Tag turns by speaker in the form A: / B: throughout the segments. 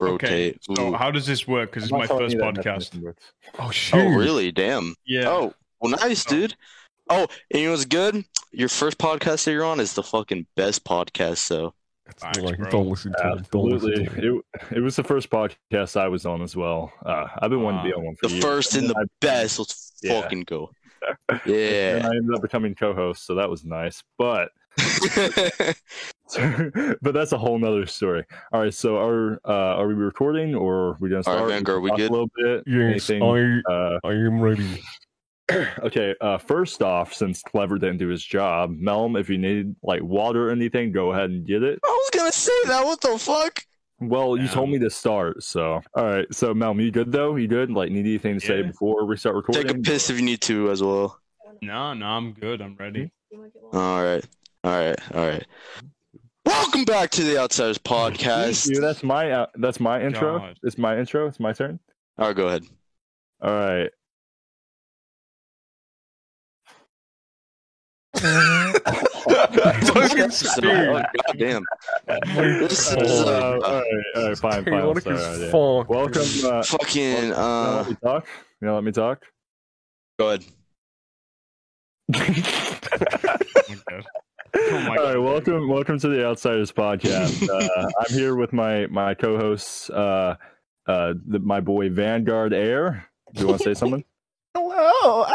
A: rotate.
B: So
A: Ooh.
B: Oh, how does this work? Because it's
C: I'm
B: my
C: not telling
B: first
C: you that
B: podcast.
C: definition, but-
B: Oh shoot!
A: oh, really? Damn.
B: Yeah.
A: Oh, well, nice,
B: So-
A: dude. Oh, and you know what's good? Your first podcast that you're on is the fucking best podcast. So
B: Facts,
D: like,
B: bro.
D: don't listen to it. Don't listen
C: Absolutely.
D: to it.
C: It, it was the first podcast I was on as well. Uh, I've been wanting to be
B: Ah,
C: on one for
A: the
C: years.
A: first and the best. Let's
C: Yeah.
A: fucking go.
C: And
A: Yeah.
C: I ended up becoming co-host, so that was nice. But but that's a whole nother story. All right, so are uh, are we recording or are we gonna
A: All right,
C: start?
A: Vanguard, are we
C: Talk
A: good?
C: A little bit.
D: Yes,
C: Anything?
D: I,
C: Uh,
D: I am ready.
C: okay. Uh, first off, since Clever didn't do his job, Melm, if you need like water or anything, go ahead and get it.
A: I was gonna say that. What the fuck?
C: Well, you told
B: Um,
C: me to start, so all right. So Melm, you good though? You good? Like, need anything to say
B: Yeah.
C: before we start recording?
A: Take a piss if you need to as well.
B: No, no, I'm good. I'm ready.
A: All right. All right. All right. Welcome back to the Outsiders
C: Thank
A: Podcast.
C: you. That's my uh, that's my intro.
B: God.
C: It's my intro. It's my turn.
A: All right, go ahead.
C: All right.
B: Fucking
A: So,
B: dude.
A: oh, God damn. This is
C: Uh,
A: uh,
C: all right, all right, fine,
D: Hey,
C: fine.
D: what
C: I'll
D: if
C: start,
D: it's
C: all right, yeah.
D: fuck?
C: Welcome. Uh,
A: fucking.
C: you gonna
A: Uh,
C: let me talk. You gonna let me talk?
A: go ahead.
C: Hmm?
B: Oh my God. my
C: All right, welcome, welcome to the Outsiders podcast. Uh, I'm here with my my co-hosts, uh, uh, the, my boy Vanguard Air. Do you want to say something?
D: Hello.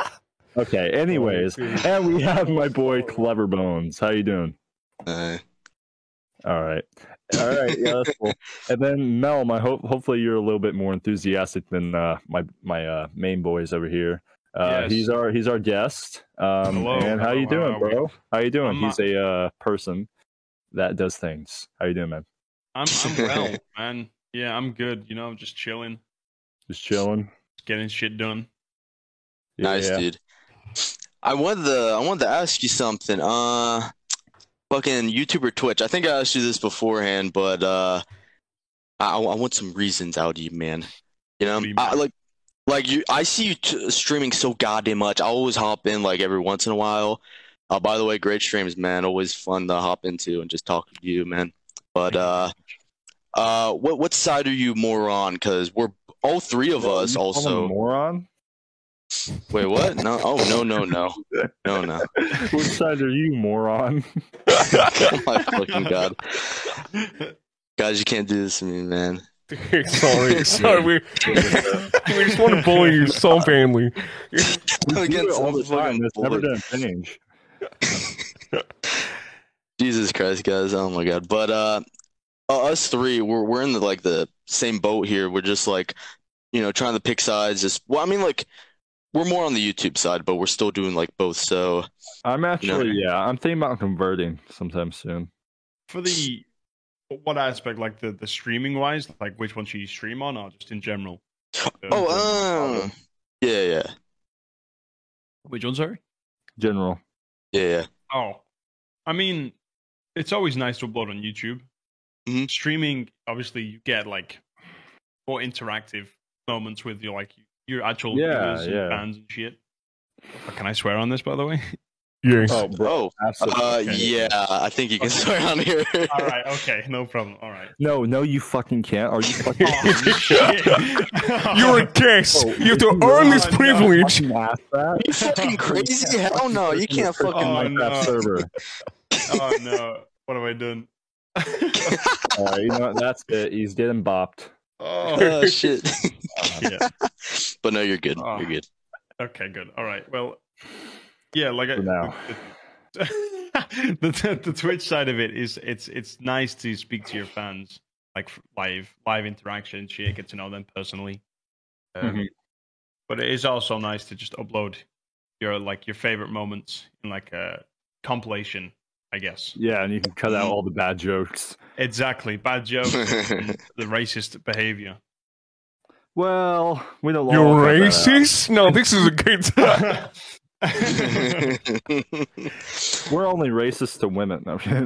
C: Okay. Anyways, and we have my boy Clever Bones. How you doing?
A: Uh,
C: All right. All right. Yeah, that's cool. And then Mel, my hope hopefully you're a little bit more enthusiastic than uh, my my uh, main boys over here. Uh,
B: Yes.
C: He's our he's our guest. Um,
B: Hello,
C: and how you
B: hello,
C: doing,
B: how are
C: bro? How you doing?
B: I'm
C: he's a uh, person that does things. How you doing, man?
B: I'm I'm well, man. Yeah, I'm good. You know, I'm just chilling,
C: Just chilling.
B: just getting shit done.
C: Yeah,
A: Nice,
C: yeah.
A: dude. I wanted to I wanted to ask you something. Uh, fucking YouTube or Twitch. I think I asked you this beforehand, but uh, I I want some reasons out of you, man. You know,
B: What do you
A: I
B: mean?
A: like like you. I see you t- streaming so goddamn much. I always hop in like every once in a while. Uh, by the way, great streams, man. Always fun to hop into and just talk to you, man. But uh, uh, what what side are you more on? Because we're all three of us
C: You call him
A: also.
C: a moron.
A: Wait, what? No. Oh, no, no, no. No, no.
C: Which side are you, moron?
A: Oh my fucking god. Guys, you can't do this to me, man.
D: sorry, sorry. We, we just want to bully you so badly.
C: We do
A: Against
C: it all
A: some
C: the time.
A: fucking
C: That's never
A: bully.
C: gonna change.
A: Jesus Christ, guys. Oh my god. But uh uh, us three, we're we're in the like the same boat here. We're just like, you know, trying to pick sides. Just well, I mean like we're more on the YouTube side, but we're still doing like both. So
C: I'm actually, yeah, I'm thinking about converting sometime soon.
B: For the what aspect, like the the streaming wise, like which one should you stream on, or just in general? Um,
A: Oh uh, Yeah, yeah.
B: which one? Sorry.
C: General.
A: Yeah, yeah.
B: Oh, I mean, it's always nice to upload on YouTube.
C: Mm-hmm.
A: Mhm.
B: Streaming, obviously, you get like more interactive moments with your like your actual
C: Yeah,
B: viewers and
C: yeah.
B: fans and shit. Oh, Can I swear on this, by the way?
D: Yes.
C: Oh, bro.
A: Oh.
C: Absolutely.
A: Uh
B: Okay.
A: yeah, I think you can
B: Okay.
A: swear on here.
B: All right, okay, no problem. All right.
C: No, no, you fucking can't. Are you fucking,
B: Oh, shit.
D: You're a guest.
C: Oh,
D: you have to
C: no,
D: earn this
B: no.
D: privilege.
C: fucking ask that?
A: You fucking crazy? Hell no, you can't
C: Fucking
A: fucking
B: Oh,
C: Minecraft
B: no.
C: server.
B: oh no, what have I done?
C: All right, you know what? That's it. He's getting bopped.
B: oh,
A: Oh shit.
B: yeah.
A: But no, you're good.
B: Oh.
A: You're good.
B: Okay, good. All right. Well, yeah, like I,
C: For now.
B: the, the, the Twitch side of it is it's it's nice to speak to your fans like f- live live interaction, shit, get to know them personally. Um,
C: Mhm.
B: But it is also nice to just upload your like your favorite moments in like a compilation, I guess.
C: Yeah, and you can cut out all the bad jokes.
B: Exactly, bad jokes, and the racist behavior.
C: Well, we don't.
D: You're
C: all cut that out.
D: racist? No, this is a good time.
B: oh,
C: We're only racist to women. No, I'm kidding.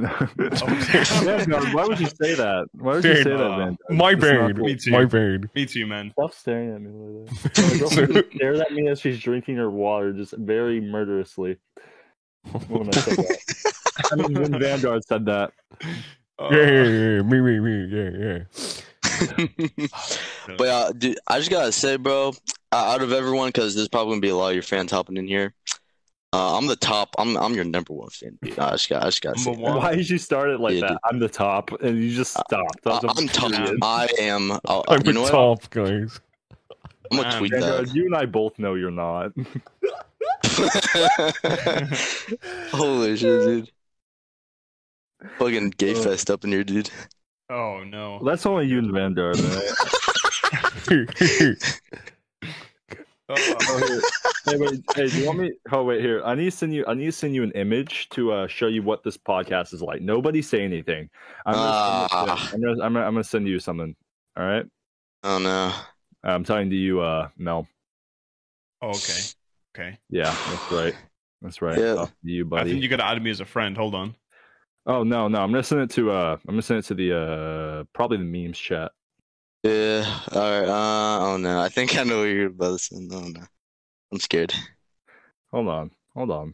C: yeah, no, why would you say that? Why would you
D: Dude,
C: say
B: uh,
C: that, man?
D: My
C: It's not
D: bad.
B: cool. Me too.
D: My bad.
B: me too, man.
C: Stop staring at me like that. My girlfriend just stared at me as she's drinking her water, just very murderously. When I said that. I mean, when Vanguard said that.
B: Oh.
C: Uh.
D: Yeah, yeah, yeah, yeah. Me, me, me. Yeah, yeah.
B: Oh,
A: but uh, dude, I just gotta say, bro, uh, out of everyone, because there's probably gonna be a lot of your fans hopping in here. Uh, I'm the top. I'm I'm your number one fan, dude. I just got I just gotta say.
B: Number
A: that.
B: one.
C: Why did you start it like
A: Yeah,
C: that?
A: dude.
C: I'm the top, and you just stopped. That was
A: I, am top.
C: hilarious.
A: I am. Uh, uh,
D: I'm
A: you
D: a
A: know what?
D: top, guys.
A: I'm gonna
B: Um,
A: tweet
C: Vanguard, you and I both know you're not.
A: that. Holy shit, dude! Fucking gay fest up in here, dude.
B: oh no.
C: That's only you and Vanguard. Right? oh, here. hey, wait, hey, do you want me? Oh, wait, here. I need to send you. I need to send you an image to uh, show you what this podcast is like. Nobody say anything. I'm gonna, send it to-
A: Ah.
C: I'm, gonna, I'm, gonna, I'm gonna send you something. All right.
A: Oh no.
C: I'm talking to you, uh, Mel.
B: Oh, okay. Okay.
C: Yeah, that's right. That's right.
A: Yeah.
C: Talking to you,
B: I
C: buddy.
B: think you gotta add me as a friend. Hold on.
C: Oh no, no. I'm gonna send it to. Uh, I'm gonna send it to the. Uh, probably the memes chat.
A: Yeah. All right. Uh, oh no. I think I know what you're about to say. No, no. I'm scared.
C: Hold on. Hold on.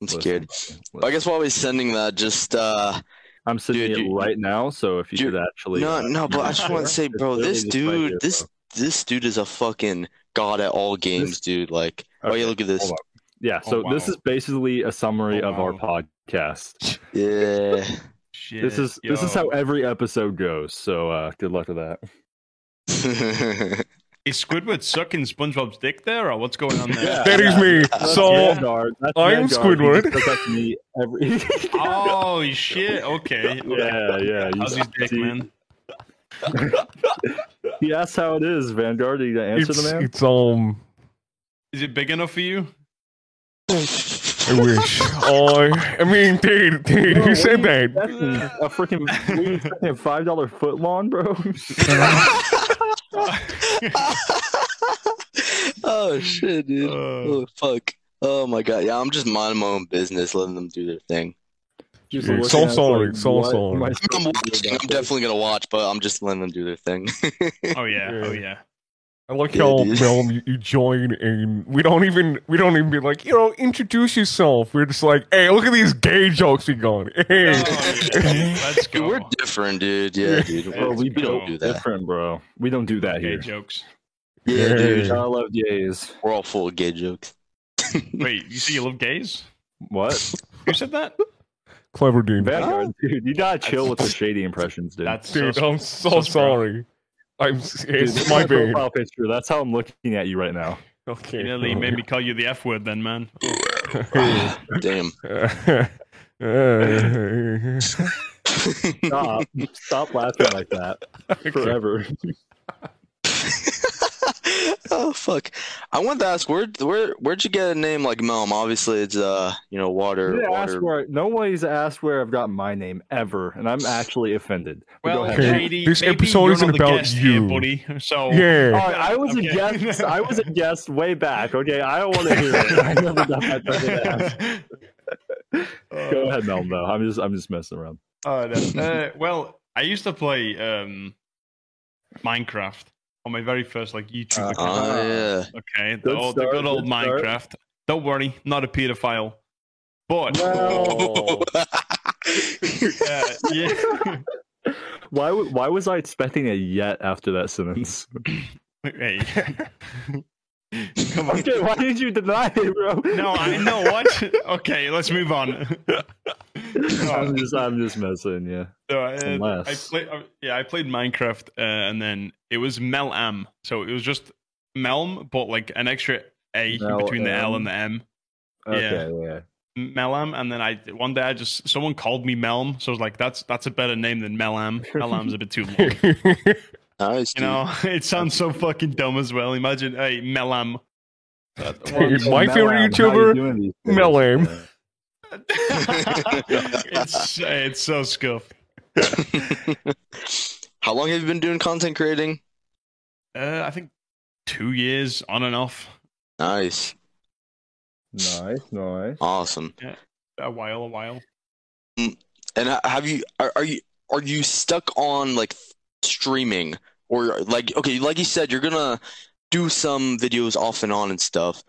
A: I'm
C: Listen,
A: scared.
C: listen.
A: I guess while we're sending that, just uh,
C: I'm sending
A: Dude,
C: it
A: you-
C: right now. So if you
A: dude,
C: could actually.
A: no,
C: uh,
A: no. But I just want to say,
C: It's
A: bro,
C: literally
A: this
C: just right
A: dude,
C: here,
A: this this dude is a fucking god at all games, dude. Like, oh
C: Okay,
A: yeah, look at this.
C: hold Yeah,
B: Oh,
C: so this
B: wow.
C: is basically a summary
B: Oh,
C: of our podcast.
A: Yeah.
B: Shit.
C: this is this is
B: yo.
C: how every episode goes. So uh good luck with that.
B: is Squidward sucking SpongeBob's dick there, or what's going on there?
C: Yeah.
D: That is me.
A: That's
D: So
C: Vanguard, that's
D: I'm
C: Vanguard, he
D: Squidward.
C: just does that to me every-
B: Oh shit! Okay. okay.
C: yeah, yeah.
B: How's his dick,
C: he,
B: man?
C: he asks how it is, Vanguard. Are you gonna answer
D: it's,
C: the man?
D: it's um.
B: Is it big enough for you?
D: I wish. oh, I mean, dude, dude,
C: Bro,
D: who
C: what
D: said
C: do you
D: that?
C: expecting? A freaking what do you expecting, a five dollar foot long, bro.
A: oh shit, dude.
B: Uh,
A: Oh fuck. Oh my god. Yeah, I'm just minding my own business, letting them do their thing.
C: Just
D: Yeah,
C: looking
D: soul
C: at us
D: soul,
C: like,
D: soul
C: what
D: soul.
C: am I
D: I'm
A: I'm
C: supposed to do
A: watching.
C: about
A: I'm
C: this?
A: definitely gonna watch, but I'm just letting them do their thing.
B: oh yeah. Oh yeah.
D: I like
A: Yeah,
D: how
A: dude.
D: Mel, you, you join and we don't even we don't even be like you know introduce yourself. We're just like, hey, look at these gay jokes we got.
B: Oh,
D: Hey,
B: yeah. Let's
A: Dude,
B: go.
A: we're different, dude. Yeah, dude.
B: Bro,
A: Well, we
B: we
A: don't do that.
C: Different, bro. We don't do that
B: Gay
C: here.
B: jokes.
A: Yeah, dude.
C: I love gays.
A: We're all full of gay jokes.
B: Wait, you say you love gays?
C: What?
B: Who said that?
D: clever dude.
C: Vanguard, dude, you gotta chill with the shady impressions, dude. oh,
B: That's
D: Dude,
B: so
D: I'm so
B: so
D: sorry. I'm it's
C: Dude, this is
D: my bad.
C: profile picture. That's how I'm looking at you right now.
D: Okay.
C: Oh,
B: Nearly made me call you the F word then, man.
A: Damn.
C: Stop. Stop laughing like that forever.
A: oh fuck! I wanted to ask where where where'd you get a name like Melm? Obviously, it's uh you know water
C: You asked
A: water.
C: where, nobody's asked where I've got my name ever, and I'm actually offended. But go
B: Well,
C: ahead.
D: Okay,
B: Shady,
D: this
B: maybe
D: episode
B: you're
D: isn't
B: not the
D: about
B: guest
D: you.
B: here, buddy. So
C: All
D: yeah.
C: right, I was
B: Okay.
C: a guest. I was a guest way back. Okay, I don't want to hear it. I never got my fucking ass. Go ahead, Mel. Though I'm just, I'm just messing around.
B: Oh, no. uh, well, I used to play um, Minecraft on my very first like YouTube
C: Uh,
B: account.
A: Oh yeah.
B: Okay, the,
C: Good
B: old, the
C: start,
B: good old
C: good start.
B: Minecraft. Don't worry, not a pedophile. But
D: Oh.
B: uh, yeah,
C: Why, w- why was I expecting a yet after that sentence?
B: hey. Come on.
C: okay, why did you deny it, bro?
B: No, I know what. Okay, let's move on.
C: I'm just, I'm just messing. Yeah.
B: So, uh, I
C: Unless-
B: played, uh, yeah, I played Minecraft, uh, and then it was Melm. So it was just Melm, but like an extra A between the L and
C: Mel-M.
B: the M.
C: Okay. Yeah.
B: Melam, and then I one day I just someone called me Melm, so I was like, that's that's a better name than Melam. Melam's a bit too long.
A: Nice.
B: You know, it sounds so fucking dumb as well. Imagine, hey, Melam. That one-
D: Dude, my
C: Mel
D: favorite
C: Am, how you
D: YouTuber,
C: doing these days?
D: Mel Am.
B: it's it's so scuffed.
A: dude. How long have you been doing content creating?
B: Uh, I think two years on and off.
A: Nice.
C: Nice, nice.
A: Awesome.
B: A while, a while.
A: And ha- have you are, are you are you stuck on like streaming or like okay, like you said, you're gonna do some videos off and on and stuff,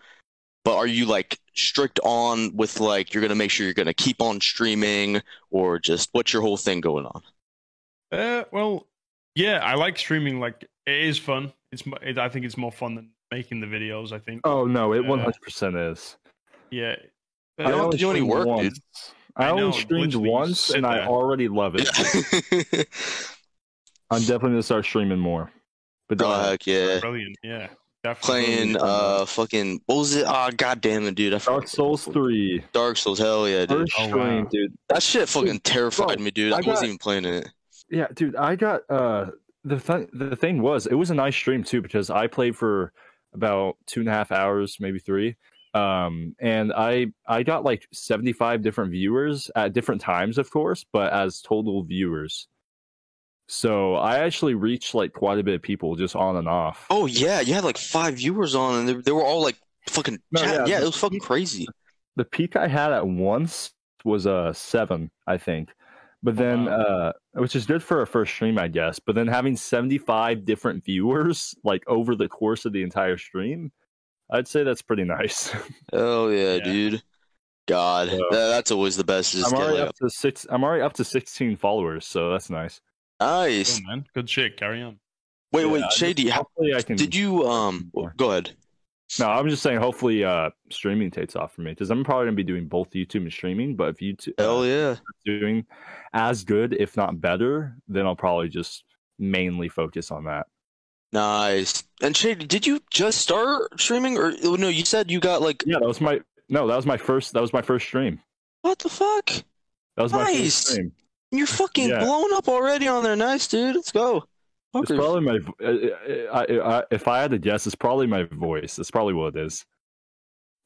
A: but are you like strict on with like you're gonna make sure you're gonna keep on streaming or just what's your whole thing going on?
B: Uh, well, Yeah, I like streaming. Like it is fun. It's mo- it, I think it's more fun than making the videos. I think.
C: Oh no, it
B: Yeah.
C: one hundred percent is.
B: Yeah.
A: I don't
B: Uh,
A: have
C: only
A: to do any
C: streamed
A: work, dude.
C: once. I,
B: I
C: only
B: know,
C: streamed
B: literally, you
C: once,
B: said
C: and I
B: that.
C: already love it. I'm definitely gonna start streaming more. But uh, don't-
A: oh heck yeah!
B: Brilliant. Yeah. Definitely.
A: Playing uh fucking what was it? Ah, goddamn it, dude! I forgot.
C: Dark Souls three
A: Dark Souls, hell yeah, dude!
C: first
B: Oh,
C: stream,
B: wow.
C: dude.
A: That shit fucking terrified
C: bro,
A: me, dude. I,
C: I
A: wasn't
C: got-
A: even playing it.
C: Yeah, dude. I got uh the th- the thing was it was a nice stream too because I played for about two and a half hours, maybe three. Um, and I I got like seventy five different viewers at different times, of course, but as total viewers. So I actually reached like quite a bit of people just on and off.
A: Oh yeah, you had like five viewers on, and they, they were all like fucking
C: No,
A: chat.
C: yeah,
A: Yeah, it was fucking crazy.
C: the peak I had at once was uh, seven, I think. But then,
A: Oh,
C: uh, which is good for a first stream, I guess. But then having 75 different viewers like over the course of the entire stream, I'd say that's pretty nice.
A: Oh yeah,
B: Yeah.
A: dude. God,
C: So-
A: that- that's always the best. Is
C: I'm
A: get,
C: already
A: like,
C: up to six. I'm already up to 16 followers, so that's nice.
A: a- nice.
B: Cool, man. Good shit. Carry on.
A: Wait,
C: Yeah,
A: wait, Shady, how
C: Hopefully, I can.
A: did you um?
C: More.
A: Go ahead.
C: No, I'm just saying. Hopefully, uh, streaming takes off for me because I'm probably gonna be doing both YouTube and streaming. But if YouTube, uh,
A: Hell yeah.
C: doing as good, if not better, then I'll probably just mainly focus on that.
A: Nice. And Shady, did you just start streaming, or oh, no? You said you got like
C: Yeah, that was my no, that was my first that was my first stream.
A: what the fuck?
C: That was my
A: Nice.
C: first stream.
A: You're fucking
C: Yeah.
A: blown up already on there. Nice, dude. Let's go.
C: It's
A: Fuckers.
C: probably my I, I, I, if I had to guess, it's probably my voice. That's probably what it is.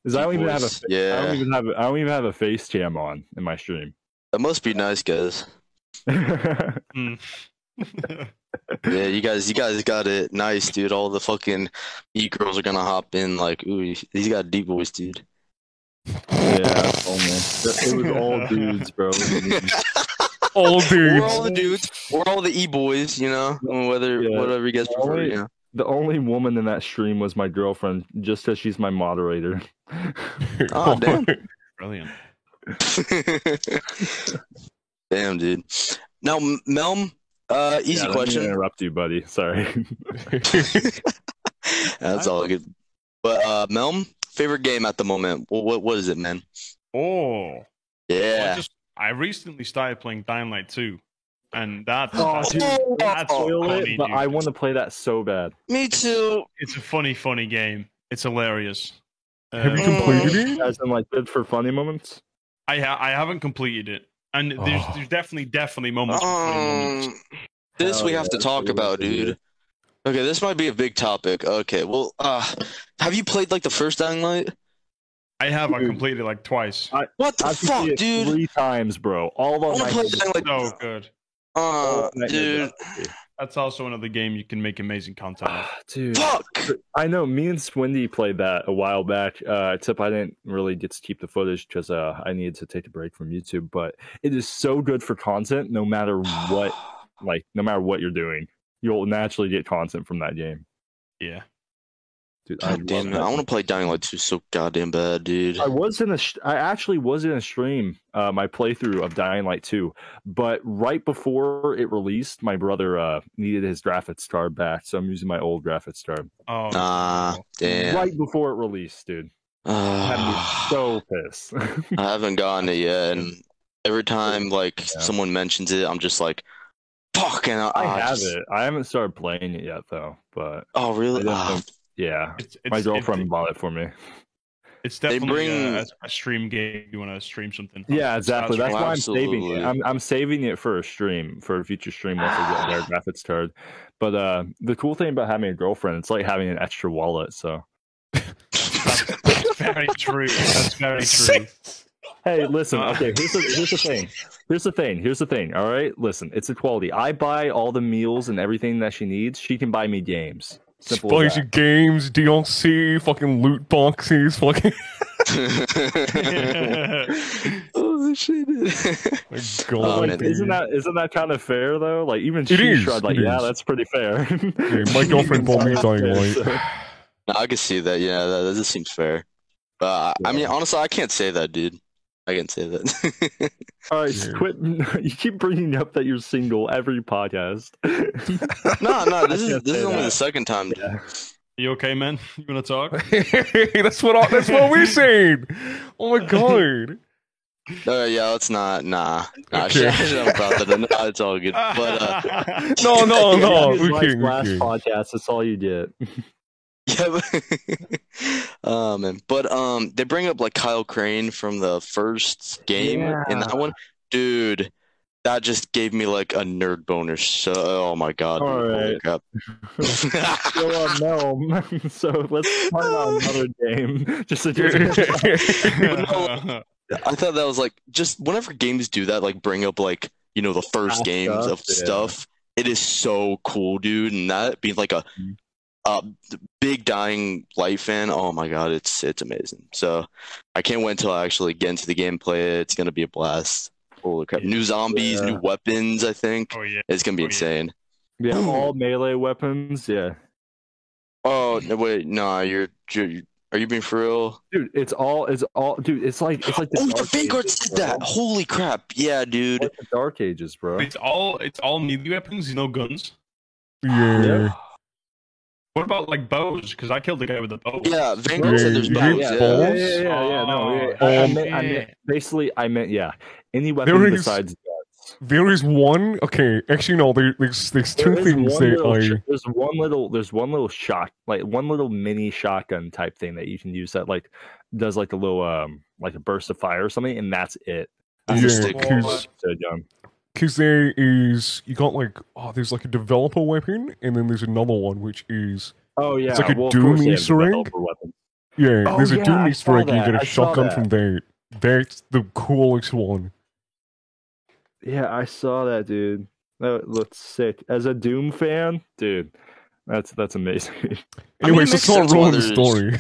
C: Is I don't even have a
A: Voice.
C: I
A: yeah.
C: don't even have a- I don't even have a face cam on in my stream.
A: That must be nice, guys.
C: yeah,
A: Yeah, you guys, you guys got it. Nice, dude. All the fucking e girls are gonna hop in. Like, ooh, he's got a deep voice, dude.
C: oh man, it was all dudes, bro.
D: All
A: We're
D: dudes.
A: all the dudes. We're all the e boys, you know. Whether
C: Yeah.
A: whatever you guys prefer,
C: Alright.
A: you know.
C: The only woman in that stream was my girlfriend, just because she's my moderator.
A: Oh, damn.
B: Brilliant.
A: Damn, dude. Now, M- Melm. Uh,
C: Yeah,
A: easy
C: let me
A: question.
C: Interrupt you, buddy. Sorry.
A: That's all good. But uh, Melm, favorite game at the moment. Well, what what is it, man?
B: Oh. Well, I
A: Yeah.
B: just I recently started playing Dying Light 2, and that,
C: Oh,
B: that's,
C: dude.
B: that's
A: Oh,
C: Spoil
B: funny,
C: it, but
B: dude.
C: I want to play that so bad.
A: Me too.
B: It's a funny, funny game. It's hilarious.
D: Have you
B: Uh,
D: completed it?
C: As in, like, good for funny moments.
B: I ha- I haven't completed it, and there's
D: Oh.
B: there's definitely definitely moments. with funny moments.
A: Um, this
C: Hell
A: we
C: yeah,
A: have to
C: that's
A: talk
C: what we
A: about,
C: have to do.
A: dude. Okay, this might be a big topic. Okay, well, uh, have you played like the first Dying Light?
B: I have I
C: dude.
B: completed like twice.
A: What the
C: I've
A: fuck,
C: played it
A: dude?
C: three times, bro. All
A: I
C: of
A: wanna
C: my Oh,
A: play Dying Light.
B: So good.
A: Uh,
C: all night
A: dude,
C: nightmares.
B: That's also another game you can make amazing content. of.
C: Ah, dude.
A: fuck.
C: I know. Me and Swindy played that a while back. Uh, except I didn't really get to keep the footage because uh, I needed to take a break from YouTube. But it is so good for content, no matter what. like, no matter what you're doing, you'll naturally get content from that game.
B: Yeah.
C: Dude, I
A: God
C: love
A: damn it!
C: that
A: I
C: game.
A: want to play Dying Light 2 so goddamn bad, dude.
C: I was in a. sh- I actually was in a stream. Uh, my playthrough of Dying Light Two, but right before it released, my brother uh, needed his graphics card back, so I'm using my old graphics card.
B: Oh.
A: Nah, damn.
C: Right before it released, dude, had me
A: Ah.
C: so pissed.
A: I haven't gotten it yet, and every time like
C: Yeah.
A: someone mentions it, I'm just like, fuck. And I,
C: I
A: ah,
C: have
A: just-
C: it. I haven't started playing it yet, though. But
A: Oh
C: I
A: really?
C: don't
A: Ah,
C: think- yeah,
B: It's,
C: my
B: it's-
C: girlfriend
B: It's,
C: bought it for me.
B: it's
A: They
B: definitely uh,
A: bring-
B: a, a stream game. You want to stream something?
C: Yeah, exactly. That's
A: right.
C: why I'm saving
A: Absolutely.
C: it. I'm, I'm saving it for a stream, for a future stream once
A: Ah.
C: I get their graphics card. But uh, the cool thing about having a girlfriend, it's like having an extra wallet. So
B: That's very true. That's very true.
C: hey, listen.
B: Uh.
C: Okay, here's the, here's the thing. Here's the thing. Here's the thing. All right, listen. It's equality. I buy all the meals and everything that she needs. She can buy me games. Simple as
D: Plays your games, DLC, fucking loot boxes, fucking.
A: Ah. oh shit!
D: My
A: Oh,
D: God,
A: man.
C: that. Isn't
D: dude.
C: that isn't that kind of fair though? Like even
D: It
C: she
D: is,
C: tried. Like
D: it
C: yeah,
D: is.
C: that's pretty fair.
D: Yeah, my girlfriend bought me Dying Light.
A: No, I can see that. Yeah, that, that just seems fair. Uh, I mean, honestly, I can't say that, dude. I can say that.
C: All right,
D: Sure.
C: quit. You keep bringing up that you're single every podcast.
A: no, no, this is
C: can't
A: this
C: say
A: is only
C: that.
A: the second time.
C: Yeah.
B: You okay, man? You wanna talk?
D: that's what all, that's what we're saying. Oh my god.
A: Uh, yeah, let's not. Nah, nah.
D: Okay.
A: shut up about that. Nah, it's all good. But uh,
D: No, no, Oh, no.
C: His
D: We're
C: last-
D: kidding. We're
C: last
D: kidding.
C: podcast. That's all you get.
A: Yeah, but, oh man, but um, they bring up like Kyle Crane from the first game in that one, dude. That just gave me like a nerd boner. So, oh my god,
C: All
A: holy
C: right.
A: crap.
C: So, uh, no. so let's start on another game. Just a
A: I thought that was like just whenever games do that, like bring up like you know the first
C: Past
A: games
C: stuff,
A: of
C: yeah.
A: stuff. It is so cool, dude, and that being like a
C: Mhm.
A: a big dying light fan. Oh my god, it's it's amazing. So I can't wait until I actually get into the gameplay. It's gonna be a blast. Holy crap! New zombies,
C: Yeah.
A: new weapons. I think
B: oh yeah.
A: it's gonna be
B: Oh, yeah.
A: insane.
C: yeah, all melee weapons. Yeah,
A: Oh no, wait, no, you're, you're are you being for real?
C: dude, it's all it's all dude. It's like it's like
A: Oh, the
C: Dark
A: Vanguard
C: Ages,
A: said
C: bro.
A: that. Holy crap! Yeah, dude.
C: It's like the Dark Ages, bro.
B: It's all it's all melee weapons, no guns.
D: Yeah.
B: What about like bows? Because I killed the guy with the bow.
A: Yeah, Vanguard said there's Oh.
D: Yeah,
A: bows. yeah.
D: yeah.
C: Yeah, yeah, yeah, yeah, no, yeah. I- I,
D: Um,
C: meant, I meant, basically, I meant, yeah, any
D: There
C: weapon
D: is-
C: besides
D: There is one. Okay, actually, no. There, there's there's two
C: There is
D: things
C: one
D: that
C: little
D: I.
C: sh- there's one little there's one little shot like one little mini shotgun type thing that you can use that like does like a little um like a burst of fire or something and that's it.
A: That's
D: yeah,
A: a stick.
D: cause,
C: So dumb.
D: 'cause there is you got like oh there's like a developer weapon and then there's another one which is
C: Oh yeah,
D: like a
C: well, of course
D: Doom
C: they have
D: Easter egg?
C: developer weapons.
D: yeah
C: Oh,
D: there's
C: yeah,
D: a
C: I
D: Doom Easter
C: saw
D: egg and you
C: that,
D: get a
C: I saw
D: shotgun
C: that.
D: from there. That's the coolest one.
C: Yeah, I saw that, dude. That looks sick. As a Doom fan, dude, that's that's amazing.
A: I mean, it
D: Anyways,
A: makes
D: it's not
A: sense
D: ruin
A: why
D: the
A: there's-
D: story.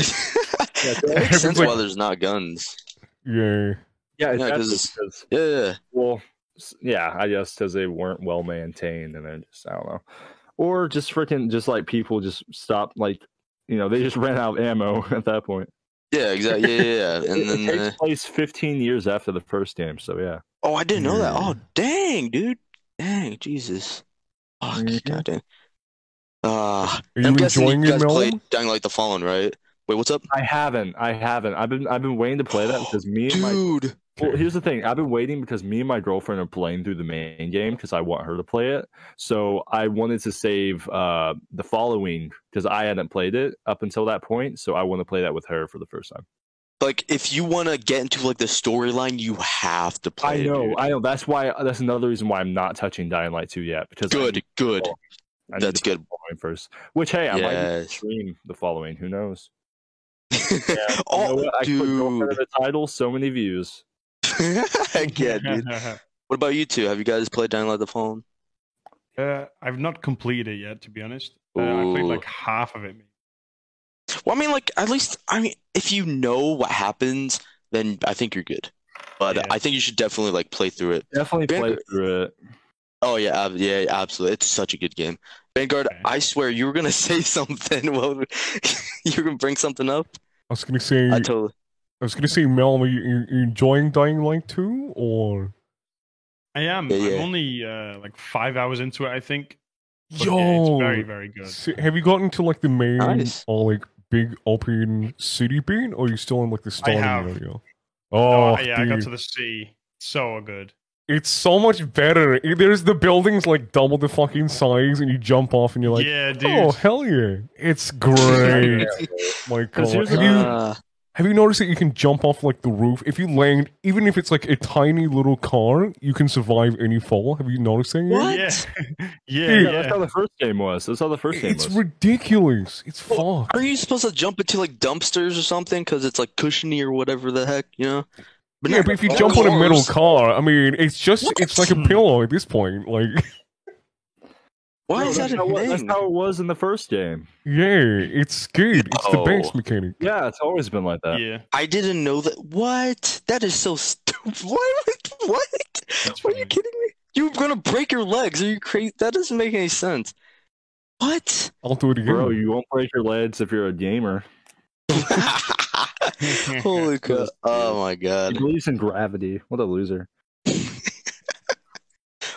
A: It makes sense
D: Like-
A: why there's not guns.
D: yeah.
C: yeah,
A: Yeah,
C: yeah
A: 'cause-
C: because
A: Yeah, yeah.
C: well, s- yeah, I guess because they weren't well maintained, and then just I don't know, or just freaking just like people just stopped like you know they just ran out of ammo at that point.
A: yeah, exactly. Yeah, yeah, yeah.
C: It,
A: And
C: it
A: then,
C: takes
A: uh,
C: place 15 years after the first game, so yeah.
A: oh, I didn't know that.
D: Yeah.
A: Oh, dang, dude, dang, Jesus, fuck,
C: Mhm.
A: goddamn. Ah,
D: Are
A: I'm
D: you
A: guessing
D: enjoying
A: you
D: it,
A: guys played
D: Melon?
A: Dying Light the Fallen, right? Wait, what's up,
C: I haven't, I haven't. I've been, I've been waiting to play that because me and my.
A: dude?
C: Well, here's the thing. I've been waiting because me and my girlfriend are playing through the main game because I want her to play it. So I wanted to save uh, the following because I hadn't played it up until that point. So I want to play that with her for the first time.
A: Like, if you want to get into like the storyline, you have to play.
C: I
A: it,
C: know,
A: dude.
C: I know. That's why. That's another reason why I'm not touching Dying Light 2 yet because I
A: Good,
C: need-
A: good.
C: I need
A: That's
C: to play
A: good.
C: the following first. Which hey, I might
A: Yes.
C: might stream the following. Who knows?
A: Oh,
C: you know what? I clicked on
A: dude.
C: the title. So many views.
A: Heck yeah, dude. What about you two? Have you guys played Dying Light the Fallen?
B: Uh, I've not completed it yet, to be honest. Uh, I played
A: Ooh.
B: like half of it. maybe.
A: Well, I mean, like at least I mean, if you know what happens, then I think you're good. But
B: Yeah.
A: I think you should definitely like play through it.
C: Definitely play
A: Vanguard-
C: through it.
A: Oh yeah, ab- yeah, absolutely. It's such a good game. Vanguard,
B: Okay.
A: I swear you were gonna say something. Well, you were gonna bring something up.
D: I was gonna say.
A: I
D: I
A: totally.
D: was gonna say, Mel, are you, you you enjoying Dying Light 2? or?
B: I am.
A: Yeah, yeah.
B: I'm only uh, like five hours into it, I think. But yeah,
D: Yo,
B: it's very, very good.
D: So, have you gotten to like the main
A: Nice.
D: or like big open city beat, or are you still in like the starting
B: have.
D: area?
B: Oh,
D: Oh,
B: yeah, I got
D: dude.
B: to the sea. So good.
D: it's so much better. It- There's the buildings like double the fucking size, and you jump off, and you're like,
B: yeah, dude.
D: oh hell yeah, it's great. My God,
C: 'Cause here's
D: have
C: the-
D: you
A: Uh,
D: have you noticed that you can jump off like the roof if you land, even if it's like a tiny little car, you can survive any fall. Have you noticed that? yet?
A: What?
B: Yeah, yeah,
D: Dude,
C: Yeah, that's
B: yeah.
C: how the first game was. That's how the first game
D: It's
C: was.
D: ridiculous. It's
A: Well,
D: fucked.
A: are you supposed to jump into like dumpsters or something because it's like cushiony or whatever the heck, you know? But
D: yeah,
A: no,
D: but if you
A: all
D: jump on a metal
A: cars-
D: car, I mean, it's just
A: What?
D: it's like a pillow at this point. Like,
A: why
C: No,
A: is
C: that's,
A: that a
C: how, it- that's
A: thing?
C: how it was in the first game.
D: yeah, it's good. It's the best
A: No.
D: mechanic.
C: Yeah, it's always been like that.
B: yeah.
A: I didn't know that. What? That is so stupid. What? What?
B: That's
A: Are you
B: funny.
A: kidding me? You're gonna break your legs? Are you crazy? That doesn't make any sense. What?
D: I'll do it again.
C: Bro, you won't break your legs if you're a gamer.
A: Holy crap.
C: Christ,
A: Oh my
C: He
A: god.
C: believes in gravity. What a loser.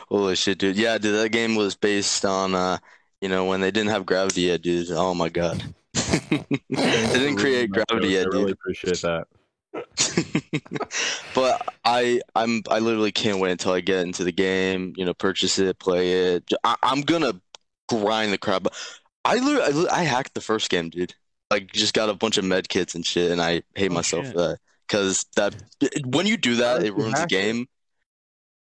A: Holy shit, dude. Yeah, dude, that game was based on uh, you know, when they didn't have gravity yet, dude. Oh my god. They didn't create gravity
C: I
A: yet,
C: really appreciate that.
A: dude. But I I'm I literally can't wait until I get into the game, you know, purchase it, play it. J- I, am gonna grind the crap. I literally, I, lit- I hacked the first game, dude. Like just got a bunch of med kits and shit and I hate
B: Oh,
A: myself
B: shit.
A: for that. Cause that when you do
C: How
A: that,
C: did
A: it
C: you
A: ruins the
C: hack it?
A: game.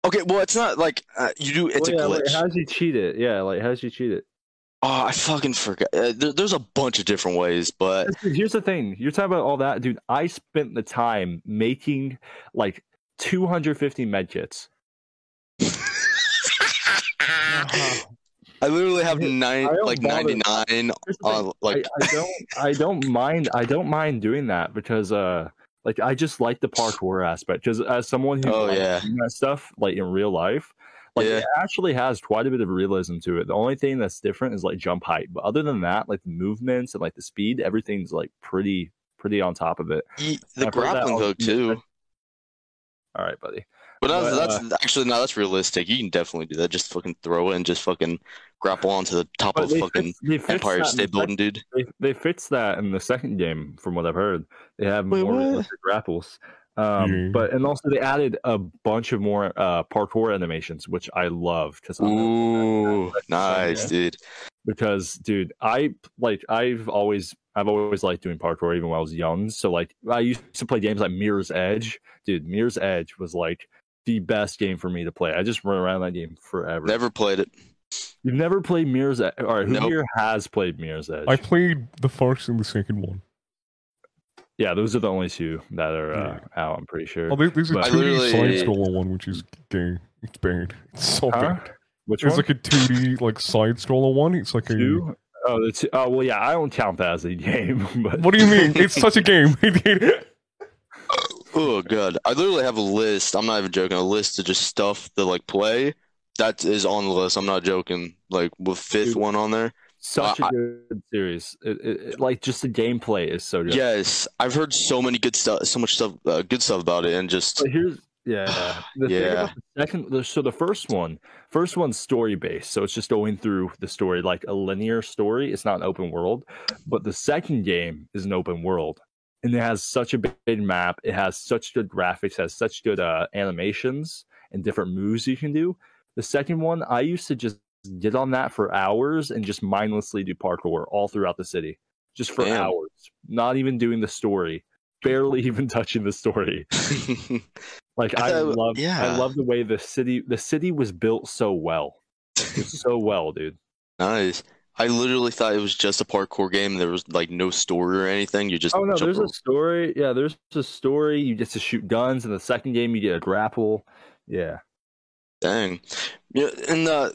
A: Okay, well, it's not like uh, you do. It's
C: Well,
A: a
C: Oh, yeah, like,
A: glitch.
C: how does he cheat it? Yeah, like how does he cheat it?
A: Oh, I fucking forgot. Uh, there, there's a bunch of different ways, but
C: Dude, Here's the thing. You're talking about all that, dude. I spent the time making like 250 med kits.
B: Oh,
A: I literally have nine,
C: I don't
A: like
C: bother.
A: 99
C: Here's the thing.
A: on like
C: I, I don't I don't mind I don't mind doing that because uh like I just like the parkour aspect because as someone who
A: Oh,
C: likes
A: yeah.
C: doing that stuff like in real life like
A: Yeah.
C: it actually has quite a bit of realism to it. The only thing that's different is like jump height, but other than that, like the movements and like the speed, everything's like pretty pretty on top of it.
A: e- the
C: I've heard that
A: grappling
C: all-
A: hook too.
C: All right, buddy.
A: But that's,
C: But, uh,
A: that's actually no, that's realistic. You can definitely do that. Just fucking throw it and just fucking grapple onto the top
C: But
A: of Oh, fucking
C: fixed- they fixed
A: Empire
C: that in the
A: State Building, dude.
C: they, they fixed that in the second game, from what I've heard. They have
A: Wait,
C: more
A: what?
C: realistic grapples. Um,
D: Yeah.
C: But and also they added a bunch of more uh, parkour animations, which I love because
A: Mm. Ooh, nice,
C: yeah.
A: dude.
C: because dude, I like I've always I've always liked doing parkour even when I was young. So like I used to play games like Mirror's Edge, dude. Mirror's Edge was like the best game for me to play. I just run around that game forever.
A: Never played it.
C: You've never played Mirror's Edge. All right, who
A: Nope.
C: here has played Mirror's Edge?
D: I played the first and the second one.
C: Yeah, those are the only two that are uh, out. I'm pretty sure.
D: Oh, there- there's a
C: But-
A: I
D: 2D
A: literally-
D: side scroller one, which is gay. It's bad. It's so
C: Huh?
D: bad.
C: Which
D: There's
C: one's
D: like a 2D like side scroller one. It's like a.
C: two? Oh, the two. Oh, well, yeah. I don't count that as a game, but
D: What do you mean? It's such a game.
A: Oh god, I literally have a list. I'm not even joking. A list of just stuff that like play. That is on the list. I'm not joking. Like with fifth
C: Dude.
A: one on there.
C: such
A: I-
C: a good series. It, it, it- like just the gameplay is so good.
A: Yes, I've heard so many good stuff, so much stuff, uh, good stuff about it, and just
C: But here's yeah. The thing
A: Yeah.
C: about the second, the, so the first one, first one's story based, so it's just going through the story like a linear story. It's not an open world, but the second game is an open world, and it has such a big, big map. It has such good graphics. Has such good uh, animations and different moves you can do. The second one, I used to just get on that for hours and just mindlessly do parkour all throughout the city, just for
A: Damn.
C: hours, not even doing the story, barely even touching the story. Like
A: I
C: I,
A: thought-
C: love,
A: yeah.
C: I love the way the city, the city was built so well, so well, dude.
A: nice. I literally thought it was just a parkour game. There was like no story or anything. You just
C: Oh no,
A: jump
C: there's a
A: around.
C: story. Yeah, there's a story. You get to shoot guns. In the second game, you get a grapple. Yeah,
A: Dang. Yeah, and uh,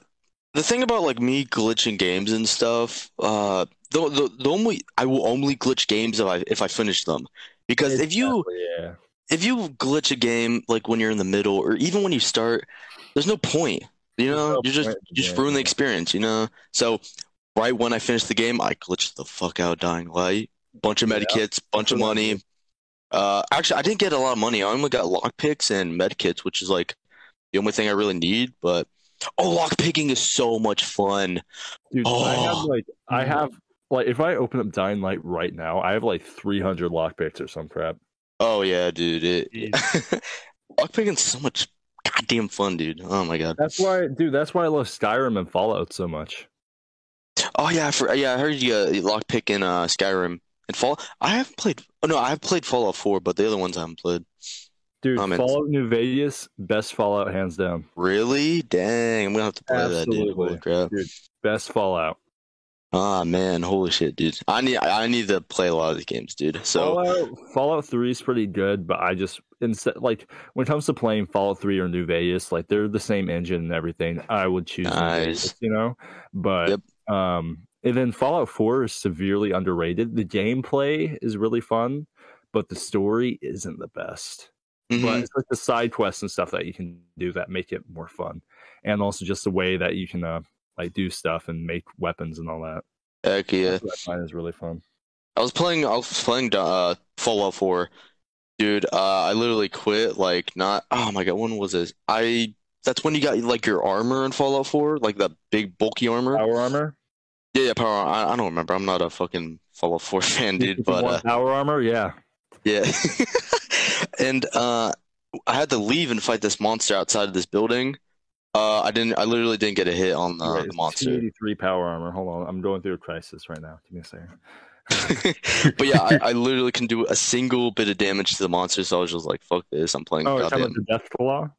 A: the thing about like me glitching games and stuff, uh, the, the the only I will only glitch games if I if I finish them, because if you
C: Exactly, yeah,
A: if you glitch a game like when you're in the middle or even when you start, there's no point. You know,
C: no
A: you just
C: point,
A: you just
C: yeah.
A: ruin the experience. You know, so right when I finished the game, I glitched the fuck out, of Dying Light, bunch of
C: Yeah.
A: medkits, bunch of
C: That's what I
A: money. Uh, actually, I didn't get a lot of money. I only got lockpicks and medkits, which is like the only thing I really need. But oh, lockpicking is so much fun.
C: dude. I have
A: Oh.
C: like, I
D: Mhm.
C: have like, if I open up Dying Light right now, I have like 300 lockpicks or some crap.
A: Oh yeah, dude, it
B: Jeez.
A: lockpicking's so much goddamn fun, dude. Oh my god.
C: That's why, dude. That's why I love Skyrim and Fallout so much.
A: Oh yeah, I for, yeah, I heard you, uh, you lockpick in uh, Skyrim and Fall. I haven't played. Oh no, I've played Fallout 4, but the other ones I haven't played.
C: Dude,
A: I'm in.
C: Fallout New Vegas, best Fallout hands down.
A: Really? Dang, I'm gonna have to play that, dude. Holy
C: Absolutely.
A: crap!
C: Best Fallout.
A: Ah man, holy shit, dude. I need I need to play a lot of these games, dude. So
C: Fallout, Fallout 3 is pretty good, but I just instead like when it comes to playing Fallout 3 or New Vegas, like they're the same engine and everything. I would choose New
A: Nice.
C: Vegas, you know. But um and then Fallout 4 is severely underrated. The gameplay is really fun, but the story isn't the best. But
A: mhm.
C: it's like the side quests and stuff that you can do that make it more fun. And also just the way that you can uh like do stuff and make weapons and all that.
A: heck yeah.
C: That's what I find is really fun.
A: I was playing I was playing uh Fallout 4. Dude, uh, I literally quit like not oh my god, when was this? I that's when you got like your armor in Fallout 4, like that big bulky armor.
C: Power armor.
A: Yeah, yeah, power. armor. I, I don't remember. I'm not a fucking Fallout 4 fan, dude,
C: If you
A: but uh,
C: want power armor. Yeah.
A: yeah. and uh I had to leave and fight this monster outside of this building. Uh I didn't I literally didn't get a hit on uh, the, the monster.
C: Eighty three power armor. Hold on, I'm going through a crisis right now. Give me a second.
A: but yeah, I, I literally can do a single bit of damage to the monster, so I was just like, fuck this, I'm playing
C: Oh, you're talking
A: goddamn
C: about the death claw.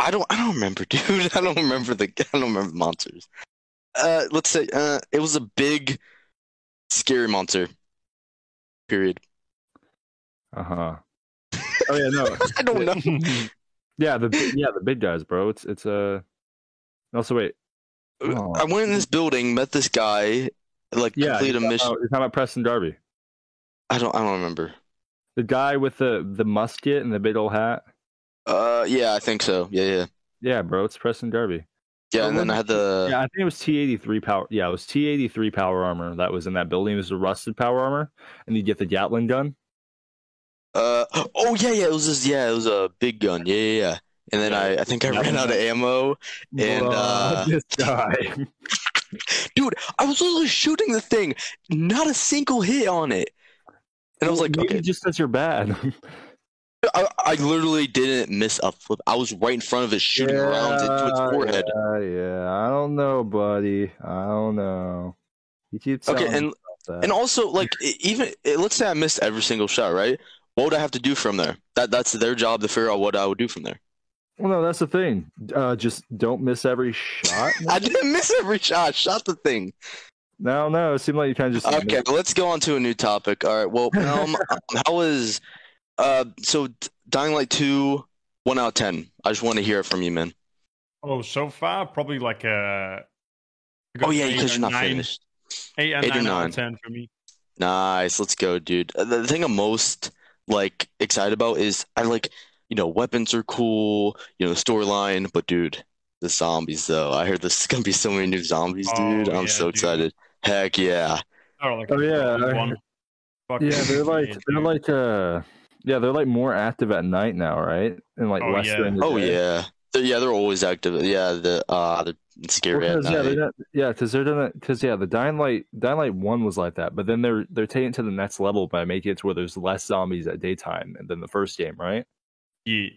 A: I don't I don't remember, dude. I don't remember the I don't remember monsters. Uh let's say uh it was a big scary monster. Period.
C: Uh huh. Oh yeah, no,
A: I don't know.
C: yeah, the bi- yeah the big guys, bro. It's it's uh... Also, wait. Oh.
A: I went in this building, met this guy, like
C: Yeah,
A: complete a
C: you're talking
A: mission.
C: about- you're talking about Preston Darby,
A: I don't I don't remember.
C: the guy with the the musket and the big old hat.
A: Uh yeah, I think so. Yeah, yeah.
C: Yeah, bro, it's Preston Darby.
A: Yeah,
C: Oh,
A: and then I had the
C: yeah, I think it was T eighty three power. Yeah, it was T eighty three power armor that was in that building. It was the rusted power armor, and you get the Gatling gun.
A: Uh oh yeah yeah it was this yeah it was a big gun yeah yeah yeah and then I I think I ran out of ammo And,
C: Bruh,
A: uh,
C: this guy.
A: dude I was literally shooting the thing not a single hit on it and I was like
C: maybe
A: okay
C: just because you're bad.
A: I, I literally didn't miss a flip I was right in front of it shooting rounds into its
C: Yeah,
A: forehead
C: Yeah, yeah, I don't know, buddy. I don't know. You keep
A: okay
C: telling me
A: and
C: about that.
A: and also like e- even eh, let's say I missed every single shot right what would I have to do from there that that's their job to figure out what I would do from there
C: well, no, that's the thing. Uh, just don't miss every shot.
A: I didn't miss every shot I shot the thing
C: no, no, it seemed like you kind of just
A: Okay, let's go on to a new topic. All right. Well, um, how was uh? So, D- Dying Light two, one out of ten. I just want to hear it from you, man.
B: Oh, so far probably like a.
A: Oh yeah,
B: eight
A: because you're
B: or
A: not
B: nine-
A: finished.
B: Eight and
A: Eight or
B: nine, out
A: nine.
B: of ten for me.
A: Nice. Let's go, dude. Uh, The the thing I'm most like excited about is I like you know weapons are cool, you know storyline, but dude, the zombies though. I heard there's gonna be so many new zombies, dude.
B: Oh,
A: I'm
B: yeah,
A: so
B: dude.
A: excited. Heck yeah.
B: Or like
C: Oh, yeah.
B: one. Fucking
C: Yeah, they're like
B: idiot,
C: they're
B: dude.
C: like uh, yeah, they're like more active at night now, right? And like
B: Oh,
C: less
B: yeah.
C: during the
A: Oh
C: day.
A: yeah. They're, yeah, they're always active. Yeah, the uh, they're scary at
C: Because, yeah,
A: night.
C: they're not- yeah, because they're doing it. Because yeah, the Dying Light, Dying Light One was like that, but then they're they're taking it to the next level by making it to where there's less zombies at daytime than the first game, right?
B: Yeah.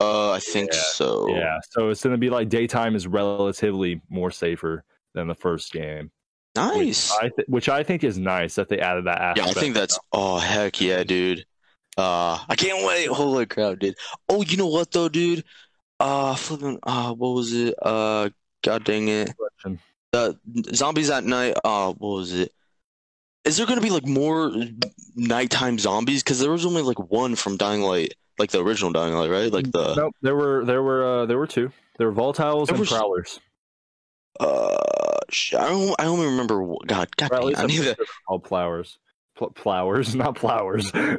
A: Uh, I think
C: Yeah.
A: so.
C: Yeah, so it's gonna be like daytime is relatively more safer than the first game, which
A: Nice.
C: I th- which I think is nice that they added that
A: yeah, I
C: aspect.
A: think that's. Oh heck yeah, dude. Uh, I can't wait. Holy crap, dude. Oh, you know what though, dude? Uh, flipping. Uh, what was it? Uh, god dang it.
C: Question.
A: The zombies at night. Uh, what was it? Is there gonna be like more nighttime zombies? Because there was only like one from Dying Light, like the original Dying Light, right? Like the.
C: Nope, there were there were uh, there were two. There were volatiles
A: There
C: and
A: was-
C: prowlers.
A: Uh, sh- I don't. I only remember. wh- God, god
C: Or
A: dang
C: at
A: it,
C: least
A: I
C: I'm
A: need
C: pretty
A: to.
C: sure they're called plowers. Pl- plowers, not flowers.
A: yeah,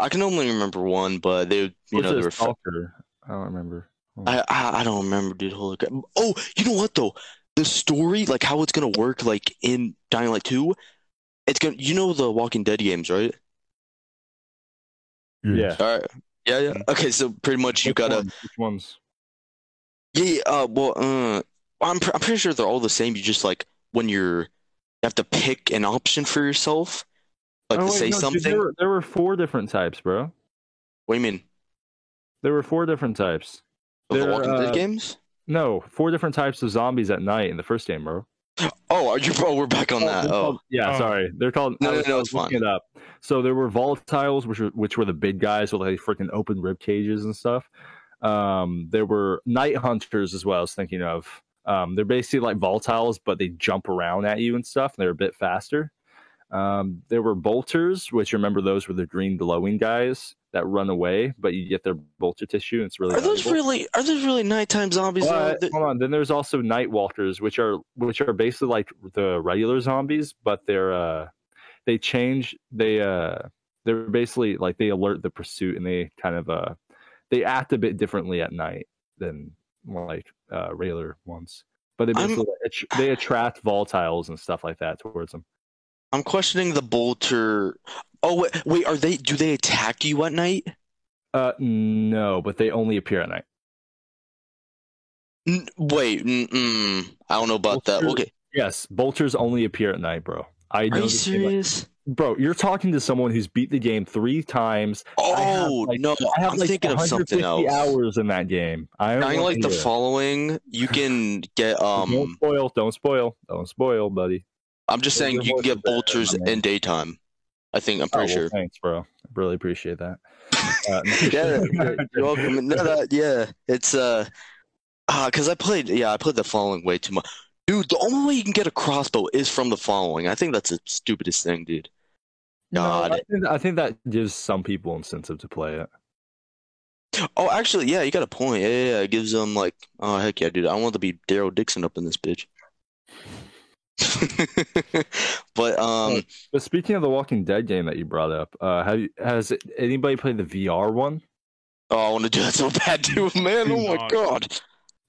A: I can only remember one, but they, you
C: What's
A: know, they
C: this,
A: were.
C: Stalker? I don't remember.
A: I, I I don't remember, dude. Holy crap! Oh, you know what though? The story, like how it's gonna work, like in Dying Light Two, it's gonna. You know the Walking Dead games, right?
C: Yeah.
A: All right. Yeah, yeah. Okay, so pretty much you
C: Which
A: gotta.
C: ones? Which ones?
A: Yeah, yeah. Uh, well, uh, I'm pre- I'm pretty sure they're all the same. You just like when you're, you have to pick an option for yourself, like to
C: Oh, wait,
A: say
C: no, dude,
A: something.
C: there, were, there were four different types, bro.
A: What do you mean?
C: There were four different types.
A: Of the
C: They're,
A: Walking Dead
C: uh,
A: games?
C: No, four different types of zombies at night in the first game, bro.
A: Oh, are you? Oh, we're back on that.
C: they're
A: Oh,
C: called- yeah,
B: Oh.
C: sorry. They're called.
A: No,
C: I
A: no,
C: was-
A: no,
C: I
A: it's
C: was looking it up. So there were volatiles, which were which were the big guys with like freaking open rib cages and stuff. Um, there were night hunters as well. I was thinking of. Um, they're basically like volatiles, but they jump around at you and stuff, and they're a bit faster. Um, there were bolters, which remember those were the green glowing guys that run away, but you get their bolter tissue, and it's really
A: are those
C: valuable.
A: really? Are those really nighttime zombies? though?
C: But,
A: Th-
C: hold on. Then there's also night walkers, which are which are basically like the regular zombies, but they're uh they change they uh they're basically like they alert the pursuit and they kind of uh they act a bit differently at night than like uh regular ones. But they
A: I'm-
C: basically att- they attract volatiles and stuff like that towards them.
A: I'm questioning the bolter. Oh wait, wait, are they? Do they attack you at night?
C: Uh, no, but they only appear at night.
A: N- wait, mm-mm. I don't know about that.
C: Bolter-
A: Okay,
C: Yes, bolters only appear at night, bro. I
A: are
C: know
A: you
C: this game like-
A: serious?
C: bro? You're talking to someone who's beat the game three times. I have,
A: Oh
C: like-
A: no,
C: I have
A: I'm
C: like
A: thinking of something
C: 150
A: else.
C: hours in that game. I don't
A: Dying
C: wanna
A: Light the
C: hear it.
A: following, you can get
C: don't
A: um.
C: spoil, don't spoil, don't spoil, buddy.
A: I'm just
C: Those
A: saying
C: are
A: you can
C: more
A: get
C: than better,
A: bolters
C: my man.
A: in daytime. I think I'm
C: Oh, well,
A: pretty sure.
C: Thanks, bro. Really appreciate that. Uh,
A: Yeah, you're welcome. No, no, yeah, it's uh, because I played. Yeah, I played the following way too much, dude. The only way you can get a crossbow is from the following. I think that's the stupidest thing, dude.
C: No,
A: God.
C: I think, I think that gives some people incentive to play it.
A: Oh, actually, yeah, you got a point. Yeah, yeah, yeah. It gives them like, oh heck yeah, dude. I want to be Daryl Dixon up in this bitch. But um,
C: But speaking of the Walking Dead game that you brought up, uh, have you, has anybody played the VR one?
A: oh, I want to do that so bad, dude, man. Oh my
B: Dog.
A: god.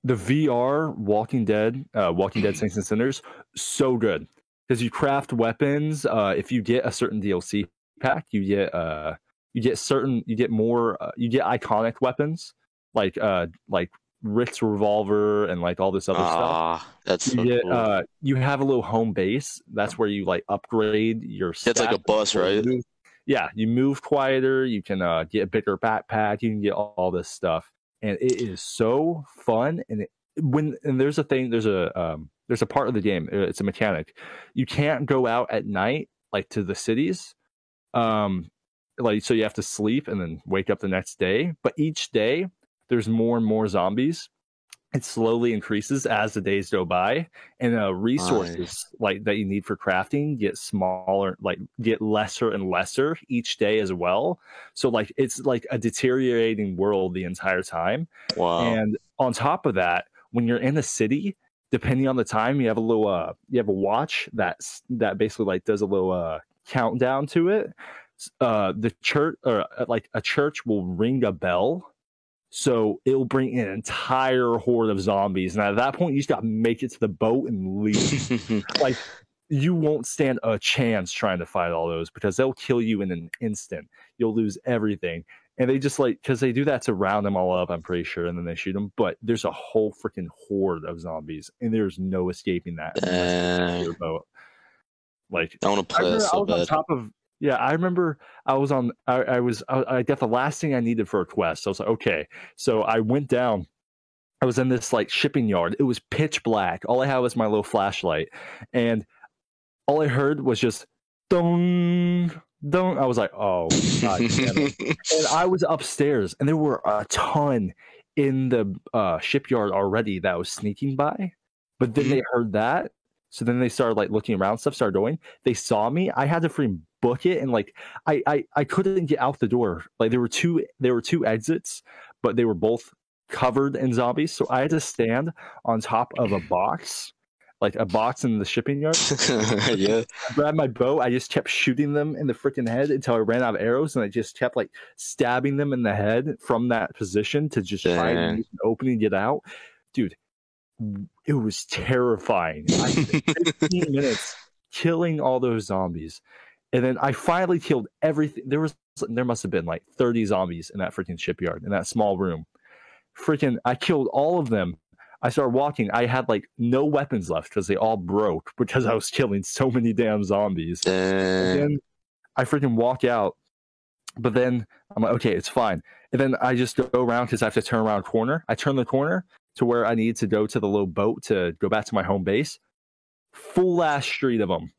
C: The VR Walking Dead, uh, Walking Dead Saints and Sinners, so good because you craft weapons. Uh, if you get a certain DLC pack, you get uh, you get certain, you get more, uh, you get iconic weapons like uh, like Rick's revolver and like all this other stuff.
A: Ah, that's so
C: you get,
A: cool.
C: uh, you have a little home base. That's where you like upgrade your.
A: That's like a
C: stats.
A: bus, right?
C: You move- Yeah, you move quieter. You can uh, get a bigger backpack. You can get all, all this stuff, and it is so fun. And it, when and there's a thing, there's a um, there's a part of the game. uh, It's a mechanic. You can't go out at night, like to the cities. Um, like so you have to sleep and then wake up the next day. But each day there's more and more zombies. It slowly increases as the days go by, and uh, resources like that you need for crafting get smaller, like get lesser and lesser each day as well. So like it's like a deteriorating world the entire time.
A: Wow.
C: And on top of that, when you're in a city, depending on the time, you have a little uh, you have a watch that s- that basically like does a little uh, countdown to it. S- Uh, the church or uh, like a church will ring a bell, so it'll bring an entire horde of zombies. And at that point, you just got to make it to the boat and leave. like you won't stand a chance trying to fight all those because they'll kill you in an instant. You'll lose everything. And they just like because they do that to round them all up, I'm pretty sure, and then they shoot them. But there's a whole freaking horde of zombies, and there's no escaping that. unless you
A: Dang.
C: your boat. Like
A: I want to
C: I
A: play that
C: remember I
A: so
C: was on
A: bad.
C: top of yeah. I remember I was on. I, I was. I, I got the last thing I needed for a quest. So I was like, okay. So I went down. I was in this like shipping yard. It was pitch black. All I had was my little flashlight, and all I heard was just dong dong. I was like, oh, God damn it and I was upstairs, and there were a ton in the uh, shipyard already that was sneaking by. But then they heard that, so then they started like looking around. Stuff started going. They saw me. I had to freaking book it, and like I, I I couldn't get out the door. Like there were two there were two exits, but they were both covered in zombies. So I had to stand on top of a box, like a box in the shipping yard.
A: yeah.
C: I grabbed my bow. I just kept shooting them in the freaking head until I ran out of arrows, and I just kept like stabbing them in the head from that position to just try
A: Dang.
C: and use an opening to get out. Dude, it was terrifying. I spent 15 minutes killing all those zombies, and then I finally killed everything. There was there must have been like 30 zombies in that freaking shipyard in that small room. Freaking, I killed all of them. I started walking. I had like no weapons left because they all broke because I was killing so many damn zombies. And
A: Dang.
C: then I freaking walk out. But then I'm like, okay, it's fine. And then I just go around because I have to turn around a corner. I turn the corner to where I need to go to the little boat to go back to my home base. Full ass street of them.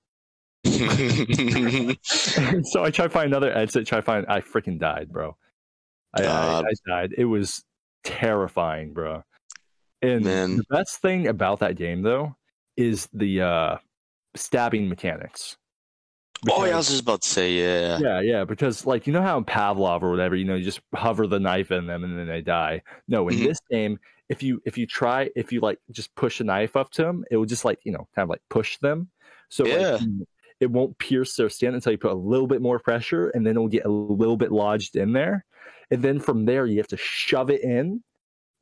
C: so I try to find another exit. Try to find. I freaking died, bro. I, I,
A: God.
C: I died. It was terrifying, bro. And
A: Man.
C: the best thing about that game, though, is the uh, stabbing mechanics.
A: Oh, yeah, I
C: Because-
A: was just about to say, yeah.
C: yeah, yeah, because like you know how in Pavlov or whatever, you know, you just hover the knife in them and then they die. No, in
A: Mhm.
C: this game, if you if you try if you like just push a knife up to them, it will just like you know kind of like push them. So like,
A: Yeah.
C: you- it won't pierce their skin until you put a little bit more pressure, and then it'll get a little bit lodged in there, and then from there you have to shove it in.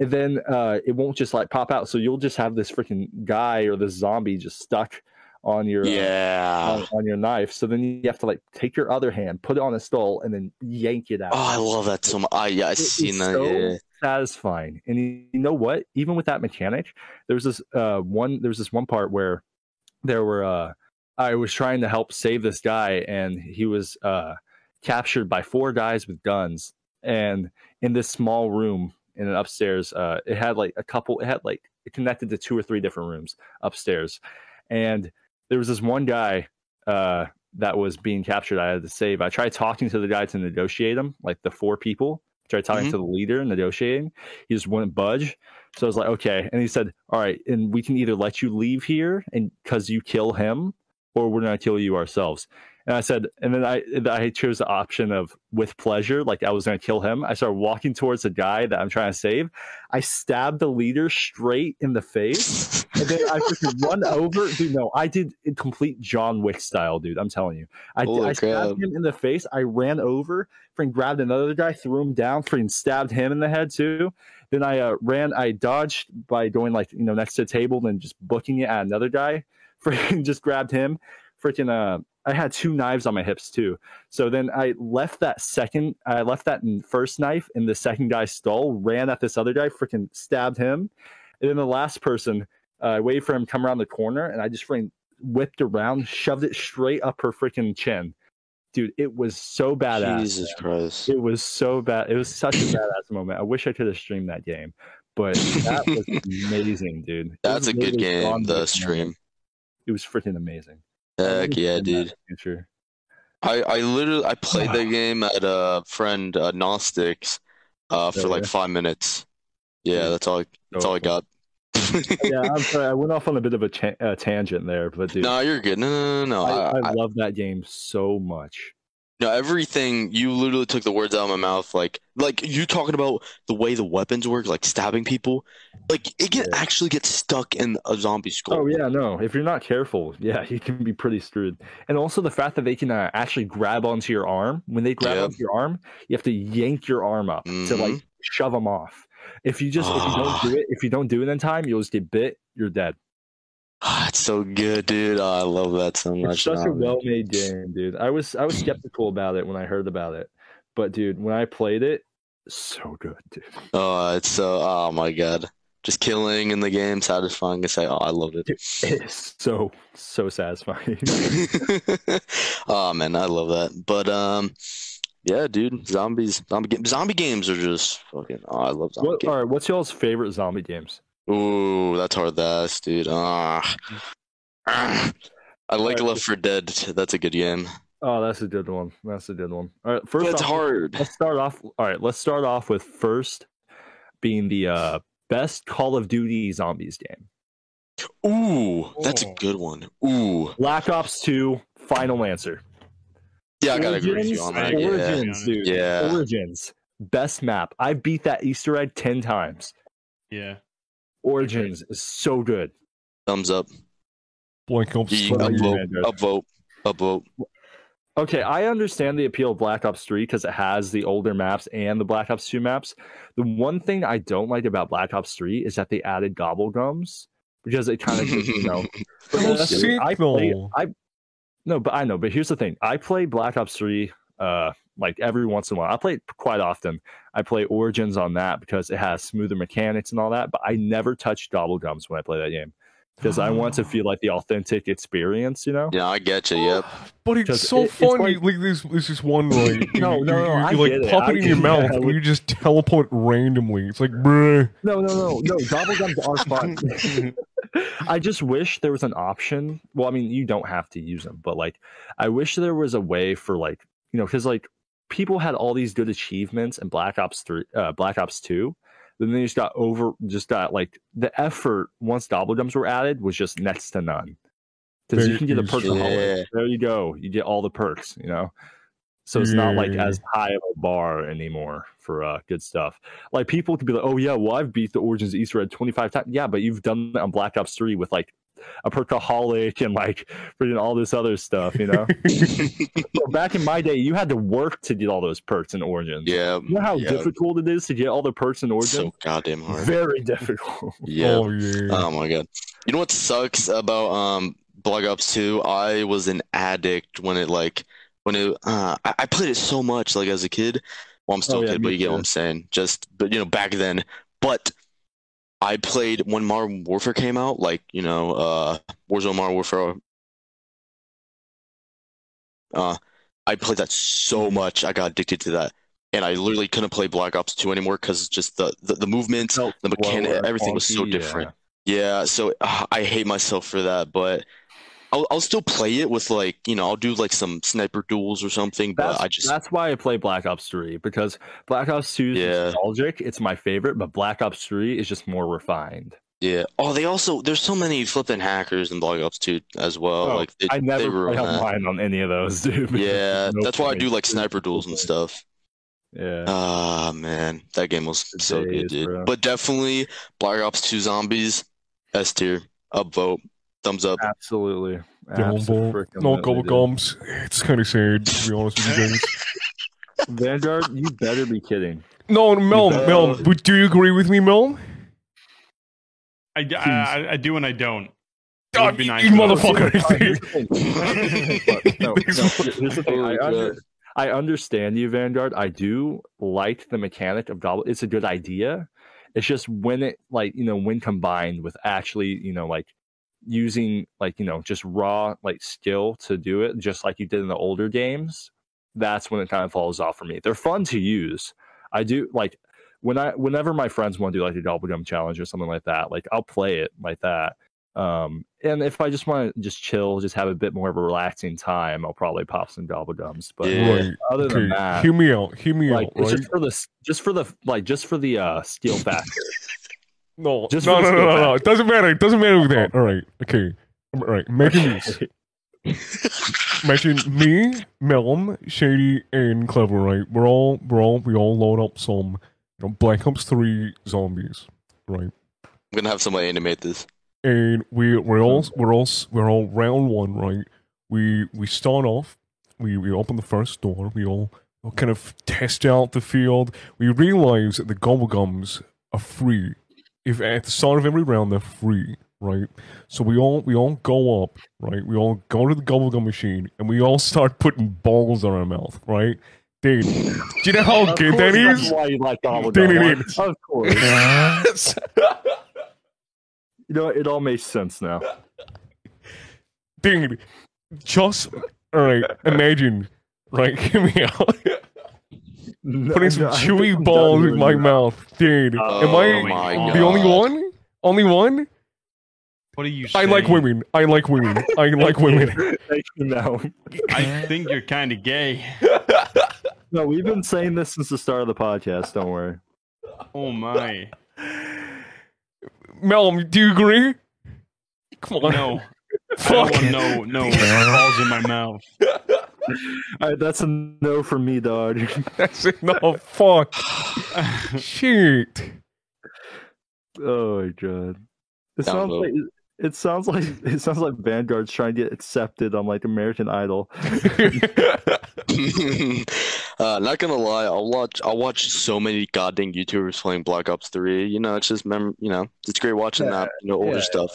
C: And then uh, it won't just like pop out. So you'll just have this freaking guy or this zombie just stuck on your uh,
A: Yeah.
C: on, on your knife. So then you have to like take your other hand, put it on a stole, and then yank it out.
A: Oh, I love that so much. I, yeah, I
C: It is
A: seen that.
C: so
A: yeah.
C: satisfying. And you, you know what? Even with that mechanic, there was this uh, one. There was this one part where there were. Uh, I was trying to help save this guy, and he was uh, captured by four guys with guns. And in this small room in an upstairs, uh, it had like a couple. It had like it connected to two or three different rooms upstairs, and there was this one guy. Uh, that was being captured. I had to save. I tried talking to the guy to negotiate him, like the four people. Tried talking
A: Mhm.
C: to the leader and negotiating. He just wouldn't budge. So I was like, okay. And he said, all right, and we can either let you leave here and because you kill him, or we're gonna kill you ourselves. And I said, and then I I chose the option of with pleasure, like I was gonna kill him. I started walking towards the guy that I'm trying to save. I stabbed the leader straight in the face. And then I freaking run over. Dude, no, I did a complete John Wick style, dude. I'm telling you. I,
A: Holy
C: I stabbed
A: crap.
C: him in the face. I ran over, freaking grabbed another guy, threw him down, freaking stabbed him in the head, too. Then I uh, ran, I dodged by going, like, you know, next to the table, then just booking it at another guy. Freaking just grabbed him. Freaking, uh, I had two knives on my hips, too. So then I left that second, I left that first knife in the second guy's stall, ran at this other guy, freaking stabbed him. And then the last person, uh, I waited for him to come around the corner, and I just freaking whipped around, shoved it straight up her freaking chin. Dude, it was so badass.
A: Jesus Christ.
C: It was so bad. It was such a badass moment. I wish I could have streamed that game, but that was amazing, dude. It
A: That's
C: was
A: a good
C: literally
A: game,
C: John
A: the
C: Wick
A: stream.
C: moment. It was freaking amazing. I need
A: Heck
C: to
A: yeah,
C: stream that in
A: dude.
C: the Future.
A: I, I literally I played that game at a friend uh, Gnostics uh, for
C: Oh,
A: like
C: yeah?
A: five minutes. Yeah,
C: Yeah.
A: that's all I, that's all I got.
C: yeah, I'm sorry. I went off on a bit of a cha- uh, tangent there, but dude,
A: No, you're good. No, no, no, no.
C: I,
A: I,
C: I love that game so much.
A: No, everything you literally took the words out of my mouth. Like, like you talking about the way the weapons work, like stabbing people. Like it can actually get stuck in a zombie skull.
C: Oh yeah, no. If you're not careful, yeah, you can be pretty screwed. And also the fact that they can uh, actually grab onto your arm. When they grab
A: Yep.
C: onto your arm, you have to yank your arm up to
A: Mm-hmm.
C: like shove them off. If you just if you don't do it, if you don't do it in time, you'll just get bit. You're dead.
A: Ah, it's so good, dude. Ah, I love that so
C: It's
A: much.
C: such
A: Ah,
C: a
A: man.
C: well-made game, dude. I was I was skeptical about it when I heard about it, but dude, when I played it, so good, dude.
A: Oh, it's so. Oh my god, just killing in the game, satisfying. It's like, oh, I loved it.
C: It's so so satisfying.
A: oh man, I love that. But um, yeah, dude, zombies, zombie, ga- zombie games are just fucking. Oh, I love zombie
C: what,
A: games.
C: all right, what's y'all's favorite zombie games?
A: Ooh, that's hard to ask, dude. Ah, Ah. I like
C: Alright.
A: Left for Dead. That's a good game.
C: Oh, that's a good one. That's a good one. All right, first
A: But it's
C: off,
A: hard.
C: let's start off all right let's start off with first being the uh best call of duty zombies game
A: Ooh, that's a
B: Oh.
A: good one. Ooh,
C: black ops 2 final answer
A: yeah, I gotta agree with you on that.
B: Origins,
A: Yeah,
C: origins dude
A: Yeah.
C: origins best map i beat that easter egg 10 times
B: Yeah.
C: origins is so good
A: thumbs up.
D: Black Ops.
A: Yeah,
C: What about you,
A: upvote,
C: Andrew?
A: upvote, upvote.
C: okay i understand the appeal of black ops 3 because it has the older maps and the black ops 2 maps the one thing i don't like about black ops 3 is that they added gobblegums because it kind of you know
D: That was
C: Dude,
D: sick
C: I play,
D: though.
C: I no, but I know. But here's the thing: I play Black Ops Three, uh, like every once in a while. I play it quite often. I play Origins on that because it has smoother mechanics and all that. But I never touch gobblegums when I play that game because I want to feel like the authentic experience. You know?
A: Yeah, I get you. Yep.
D: But it's
C: Because
D: so
C: it- it's
D: fun.
C: like-
D: Like, like this, this is one like you,
C: No,
D: you,
C: no, no,
D: you,
C: I
D: you, like
C: get it.
D: pop
C: I
D: it in your
C: get it.
D: mouth
C: I
D: and
C: would-
D: you just teleport randomly. It's like, bruh.
C: No, no, no, no. gobblegums are fun. I just wish there was an option. Well, I mean, you don't have to use them, but like, I wish there was a way for like, you know, because like people had all these good achievements in Black Ops three, uh, Black Ops two. Then they just got over, just got like the effort once gobblegums were added was just next to none. Because you
D: Very
C: can get a perk.
D: easy.
C: for all of it.
A: Yeah.
C: There you go. You get all the perks. You know. So it's not like
D: Yeah.
A: Mm.
C: as high of a bar anymore for uh, good stuff. Like people could be like, "Oh yeah, well I've beat the Origins of Easter egg twenty five times." Yeah, but you've done it on Black Ops three with like a perkaholic and like freaking all this other stuff. You know, so back in my day, you had to work to get all those perks in Origins.
A: Yeah.
C: You know how
A: yeah.
C: difficult it is to get all the perks in Origins.
A: So goddamn hard.
C: Very difficult.
A: Yeah.
D: Oh yeah.
A: Oh my god. You know what sucks about um Black Ops 2, I was an addict when it like when it uh, I, I played it so much like as a kid. Well, I'm still
C: Oh,
A: a
C: yeah,
A: kid,
C: me
A: but you get what
C: too.
A: I'm saying. Just but you know back then, but I played when Modern Warfare came out, like you know uh, Warzone Modern Warfare. Uh, I played that
C: Mm-hmm.
A: so much. I got addicted to that, and I literally couldn't play Black Ops 2 anymore because just the, the the movement,
C: Felt
A: the mechanic,
C: slower,
A: everything was so
C: clunky,
A: different. Yeah, so uh, I hate myself for that, but I'll I'll still play it with like, you know, I'll do like some sniper duels or something, but
C: That's,
A: I just
C: that's why I play Black Ops 3 because Black Ops 2 is
A: Yeah.
C: nostalgic. It's my favorite, but Black Ops 3 is just more refined.
A: yeah. Oh, they also there's so many flipping hackers in Black Ops 2 as well.
C: Oh,
A: Like they
C: I
A: they
C: never play
A: ruin that.
C: online on any of those, dude. because
A: Yeah,
C: there's no
A: that's why I
C: point.
A: do like sniper duels and
C: point.
A: stuff.
C: Yeah.
A: Ah, man, that game was so good,
C: Days,
A: dude.
C: bro.
A: But definitely Black Ops 2 Zombies, S tier, upvote, thumbs up.
C: Absolutely.
D: Dumbo. No
C: Absolutely,
D: gobble
C: dude.
D: gums. It's kind of sad, to be honest with you guys.
C: Vanguard, you better be kidding.
D: No, Mel,
A: better.
D: Mel, would, do you agree with me, Mel?
B: I, d- I- I- I do and I don't. It
D: Ah,
B: would be
D: you-
B: nice
D: you
B: to-
D: motherfucker.
C: no, no, here's the thing. I,
A: Holy
C: under-
A: crap.
C: I understand you, Vanguard. I do like the mechanic of double. It's a good idea. It's just when it like you know when combined with actually you know like using like you know just raw like skill to do it, just like you did in the older games. That's when it kind of falls off for me. They're fun to use. I do like when I whenever my friends want to do like a gum challenge or something like that, like I'll play it like that. Um, and if I just want to just chill, just have a bit more of a relaxing time, I'll probably pop some gums. But
A: Yeah.
D: Right.
C: other
D: Okay.
C: than that,
D: Hear me out. Hear me
C: like
D: out.
C: it's
D: Right?
C: just for the just for the like just for the uh skill factor.
D: No,
C: Just
D: no,
C: for
D: no,
C: the
D: no, no,
C: skill
D: no. It doesn't matter. It doesn't matter with that. All right. Okay. All right. Imagine this. Imagine me, Melm, Shady, and Clever. Right. We're all, we're all, we all load up some, you know, Black Ops Three zombies. Right.
A: I'm gonna have somebody animate this.
D: And we, we're all, we're all, we're all round one. Right. We, we start off. We, we open the first door. We all, all kind of test out the field. We realize that the gobblegums are free. If at the start of every round they're free, right? So we all we all go up, right? We all go to the gum machine and we all start putting balls on our mouth, right? Dude, do you know how
C: Of
D: good
C: course,
D: that
C: that's
D: is?
C: why you like gobble
D: Dude,
C: gum.
D: it
C: Of course,
D: Yes.
C: you know it all makes sense now.
D: Dude, just all right. Imagine, right? Hear me out. Putting some chewy balls in my mouth, dude.
C: Uh,
D: Am
A: Oh
D: I
A: my
D: the only
A: God.
D: one? Only one?
B: What are you
D: I
B: saying?
D: like women. I like women. I like women.
C: Thank you, no.
B: I think you're kind of gay.
C: no, we've been saying this since the start of the podcast. Don't worry.
B: Oh my.
D: Mel, do you agree? Come on.
B: No. I
D: Fuck.
B: don't want no, no balls in my mouth.
C: All right, that's a no for me, dog.
D: That's enough. Fuck. Shoot.
C: oh my god, it
A: Down
C: sounds
A: vote.
C: like it sounds like it sounds like Vanguard's trying to get accepted on like American Idol.
A: uh, not gonna lie, I'll watch. I watch so many goddamn YouTubers playing Black Ops Three. You know, it's just mem. You know, it's great watching
C: Yeah,
A: that. You know, older
C: yeah,
A: stuff.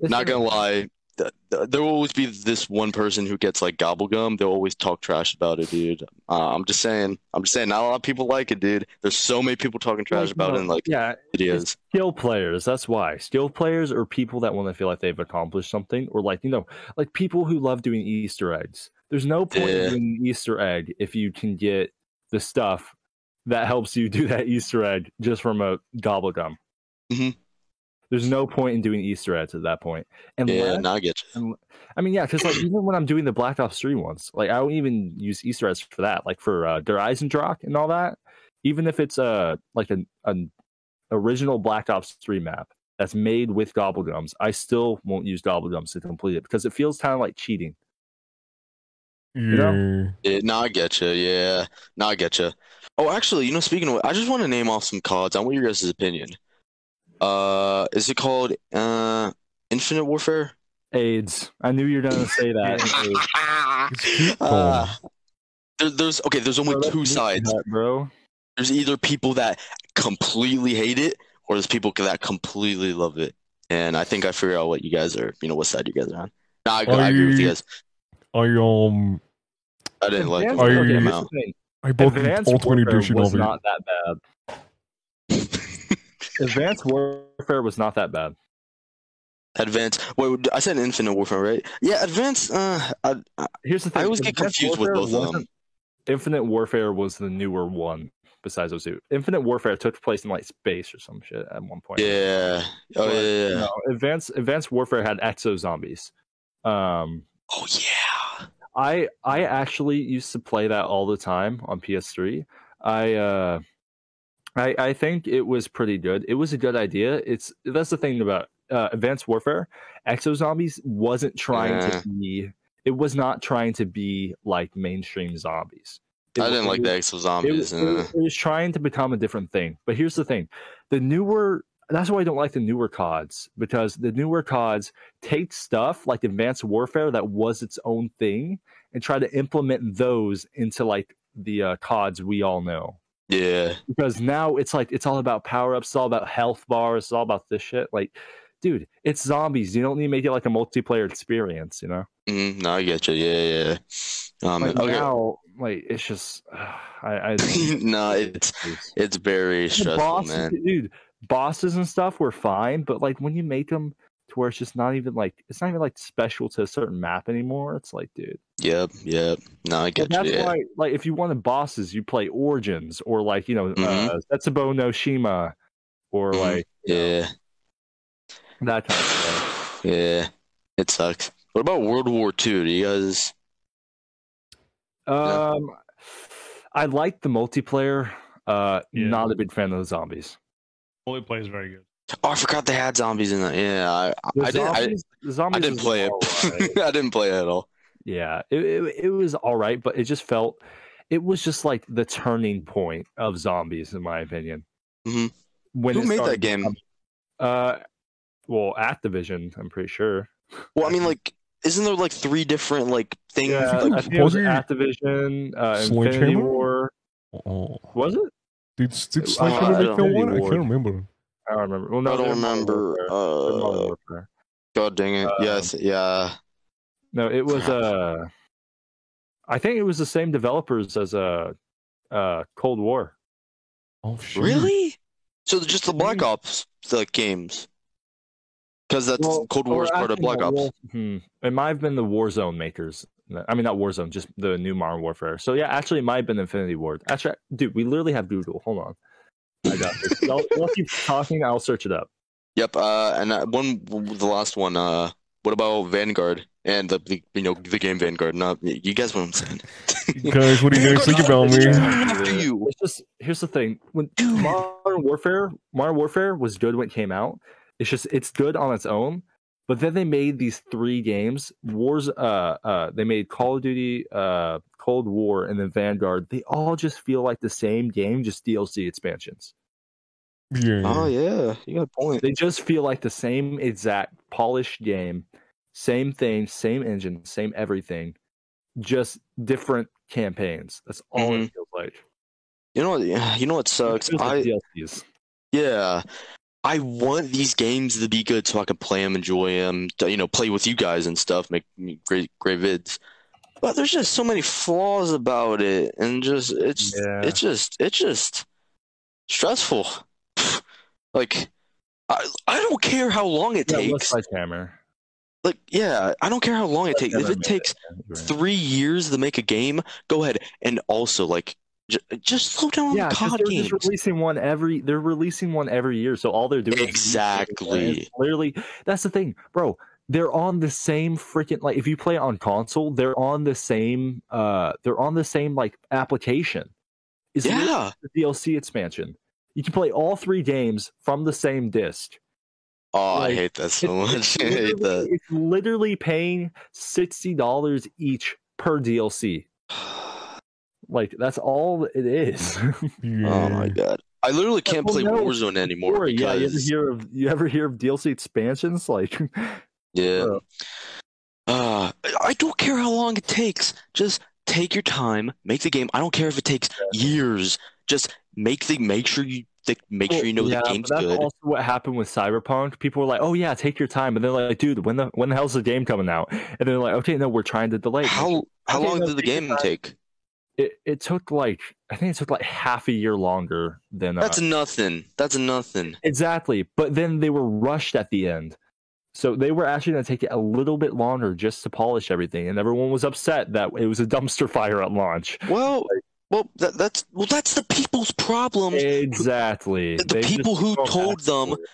A: Not gonna lie, th- th- there will always be this one person who gets like gobblegum. They'll always talk trash about it, dude. Uh, I'm just saying. I'm just saying. Not a lot of people like it, dude. There's so many people talking trash about it in like
C: yeah,
A: videos.
C: skill players that's why skill players or people that want to feel like they've accomplished something or like you know like people who love doing easter eggs there's no point
A: Yeah.
C: in doing an easter egg if you can get the stuff that helps you do that easter egg just from a gobble gum
A: Mhm.
C: there's no point in doing easter eggs at that point and
A: Yeah,
C: last-
A: now I get you.
C: I mean, yeah, because like even when I'm doing the Black Ops Three ones, like I don't even use Easter eggs for that. Like for uh, Der Eisendrach and all that, even if it's uh, like an, an original Black Ops Three map that's made with gobblegums, I still won't use gobblegums to complete it because it feels kind of like cheating.
D: Yeah.
A: Yeah, no, I get you. Yeah, no, I get you. Oh, actually, you know, speaking of, I just want to name off some CODs. I want your guys' opinion. Uh, is it called uh Infinite Warfare?
C: AIDS. I knew you were gonna say that. AIDS.
D: It's
A: Uh, there, there's okay. There's only
C: Bro, that's
A: two
C: meat
A: sides.
C: nut, bro.
A: There's either people that completely hate it, or there's people that completely love it. And I think I figure out what you guys are. You know, what side you guys are on. No, I, I agree with
D: I-
A: you guys.
D: I um
A: I didn't like
D: Are
A: the
D: you-
A: game
D: here's
A: out.
D: I bought the
C: Advanced
D: Ultimate
C: Warfare
D: Edition
C: was
D: of it.
C: not that bad. Advanced Warfare was not that bad.
A: Advance. Wait, I said Infinite Warfare, right? Yeah, Advance. Uh, I,
C: Here's the thing.
A: I always get
C: Advanced
A: confused with
C: Warfare
A: both of them.
C: wasn't- Infinite Warfare was the newer one besides those two. Infinite Warfare took place in like space or some shit at one point.
A: Yeah. Oh
C: But,
A: yeah. yeah.
C: No, Advanced Advanced Warfare had exo zombies. Um,
A: Oh yeah.
C: I I actually used to play that all the time on PS3. I uh I I think it was pretty good. It was a good idea. It's that's the thing about uh, Advanced Warfare. Exo Zombies wasn't trying
A: Yeah.
C: to be it was not trying to be like mainstream zombies. It
A: I didn't
C: wa-
A: like
C: it
A: the
C: was-
A: Exo
C: it
A: Zombies.
C: was, it was-
A: uh,
C: it was trying to become a different thing. But here's the thing: the newer. That's why I don't like the newer CODs because the newer CODs take stuff like Advanced Warfare that was its own thing and try to implement those into like the uh, CODs we all know.
A: yeah.
C: Because now it's like it's all about power ups, it's all about health bars, it's all about this shit. Like, dude, it's zombies. You don't need to make it like a multiplayer experience, you know?
A: Mm, no, I get you. Yeah, yeah. Um,
C: Like
A: okay.
C: now, like it's just, I, I
A: no, Uh, it's it's very
C: the
A: stressful,
C: bosses-
A: man.
C: dude. Bosses and stuff were fine, but like when you make them to where it's just not even like it's not even like special to a certain map anymore. It's like, dude,
A: Yep, yep. No, I
C: But
A: get
C: that's
A: you. Yeah.
C: why like if you wanted bosses, you play Origins or like you know uh,
A: Mm-hmm.
C: Setsubo no Shima or
A: Mhm.
C: like you know,
A: yeah.
C: that kind of stuff.
A: Yeah. It sucks. What about World War II? Do you guys? Yeah.
C: Um, I like the multiplayer. Uh,
B: Yeah.
C: not a big fan of the zombies.
B: Multiplayer is very good.
A: Oh, I forgot they had zombies in that. Yeah, I, I,
C: The
A: I didn't. I,
C: zombies, the zombies
A: I didn't
C: was
A: play
C: alright.
A: it. I didn't play it at all.
C: Yeah, it, it it was all right, but it just felt it was just like the turning point of zombies, in my opinion.
A: Mhm.
C: When
A: Who
C: it
A: made that
C: started
A: game?
C: becoming- Uh, well, Activision, I'm pretty sure.
A: Well, I mean, like, isn't there like three different like things?
C: Yeah,
A: like,
C: I think it was
D: wasn't it
C: Activision, uh, Infinity
D: Sledgehammer?
C: War.
D: Oh,
C: Was it?
D: did did
C: I
D: Slash
A: don't- I
D: ever make that
C: don't-
D: one? I
C: Ward.
D: can't remember.
C: I don't remember. Well, no,
A: I
C: they
A: don't
C: were Modern
A: remember.
C: Warfare. They were Modern
A: Uh,
C: Warfare.
A: God dang it! yes,
C: Um,
A: yeah.
C: No, it was.
A: crap.
C: Uh, I think it was the same developers as uh, uh, Cold War.
D: Oh shit!
C: hmm.
A: Really? So they're just the Black Ops the games, because that's Cold War
C: or
A: is part of
C: actually,
A: Black
C: no,
A: Ops.
C: War- hmm. It might have been the Warzone makers. No, I mean, not Warzone, just the new Modern Warfare. So yeah, actually, it might have been Infinity Ward. Actually, dude, we literally have Google. Hold on, I got this. Y'all, y'all keep talking. I'll search it up.
A: Yep. Uh, and uh, one, the last one. Uh, what about Vanguard and the, the you know the game Vanguard? Not you guys. What I'm saying?
D: Guys, what do you guys think about me?
A: After you.
C: It's just here's the thing: when Modern Warfare, Modern Warfare was good when it came out. It's just it's good on its own. But then they made these three games: Wars. Uh, uh, they made Call of Duty, uh, Cold War, and then Vanguard. They all just feel like the same game, just DLC expansions.
D: Yeah.
A: Oh yeah, you got a point.
C: They just feel like the same exact polished game, same thing, same engine, same everything, just different campaigns. That's all it feels like.
A: You know what? You know what sucks?
C: It
A: Mm-hmm.
C: feels
A: I
C: like DLCs.
A: Yeah. I want these games to be good so I can play them, enjoy them, you know, play with you guys and stuff, make great great vids. But there's just so many flaws about it and just it's
C: Yeah.
A: it's just it's just stressful. Like I I don't care how long it
C: Yeah, it
A: takes.
C: looks like Hammer.
A: Like yeah, I don't care how long it takes. If
C: Hammer
A: it
C: made
A: takes
C: You're right.
A: three years to make a game, go ahead. And also like j just slow down on
C: Yeah, 'cause
A: COD
C: they're
A: games.
C: just releasing one every. They're releasing one every year, so all they're doing is
A: Exactly.
C: It's Literally, that's the thing, bro. They're on the same freaking like. If you play on console, they're on the same. uh They're on the same like application. It's literally
A: Yeah.
C: the DLC expansion. You can play all three games from the same disc.
A: Oh, I
C: Like,
A: hate that so
C: It's-
A: much.
C: it's
A: I hate
C: literally-
A: that.
C: It's literally paying sixty dollars each per DLC. Like that's all it is.
A: Oh my
D: Yeah.
A: god. I literally can't
C: well,
A: play
C: no,
A: Warzone anymore
C: Or, yeah, you ever
A: because
C: hear of you ever hear of DLC expansions? Like,
A: yeah.
C: Bro.
A: Uh, I don't care how long it takes. Just take your time, make the game. I don't care if it takes years. Just make the make sure you th- make sure you know
C: yeah,
A: the
C: but
A: game's
C: that's
A: good.
C: also what happened with Cyberpunk. People were like, "Oh yeah, take your time," and they're like, "Dude, when the when the hell's the game coming out?" And they're like, "Okay, no, we're trying to delay." it."
A: How how
C: Okay,
A: long
C: no,
A: did the
C: take your
A: game
C: time.
A: take?
C: It, it took like I think it took like half a year longer than uh,
A: That's nothing. That's nothing.
C: exactly. But then they were rushed at the end, so they were actually going to take it a little bit longer just to polish everything, and everyone was upset that it was a dumpster fire at launch.
A: Well, well, that, that's well, that's the people's problem.
C: Exactly.
A: The- the
C: They just
A: people who
C: don't
A: told
C: ask
A: them-
C: for it.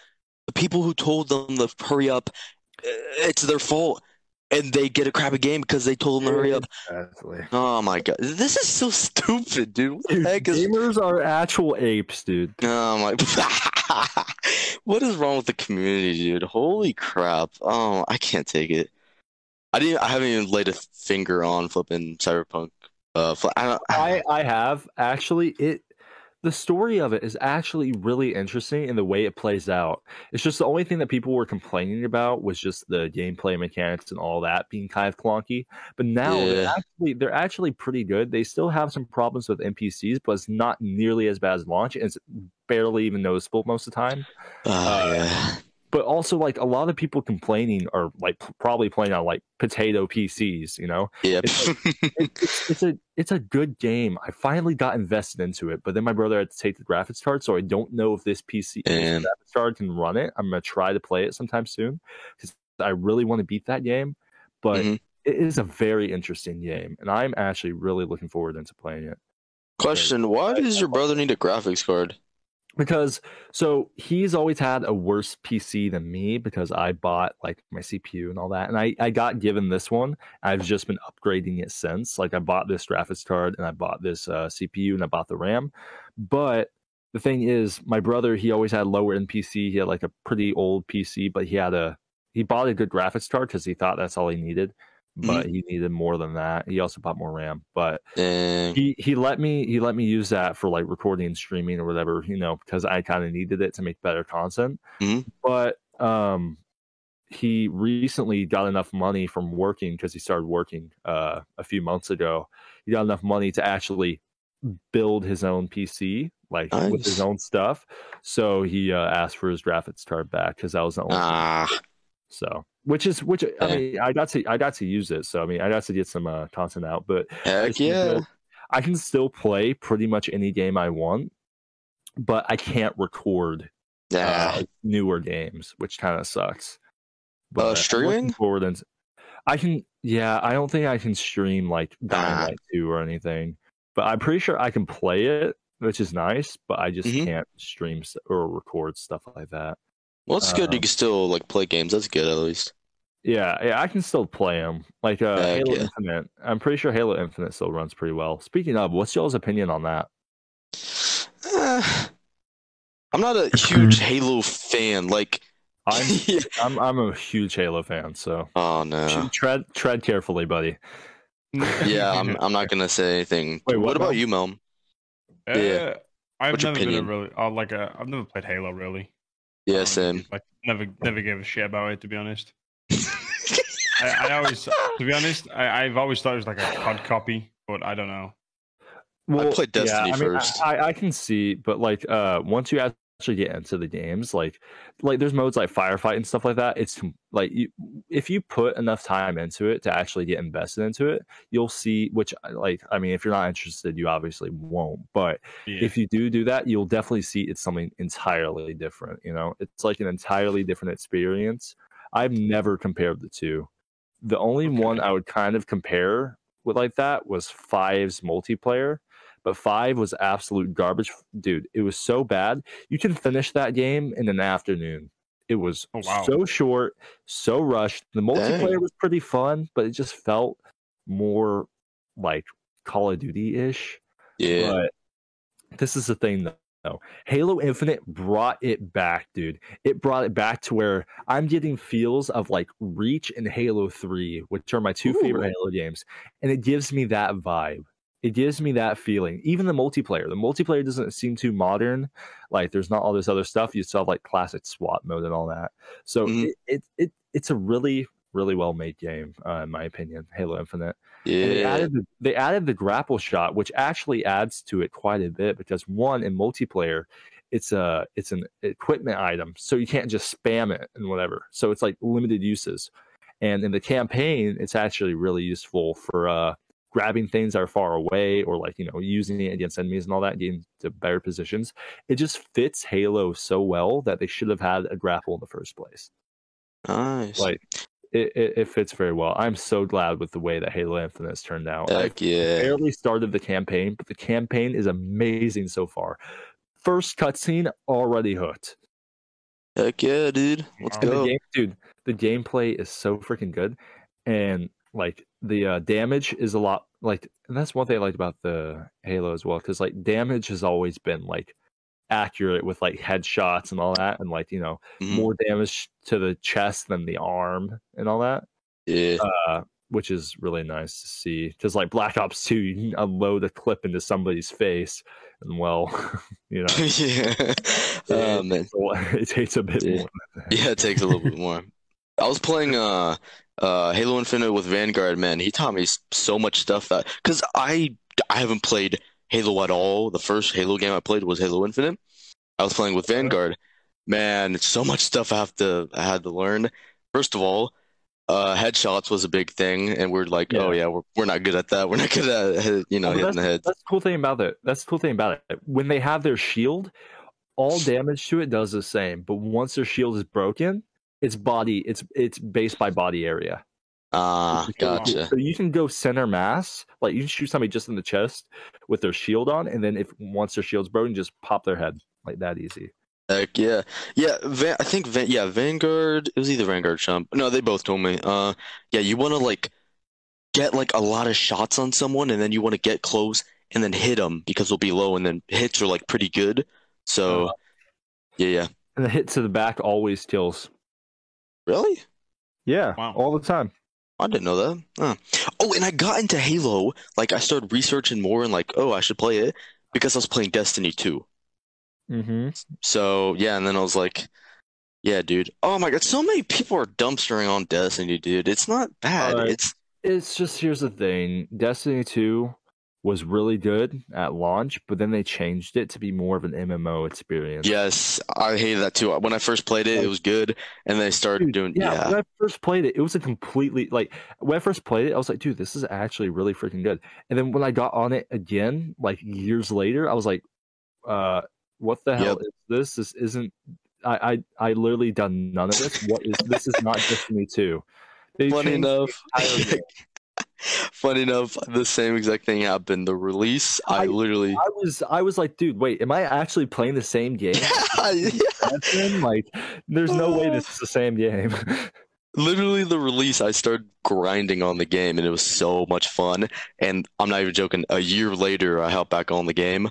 A: The people who told them to hurry up, uh, it's their fault, and they get a crappy game because they told them to hurry up.
E: Exactly.
A: Oh my god, this is so stupid, dude. What
C: Dude,
A: the heck is?
C: gamers are actual apes, dude.
A: Oh my! what is wrong with the community, dude? Holy crap! Oh, I can't take it. I didn't. I haven't even laid a finger on flipping Cyberpunk. Uh, fl- I don't.
C: I, I have actually it the story of it is actually really interesting in the way it plays out. It's just the only thing that people were complaining about was just the gameplay mechanics and all that being kind of clunky. But now they're
A: Yeah.
C: actually they're actually pretty good. They still have some problems with NPCs, but it's not nearly as bad as launch and it's barely even noticeable most of the time.
A: Oh, yeah.
C: But also like a lot of people complaining are like probably playing on like potato PCs, you know?
A: Yeah.
C: it's, it's a it's a good game. I finally got invested into it, but then my brother had to take the graphics card, so I don't know if this PC this
A: Damn.
C: graphics card can run it. I'm gonna try to play it sometime soon because I really want to beat that game. But
A: Mhm.
C: it is a very interesting game, and I'm actually really looking forward into playing it
A: Question: Why does your brother need a graphics card?
C: because so he's always had a worse PC than me because I bought like my CPU and all that, and I I got given this one. I've just been upgrading it since. Like I bought this graphics card and I bought this uh, CPU and I bought the RAM, but the thing is, my brother he always had lower end PC. He had like a pretty old PC, but he had a he bought a good graphics card because he thought that's all he needed. But he needed more than that. He also bought more RAM, but
A: Dang.
C: he he let me he let me use that for like recording and streaming or whatever you know because i kind of needed it to make better content
A: Mhm.
C: but um he recently got enough money from working because he started working uh a few months ago he got enough money to actually build his own pc like with his
A: Nice.
C: own stuff so he uh, asked for his graphics card back because that was the only
A: Ah,
C: so which is which i
A: Yeah.
C: mean i got to i got to use it so i mean i got to get some uh content out but
A: heck
C: it's been
A: yeah.
C: good. I can still play pretty much any game I want, but I can't record uh,
A: Yeah.
C: newer games, which kind of sucks. I'm looking
A: Oh, streaming?
C: forward and I can. Yeah, I don't think I can stream like
A: Ah.
C: Dying Light Two or anything, but I'm pretty sure I can play it, which is nice. But I just
A: Mhm.
C: can't stream s- or record stuff like that.
A: Well, it's good you
C: um,
A: can still like play games. That's good at least.
C: Yeah, yeah, I can still play them. Like uh,
A: Heck
C: Halo
A: yeah.
C: Infinite, I'm pretty sure Halo Infinite still runs pretty well. Speaking of, what's y'all's opinion on that?
A: Eh. I'm not a huge Halo fan. Like,
C: I'm I'm I'm a huge Halo fan, so
A: oh no.
C: tread tread carefully, buddy.
A: Yeah, I'm. I'm not gonna say anything.
C: Wait,
A: what,
C: what,
A: about
C: Mel?
A: you, Mom? Yeah.
B: Uh, I've
A: What's your
B: never been
A: opinion?
B: a really uh, like a. I've never played Halo really.
A: Yeah,
B: Um,
A: same.
B: Like never never gave a shit about it to be honest. I, I always to be honest, I, I've always thought it was like a COD copy, but I don't know.
C: Well,
A: played Destiny
C: yeah, I mean,
A: first.
C: I, I, I can see, but like uh once you actually get into the games, like like there's modes like firefight and stuff like that. It's com- like you if you put enough time into it to actually get invested into it, you'll see which like I mean, if you're not interested, you obviously won't, but
B: Yeah.
C: if you do do that, you'll definitely see it's something entirely different. You know, it's like an entirely different experience. I've never compared the two. The only one I would kind of compare with like that was Five's multiplayer, but Five was absolute garbage, dude. It was so bad. You can finish that game in an afternoon. It was
B: Oh, wow.
C: so short, so rushed. The multiplayer was pretty fun, but it just felt more like Call of Duty ish.
A: Yeah.
C: But this is the thing though. Halo Infinite brought it back, dude. It brought it back to where I'm getting feels of like Reach and Halo 3, which are my two favorite Halo games. And it gives me that vibe. It gives me that feeling. Even the multiplayer. The multiplayer doesn't seem too modern. Like there's not all this other stuff. You still have like classic SWAT mode and all that. So
A: Mhm.
C: it, it it it's a really, really well made game, uh, in my opinion, Halo Infinite. And they
A: Yeah.
C: added the, they added the grapple shot, which actually adds to it quite a bit because one in multiplayer, it's a it's an equipment item, so you can't just spam it and whatever. So it's like limited uses. And in the campaign, it's actually really useful for uh, grabbing things that are far away or like you know using it against enemies and all that, getting to better positions. It just fits Halo so well that they should have had a grapple in the first place.
A: Nice.
C: Like it, it, it fits very well. I'm so glad with the way that Halo Infinite has turned out. I
A: Heck yeah.
C: barely started the campaign, but the campaign is amazing so far. First cutscene already hooked.
A: Heck yeah, dude. Let's
C: And
A: go.
C: the game, dude, the gameplay is so freaking good, and like the uh, damage is a lot. Like and that's one thing I liked about the Halo as well, because like damage has always been like accurate with like headshots and all that, and like you know
A: Mhm.
C: more damage to the chest than the arm and all that,
A: Yeah.
C: uh, which is really nice to see. Because like Black Ops Two, you can unload a clip into somebody's face, and well, you know.
A: yeah. Oh, man.
C: It takes a bit
A: Yeah.
C: more.
A: Yeah, it takes a little bit more. I was playing uh uh Halo Infinite with Vanguard, man. He taught me s- so much stuff that because I I haven't played Halo at all. The first Halo game I played was Halo Infinite. I was playing with Vanguard. Man, it's so much stuff I have to I had to learn. First of all, uh headshots was a big thing, and we're like,
C: Yeah.
A: oh yeah, we're we're not good at that. We're not good at hit- you know
C: Oh, but
A: hitting the head.
C: That's the cool thing about it. That's the cool thing about it. When they have their shield, all damage to it does the same. But once their shield is broken, it's body. It's it's based by body area.
A: Ah, gotcha.
C: So you can go center mass, like you can shoot somebody just in the chest with their shield on, and then if once their shield's broken, just pop their head like that easy.
A: Heck yeah, yeah. Va I think Van yeah Vanguard. It was either Vanguard or Chump. No, they both told me. Uh, yeah, you want to like get like a lot of shots on someone, and then you want to get close and then hit them because they'll be low, and then hits are like pretty good. So, yeah, yeah.
C: And the hit to the back always kills.
A: Really?
C: Yeah,
B: Wow.
C: all the time.
A: I didn't know that. Huh. Oh, and I got into Halo. Like, I started researching more and like, oh, I should play it because I was playing Destiny 2.
C: Mm-hmm.
A: So yeah, and then I was like, yeah, dude. Oh my God, so many people are dumpstering on Destiny, dude. It's not bad.
C: Uh,
A: It's
C: It's just here's the thing. Destiny 2 was really good at launch, but then they changed it to be more of an MMO experience.
A: yes, I hated that too. When I first played it, it was good, and they started
C: Dude,
A: doing
C: yeah,
A: yeah,
C: when I first played it, it was a completely like when I first played it, I was like, dude, this is actually really freaking good. And then when I got on it again, like years later, I was like, uh, what the hell is this? This isn't I I I literally done none of this. What is this is not Destiny 2. They
A: Funny
C: changed
A: enough,
C: the entire game.
A: funny enough, the same exact thing happened. The release, I
C: I-
A: literally,
C: I was I was like, dude, wait, am I actually playing the same game? That's been, like, there's no way this is the same game.
A: Literally, the release, I started grinding on the game, and it was so much fun. And I'm not even joking. A year later, I hopped back on the game,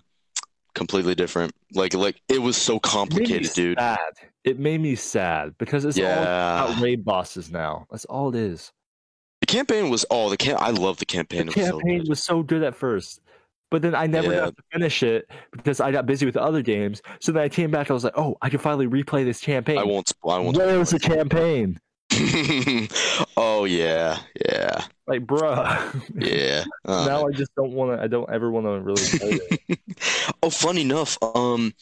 A: completely different. Like, like it was so complicated,
C: it made me
A: dude.
C: Sad. It made me sad because it's all
A: Yeah,
C: about raid bosses now. That's all it is.
A: the campaign was all the camp. I love the
C: The
A: campaign. It was so
C: campaign
A: good.
C: was so good at first, but then I never
A: Yeah.
C: got to finish it because I got busy with the other games. So then I came back. I was like, oh, I can finally replay this campaign.
A: I won't. sp- I won't.
C: Where is the
A: spoil
C: campaign?
A: it. Oh yeah, yeah,
C: Like, bruh.
A: yeah. Uh,
C: now I just don't want to. I don't ever want to really play it.
A: Oh, fun enough, um,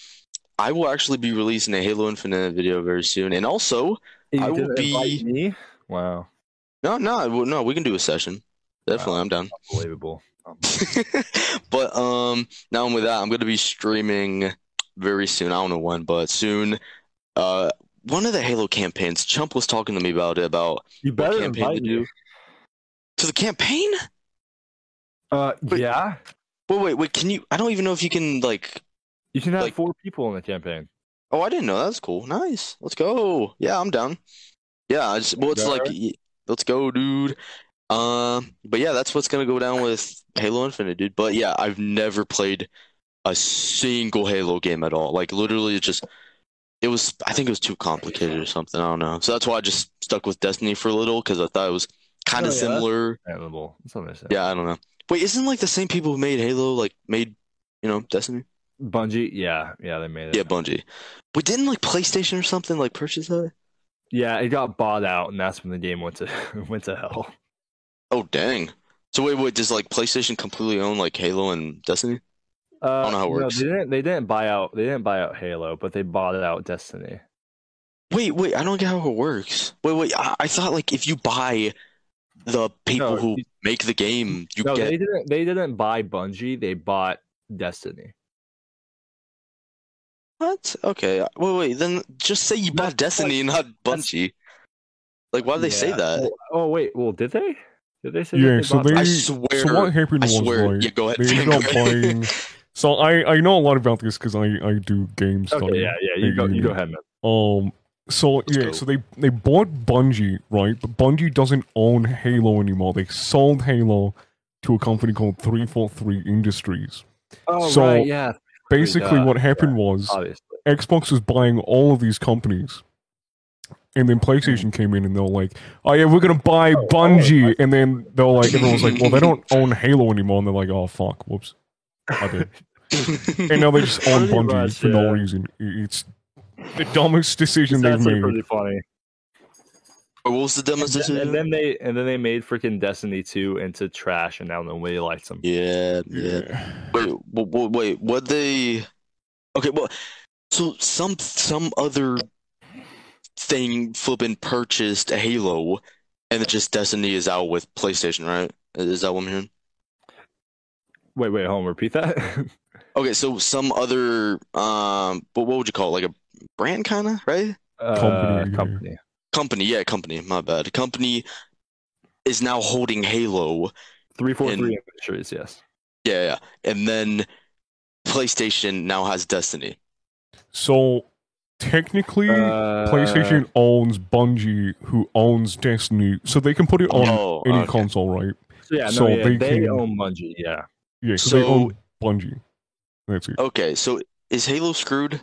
A: I will actually be releasing a Halo Infinite video very soon, and also,
C: You
A: I will
C: didn't invite
A: be-
C: me. Wow,
A: no, no, no, we can do a session. Definitely, I'm down.
C: unbelievable.
A: But um, now I'm with that. I'm gonna be streaming very soon. I don't know when, but soon. Uh, one of the Halo campaigns. Chump was talking to me about it about
C: You better
A: campaign
C: invite
A: did you-
C: you.
A: to the campaign.
C: Uh,
A: But-
C: yeah,
A: Wait, wait, wait. Can you? I don't even know if you can like.
C: you can have
A: like-
C: four people in the campaign.
A: Oh, I didn't know. That's cool. Nice. Let's go. Yeah, I'm down. Yeah, I just, well, it's like, y- let's go, dude. Um, but yeah, that's what's gonna go down with Halo Infinite, dude. But yeah, I've never played a single Halo game at all. Like literally, it just it was. I think it was too complicated or something. I don't know. So that's why I just stuck with Destiny for a little because I thought it was kind
C: Oh,
A: of
C: yeah.
A: similar.
C: Understandable. That's understandable.
A: Yeah, I don't know. Wait, isn't like the same people who made Halo like made you know Destiny?
C: Bungie, yeah, yeah, they made it.
A: Yeah, Bungie. But didn't like PlayStation or something like purchase that?
C: yeah, it got bought out, and that's when the game went to went to hell.
A: Oh dang. So wait, wait, does like PlayStation completely own like Halo and Destiny?
C: Uh,
A: don't know how it
C: no,
A: works.
C: they didn't. They didn't buy out. They didn't buy out Halo, but they bought out Destiny.
A: Wait, wait, I don't get how it works. Wait, wait, I, I thought like if you buy the people
C: No,
A: who
C: you-
A: make the game, you
C: no,
A: get
C: they didn't. They didn't buy Bungie. They bought Destiny.
A: what? Okay, uh, wait, wait, then just say you bought Destiny, not Bungie. Like, why did they say
C: Yeah.
A: that?
C: Well- oh wait. Well, did they? Did they say? that
D: Yeah, so
C: bought
D: they.
A: I
D: So
A: swear,
D: what happened
A: I
D: was
A: swear.
D: like
A: yeah, go ahead.
D: they ended up
A: Go ahead.
D: buying. So I I know a lot about this because I I do game stuff.
C: Okay, yeah, yeah. You go. You go ahead, man.
D: Um. So
A: Let's
D: yeah.
A: go.
D: So they they bought Bungie, right? But Bungie doesn't own Halo anymore. They sold Halo to a company called Three Four Three Industries.
C: Oh
D: So-
C: right. Yeah.
D: Basically,
C: uh,
D: what happened was
C: Obviously.
D: Xbox was buying all of these companies. And then
A: Hmm.
D: PlayStation came in and they're like, oh yeah, we're gonna buy Bungie. and then they're like, everyone's like, well, they don't own Halo anymore. And they're like, oh fuck, whoops, I did. and now they just own
C: Pretty
D: Bungie
C: much,
D: for no
C: yeah.
D: reason. I- It's the dumbest decision
C: That's
D: they've made.
C: pretty funny.
A: Or what was the
C: And then,
A: demonstration?
C: and then they and then they made freaking Destiny two into trash, and now nobody likes them.
A: yeah, yeah. Wait, wait, wait, wait what they? Okay, well, so some some other thing flipping purchased Halo, and it just Destiny is out with PlayStation, right? Is that what I'm hearing?
C: Wait, wait, home. Repeat that.
A: Okay, so some other um, but what would you call it? Like a brand, kind of, right?
C: uh,
D: Company.
C: company.
A: Company, yeah, company. My bad. Company is now holding Halo.
C: Three four
A: And-
C: three industries. Yes.
A: Yeah, yeah. And then PlayStation now has Destiny.
D: So technically, Mm,
A: Uh,
C: Uh,
D: PlayStation owns Bungie, who owns Destiny, so they can put it on
A: Oh,
D: any
A: okay.
D: console, right?
C: So yeah, no,
D: so
C: yeah,
D: they
C: they,
D: can-
C: own Bungie. Yeah.
D: Yeah, so they
A: So-
D: own Bungie. That's it.
A: Okay, so is Halo screwed?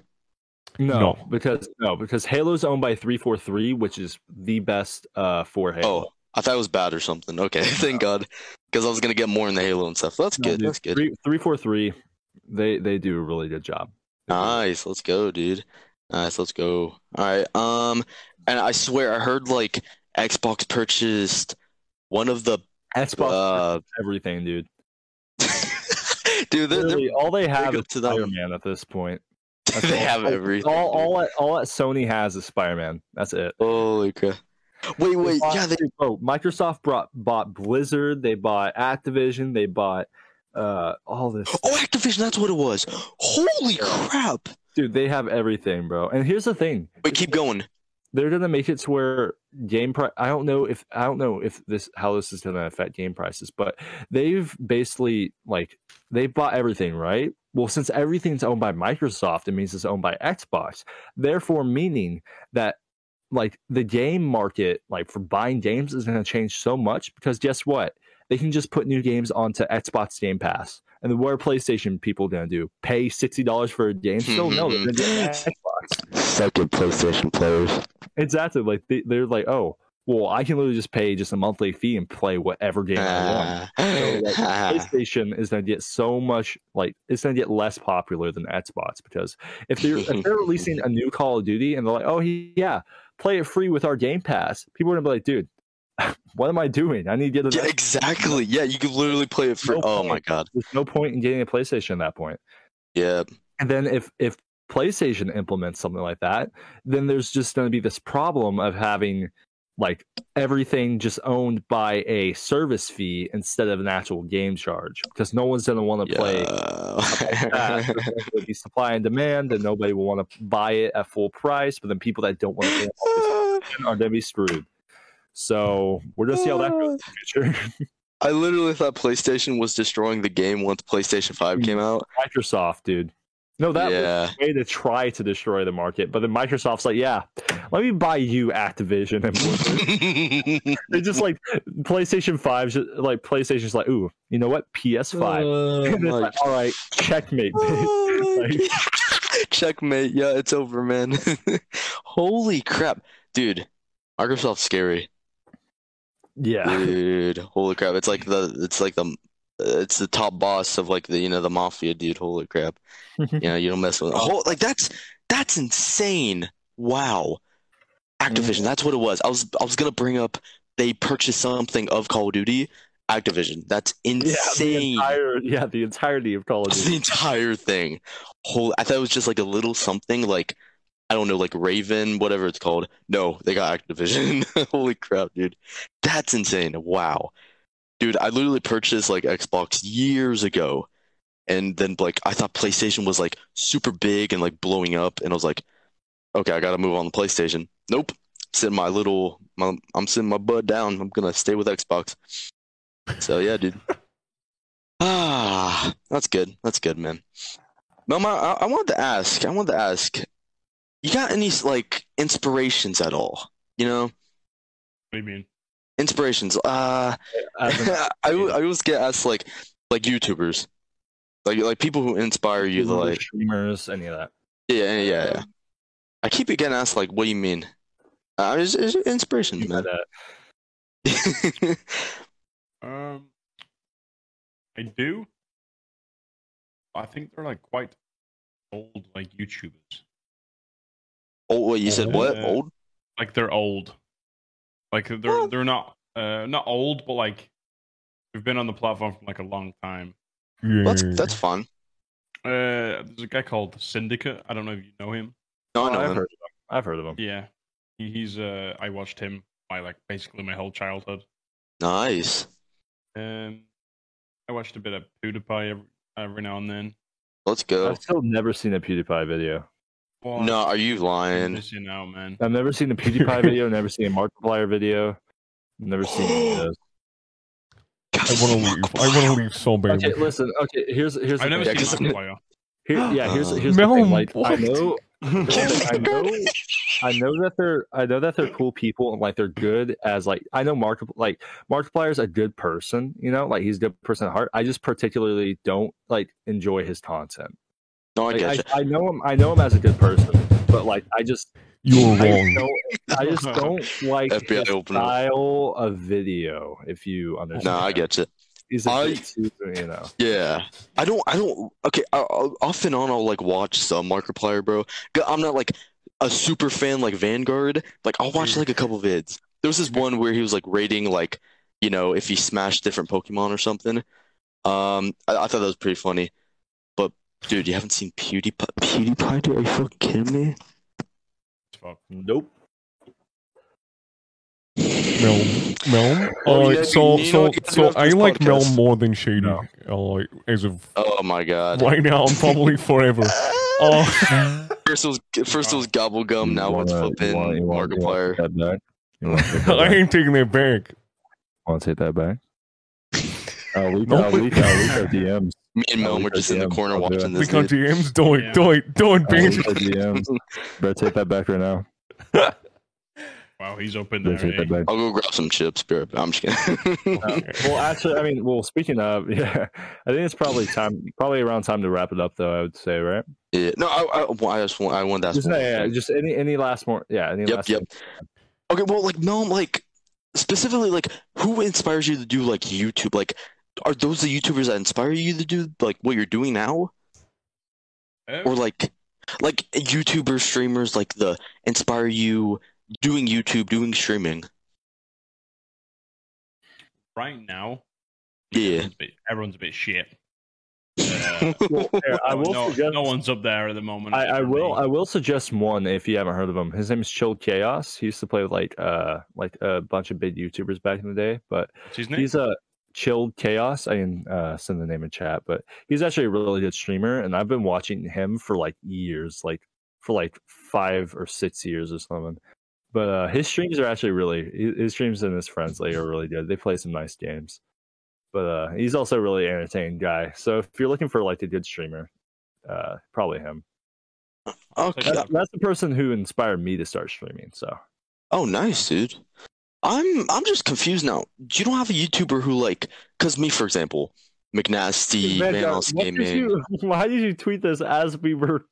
C: No,
D: No.
C: because no, because Halo's owned by three four three, which is the best uh for Halo.
A: Oh, I thought it was bad or something. Okay, thank God, because I was gonna get more in the Halo and stuff. That's good. That's good.
C: Three three four three, they they do a really good job.
A: Nice. Let's go, dude. Nice. Let's go. All right. Um, and I swear I heard like Xbox purchased one of the
C: Xbox
A: uh,
C: everything, dude.
A: dude. They're, they're,
C: Literally, all they have
A: up
C: is
A: to them.
C: Spider Man at this point. That's
A: they
C: all-
A: have
C: all-
A: everything.
C: All
A: dude.
C: all that, all that Sony has is Spider Man. That's it.
A: Holy crap! Wait,
C: oh. They
A: wait.
C: bought-
A: Yeah, they
C: oh, Microsoft brought bought Blizzard. They bought Activision. They bought uh all this.
A: Oh, Activision, that's what it was. Holy crap.
C: Dude, they have everything, bro. And here's the thing:
A: Wait, keep going.
C: they're gonna make it to where game price. I don't know if I don't know if this how this is gonna affect game prices, but they've basically like they bought everything, right? Well, since everything's owned by Microsoft, it means it's owned by Xbox. Therefore, meaning that like the game market, like for buying games, is gonna change so much because guess what? They can just put new games onto Xbox Game Pass. And then what are PlayStation people gonna do? Pay sixty dollars for a game? Still no, they're gonna get Xbox.
A: Second PlayStation players.
C: Exactly. Like they, they're like, oh, well, I can literally just pay just a monthly fee and play whatever game I want. So, like,
A: Ah.
C: PlayStation is going to get so much like it's going to get less popular than Xbox because if they're if they're releasing a new Call of Duty and they're like, oh he- yeah, play it free with our Game Pass, people are going to be like, dude, what am I doing? I need to get
A: yeah,
C: a
A: exactly. Yeah, you can literally play it for.
C: No
A: oh
C: point.
A: my God.
C: There's no point in getting a PlayStation at that point.
A: Yeah.
C: And then if if PlayStation implements something like that, then there's just going to be this problem of having like everything just owned by a service fee instead of an actual game charge because no one's going to want to play that.
A: Yeah.
C: It'll be supply and demand, and nobody will want to buy it at full price. But then people that don't want to pay are going to be screwed. So we're going to see how that goes in the future.
A: I literally thought PlayStation was destroying the game once PlayStation 5 came out.
C: Microsoft, dude. No, that was
A: yeah.
C: way to try to destroy the market. But then Microsoft's like, yeah, let me buy you Activision. And Blizzard." they just like PlayStation 5's just- like PlayStation's like, ooh, you know what?
A: Uh,
C: PS5. And it's
A: my
C: like, all right, checkmate. bitch." Like-
A: Checkmate. Yeah, it's over, man. Holy crap. Dude, Microsoft's scary.
C: yeah.
A: Dude, holy crap. It's like the it's like the it's the top boss of like the you know the mafia dude. Holy crap.
C: Mm-hmm.
A: You know, you don't mess with oh, like that's that's insane. Wow.
C: Mm-hmm.
A: Activision, that's what it was. I was I was gonna bring up they purchased something of Call of Duty Activision. That's
C: Yeah, the
A: insane.
C: entire yeah the entirety of Call of
A: Just the
C: Duty.
A: entire thing. Whole I thought it was just like a little something like I don't know, like Raven, whatever it's called. No, they got Activision. Holy crap, dude. That's insane. Wow. Dude, I literally purchased like Xbox years ago. And then like I thought PlayStation was like super big and like blowing up and I was like, okay, I gotta move on to PlayStation. Nope. Sitting my little my, I'm sitting my butt down. I'm gonna stay with Xbox. So yeah, dude. Ah, that's good. That's good, man. Mama, I, I wanted to ask. I wanted to ask. You got any like inspirations at all? You know,
B: do you mean?
A: inspirations. Uh,
C: As in-
A: I I always get asked like like YouTubers, like like people who inspire you. to, Like
C: streamers, any of that.
A: yeah, yeah, yeah. yeah. I keep getting asked like, what do you mean? Uh, it's, it's inspirations, man.
C: That-
B: Um, I do. I think they're like quite old, like YouTubers.
A: Oh, wait, you said what?
B: Yeah.
A: Old?
B: Like they're old. Like they're
A: Well-
B: they're not uh not old, but like we've been on the platform for like a long time.
D: Yeah.
A: Oh, That's that's fun.
B: Uh, there's a guy called Syndicate. I don't know if you know him.
A: No, I know. man.
C: I've Oh, heard of them. I've heard of them.
B: Yeah, he, he's uh I watched him by like basically my whole childhood.
A: Nice.
B: Um, I watched a bit of PewDiePie every, every now and then.
A: Let's go.
C: I've still never seen a PewDiePie video.
B: Well,
A: No, are you lying?
B: you know, man.
C: I've never seen a PewDiePie video. Never seen a Markiplier video. Never seen any of those.
D: I want to leave. I want to leave so bad.
C: Okay, listen. Okay, here's here's
B: I've
C: the
B: never
C: thing.
A: Yeah, 'cause-
B: seen Markiplier.
C: Here- yeah, here's
A: Uh,
C: here's the
D: no,
C: thing. Like, I
D: what?
C: know, I know, I know that they're I know that they're cool people and like they're good as like I know Mark like Markiplier's a good person. You know, like he's a good person at heart. I just particularly don't like enjoy his content.
A: No, I
C: Like,
A: get you.
C: I, I know him. I know him as a good person, but like I just
D: You're
C: I just
D: wrong.
C: don't, I just don't like
A: FBI
C: his
A: open up.
C: style of video. If you understand,
A: No, I get you.
C: He's a
A: I-
C: bit too, you know.
A: Yeah, I don't. I don't. Okay, I, I'll, off and on, I'll like watch some Markiplier, bro. G- I'm not like a super fan like Vanguard. Like I'll
D: Mm.
A: watch like a couple vids. There was this one where he was like rating like you know if he smashed different Pokemon or something. Um, I, I thought that was pretty funny. But dude, you haven't seen PewDiePie? PewDiePie? Dude, are you fucking kidding me?
B: Fuck.
C: Nope.
D: Melm. Melm.
A: Oh,
D: Alright,
A: yeah,
D: so
A: you know
D: so
A: what? You have to
D: so
A: do
D: I
A: this
D: like
A: podcast.
D: Melm more than Shady.
C: No.
D: Uh, like, as of
A: Oh my god.
D: right now, and probably forever. Oh,
A: First it was first it was Gobblegum. Um, Now it's flipping Markiplier.
D: I ain't taking that back.
C: Want to take that back? I'll leak,
D: No.
C: I'll leak, I'll leak our DMs.
A: Me and
C: Oh,
A: Mel
C: we
A: were
C: got
A: just in the
C: DMs.
A: corner
C: I'll do
A: watching
D: We
A: this.
D: got
A: dude.
D: DMs. Do
B: Yeah.
D: it. Do it. Do it,
C: I'll
D: bitch.
C: leak our DMs. Better take that back right now.
B: Wow, he's open
C: Better
B: there.
C: take
B: eh?
C: that back.
A: I'll go grab some chips, beer. I'm just kidding.
C: Well, actually, I mean, well, speaking of, yeah, I think it's probably time, probably around time to wrap it up, though. I would say, right?
A: yeah. No, I, I, well, I just want, I wanted to ask.
C: Just,
A: one
C: yeah,
A: thing.
C: just any, any last more, yeah, any
A: Yep,
C: last.
A: yep. Okay, well, like Mel, like specifically, like who inspires you to do like YouTube? Like, are those the YouTubers that inspire you to do like what you're doing now,
B: Eh?
A: or like, like YouTuber streamers like the inspire you doing YouTube, doing streaming?
B: right now,
A: Yeah.
B: everyone's a bit, everyone's a bit shit. Uh,
C: Well, yeah, I will
B: no,
C: suggest.
B: no one's up there at the moment.
C: I, I
B: except for
C: will.
B: me.
C: I will suggest one if you haven't heard of him. His name is Chilled Chaos. He used to play with like uh like a bunch of big YouTubers back in the day, but
B: What's his name?
C: he's a chilled chaos. I can uh, send the name in chat, but he's actually a really good streamer, and I've been watching him for like years, like for like five or six years or something. But uh, his streams are actually really his his streams and his friends like are really good. They play some nice games, but uh, he's also a really entertaining guy. So if you're looking for like a good streamer, uh, probably him.
A: Okay.
C: That's, that's the person who inspired me to start streaming. So
A: Oh, nice, dude. I'm I'm just confused now. You don't have a YouTuber who like, cause me for example, McNasty, Vanoss
C: what did
A: Gaming.
C: you- why did you tweet this as we were?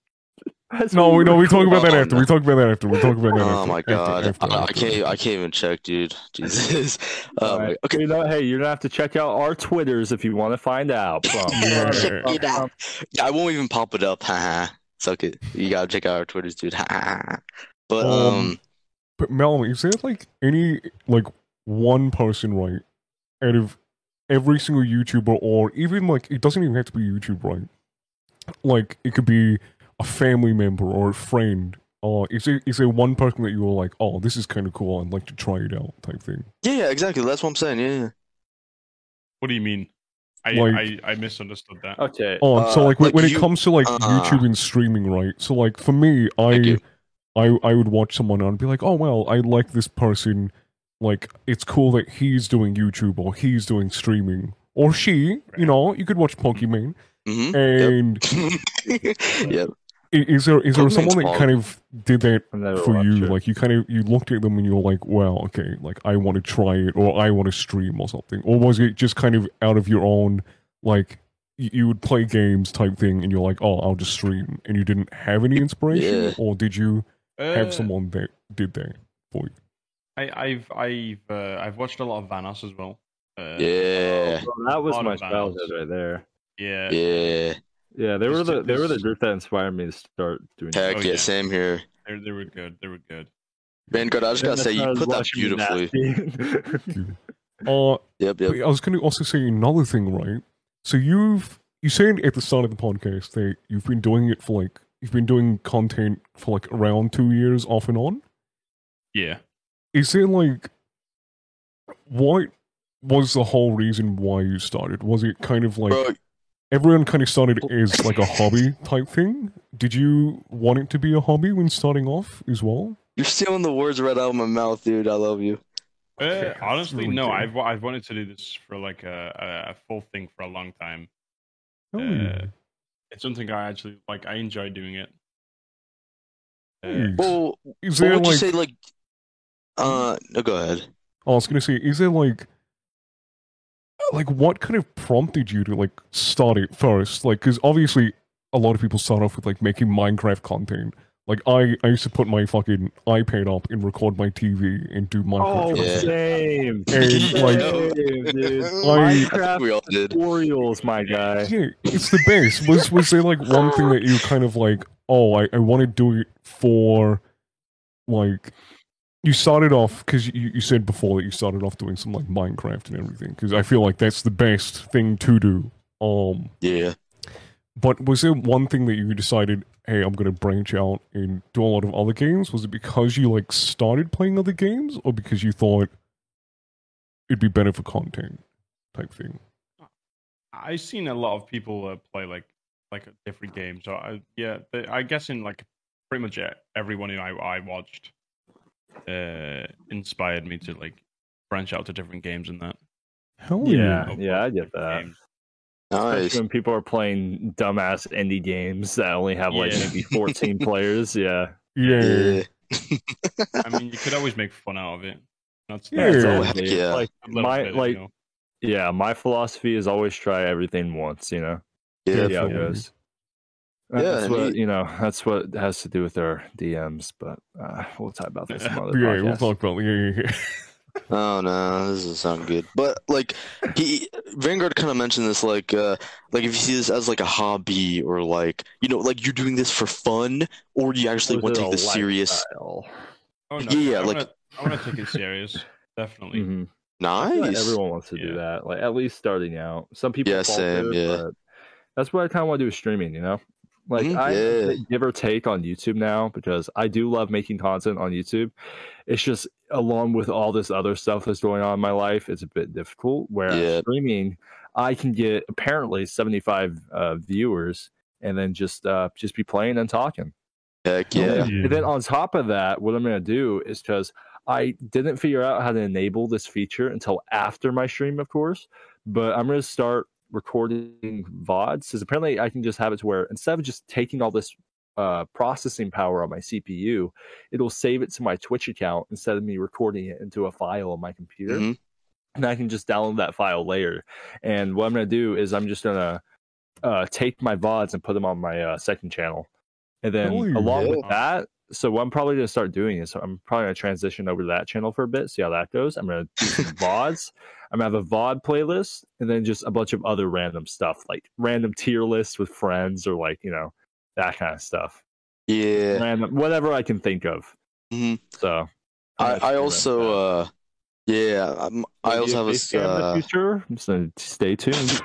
C: As
D: No, we no, we talk about that
A: Oh,
D: after. We
A: no.
D: talk about that after. We talk about that.
A: Oh
D: after.
A: my
D: After,
A: god,
D: after,
A: I, I
D: after.
A: can't I can't even check, dude. Jesus. Oh my-
C: Alright.
A: Okay.
C: You know, hey, you're gonna have to check out our Twitters if you want to find out. Bum,
D: Yeah.
C: bum,
A: Check it
C: bum.
A: out. Yeah, I won't even pop it up. Haha. Suck it. You gotta check out our Twitters, dude. Haha. But
D: Um,
A: um,
D: But Mel, is there like any like one person right out of every single YouTuber, or even like it doesn't even have to be YouTube, right? Like it could be a family member or a friend. Or is there is there one person that you were like, oh, this is kind of cool, I'd like to try it out, type thing?
A: Yeah, yeah, exactly. That's what I'm saying. Yeah, yeah.
B: What do you mean? I
D: Like-
B: I, I misunderstood that.
C: Okay.
D: Oh, so
A: Uh,
D: like, when
A: like
D: when
A: you-
D: it comes to like
A: uh.
D: YouTube and streaming, right? So like for me,
A: Thank
D: I,
A: you.
D: I I would watch someone and be like, oh well, I like this person. Like it's cool that he's doing YouTube or he's doing streaming or she. You
B: Right.
D: know, you could watch Pokemon.
A: Mm-hmm.
D: And
A: yep.
D: i is there is there
A: Pokemon's
D: someone that
A: fun.
D: kind of did that
C: I've never
D: for
C: watched
D: you?
C: it.
D: Like you kind of you looked at them and you were like, wow, okay, like I want to try it or I want to stream or something, or was it just kind of out of your own like y- you would play games type thing and you're like, oh, I'll just stream, and you didn't have any inspiration,
A: Yeah.
D: or did you
B: Uh,
D: have someone that did that?
B: I, I've I've uh, I've watched a lot of Vanas as well.
D: Oh,
B: Uh,
A: Yeah.
C: Well, that was
B: Lot
C: my
B: of battles.
C: childhood right there.
B: yeah,
A: Yeah.
C: Yeah, they were
B: Just
C: the
B: took
C: they were the
B: this-
C: group that inspired me to start doing.
A: Heck
B: Oh,
A: yeah,
B: yeah.
A: Same here.
B: They, they were good. They were good.
A: Vanguard, I just gotta say, you put that beautifully.
D: Uh,
A: Yep, yep.
D: But I was going to also say another thing, right? So you've you said at the start of the podcast that you've been doing it for like you've been doing content for like around two years off and on.
B: Yeah.
D: Is it like what was the whole reason why you started? Was it kind of like
A: Bro,
D: everyone kind of started as like a hobby type thing? Did you want it to be a hobby when starting off as well?
A: you're stealing the words right out of my mouth, dude. I love you.
B: Uh,
D: that's
B: honestly,
D: really
B: no.
D: good.
B: I've wa- I've wanted to do this for like a, a- a full thing for a long time.
D: Oh,
B: Uh, it's something I actually like. I enjoy doing it. Uh,
D: Jeez.
A: Well,
D: is
A: what
D: there
A: would you
D: like
A: say, like, uh, no, go ahead.
D: I was gonna say, is there like, like what kind of prompted you to like start it first? Like, because obviously a lot of people start off with like making Minecraft content. Like I, I used to put my fucking iPad up and record my TV and do Minecraft.
C: Oh,
A: Yeah.
C: same.
D: And, like-
C: Same, dude.
D: I-
A: I think we all did.
C: Orioles, my guy.
D: Yeah, it's the best. Was was there like one thing that you kind of like? Oh, I I want to do it for, like, you started off because you you said before that you started off doing some like Minecraft and everything because I feel like that's the best thing to do. Um,
A: Yeah.
D: But was there one thing that you decided, hey, I'm gonna branch out and do a lot of other games? Was it because you like started playing other games, or because you thought it'd be better for content type thing?
B: I've seen a lot of people uh, play like like different games. So I, yeah, but I guess in like pretty much e- everyone who I, I watched uh, inspired me to like branch out to different games and that.
D: Hell
C: Yeah.
D: yeah.
C: I get
B: Different
C: that.
B: games.
A: Nice.
C: Especially when people are playing dumbass indie games that only have like
B: Yeah.
C: maybe 14 players. Yeah.
D: Yeah.
A: Yeah.
B: I mean, you could always make fun out of it. That's
D: Yeah.
B: that's
A: Oh,
B: a
A: heck
C: Exactly.
A: yeah.
C: Like
B: little
C: my
B: bit, you
C: like
B: know.
C: yeah, my philosophy is always try everything once, you know.
A: Yeah.
C: See how it
D: Definitely.
C: goes. Uh,
A: Yeah,
C: that's
A: and
C: what
A: he-
C: you know. That's what has to do with our DMs, but uh, we'll talk about that some other
D: Yeah,
C: podcast.
D: we'll talk about yeah, yeah, yeah.
A: Oh no, this doesn't sound good. But like he Vanguard kind of mentioned this like uh like if you see this as like a hobby or like you know like you're doing this for fun or you actually
C: Was
A: want to
C: it
A: take
C: a
A: this serious.
C: lifestyle?
B: Oh, no,
A: yeah,
B: I
A: like-
B: wanna, I want to take it serious, definitely.
C: Mhm. I feel like
A: Nice.
C: everyone wants to do
B: Yeah.
C: that, like at least starting out. Some people,
A: Yeah,
C: fall
A: same,
C: through it,
A: yeah.
C: but that's what I kind of want to do with streaming. You know, like
A: Mhm,
C: I
A: yeah.
C: give or take on YouTube now because I do love making content on YouTube. It's just along with all this other stuff that's going on in my life, it's a bit difficult. Whereas
A: Yeah.
C: streaming, I can get apparently seventy five uh, viewers and then just uh, just be playing and talking.
A: Heck yeah.
C: And then on top of that, what I'm going to do is because I didn't figure out how to enable this feature until after my stream, of course, but I'm going to start recording VODs because apparently I can just have it to where instead of just taking all this uh, processing power on my CPU, it'll save it to my Twitch account instead of me recording it into a file on my computer.
A: Mhm.
C: And I can just download that file later. And what I'm going to do is I'm just going to uh, take my VODs and put them on my uh, second channel. And then
A: Oh,
D: Ooh,
C: along
A: yeah.
C: with that, so what I'm probably going to start doing is I'm probably going to transition over to that channel for a bit, see how that goes. I'm going to do some VODs. I'm going to have a VOD playlist and then just a bunch of other random stuff, like random tier lists with friends or like, you know, that kind of stuff.
A: Yeah.
C: Random, whatever I can think of.
A: Mhm.
C: So
A: I I also uh Yeah, I'm, I
C: Maybe
A: also have a
C: face
A: s-
C: cam in the
A: uh,
C: future. So stay tuned.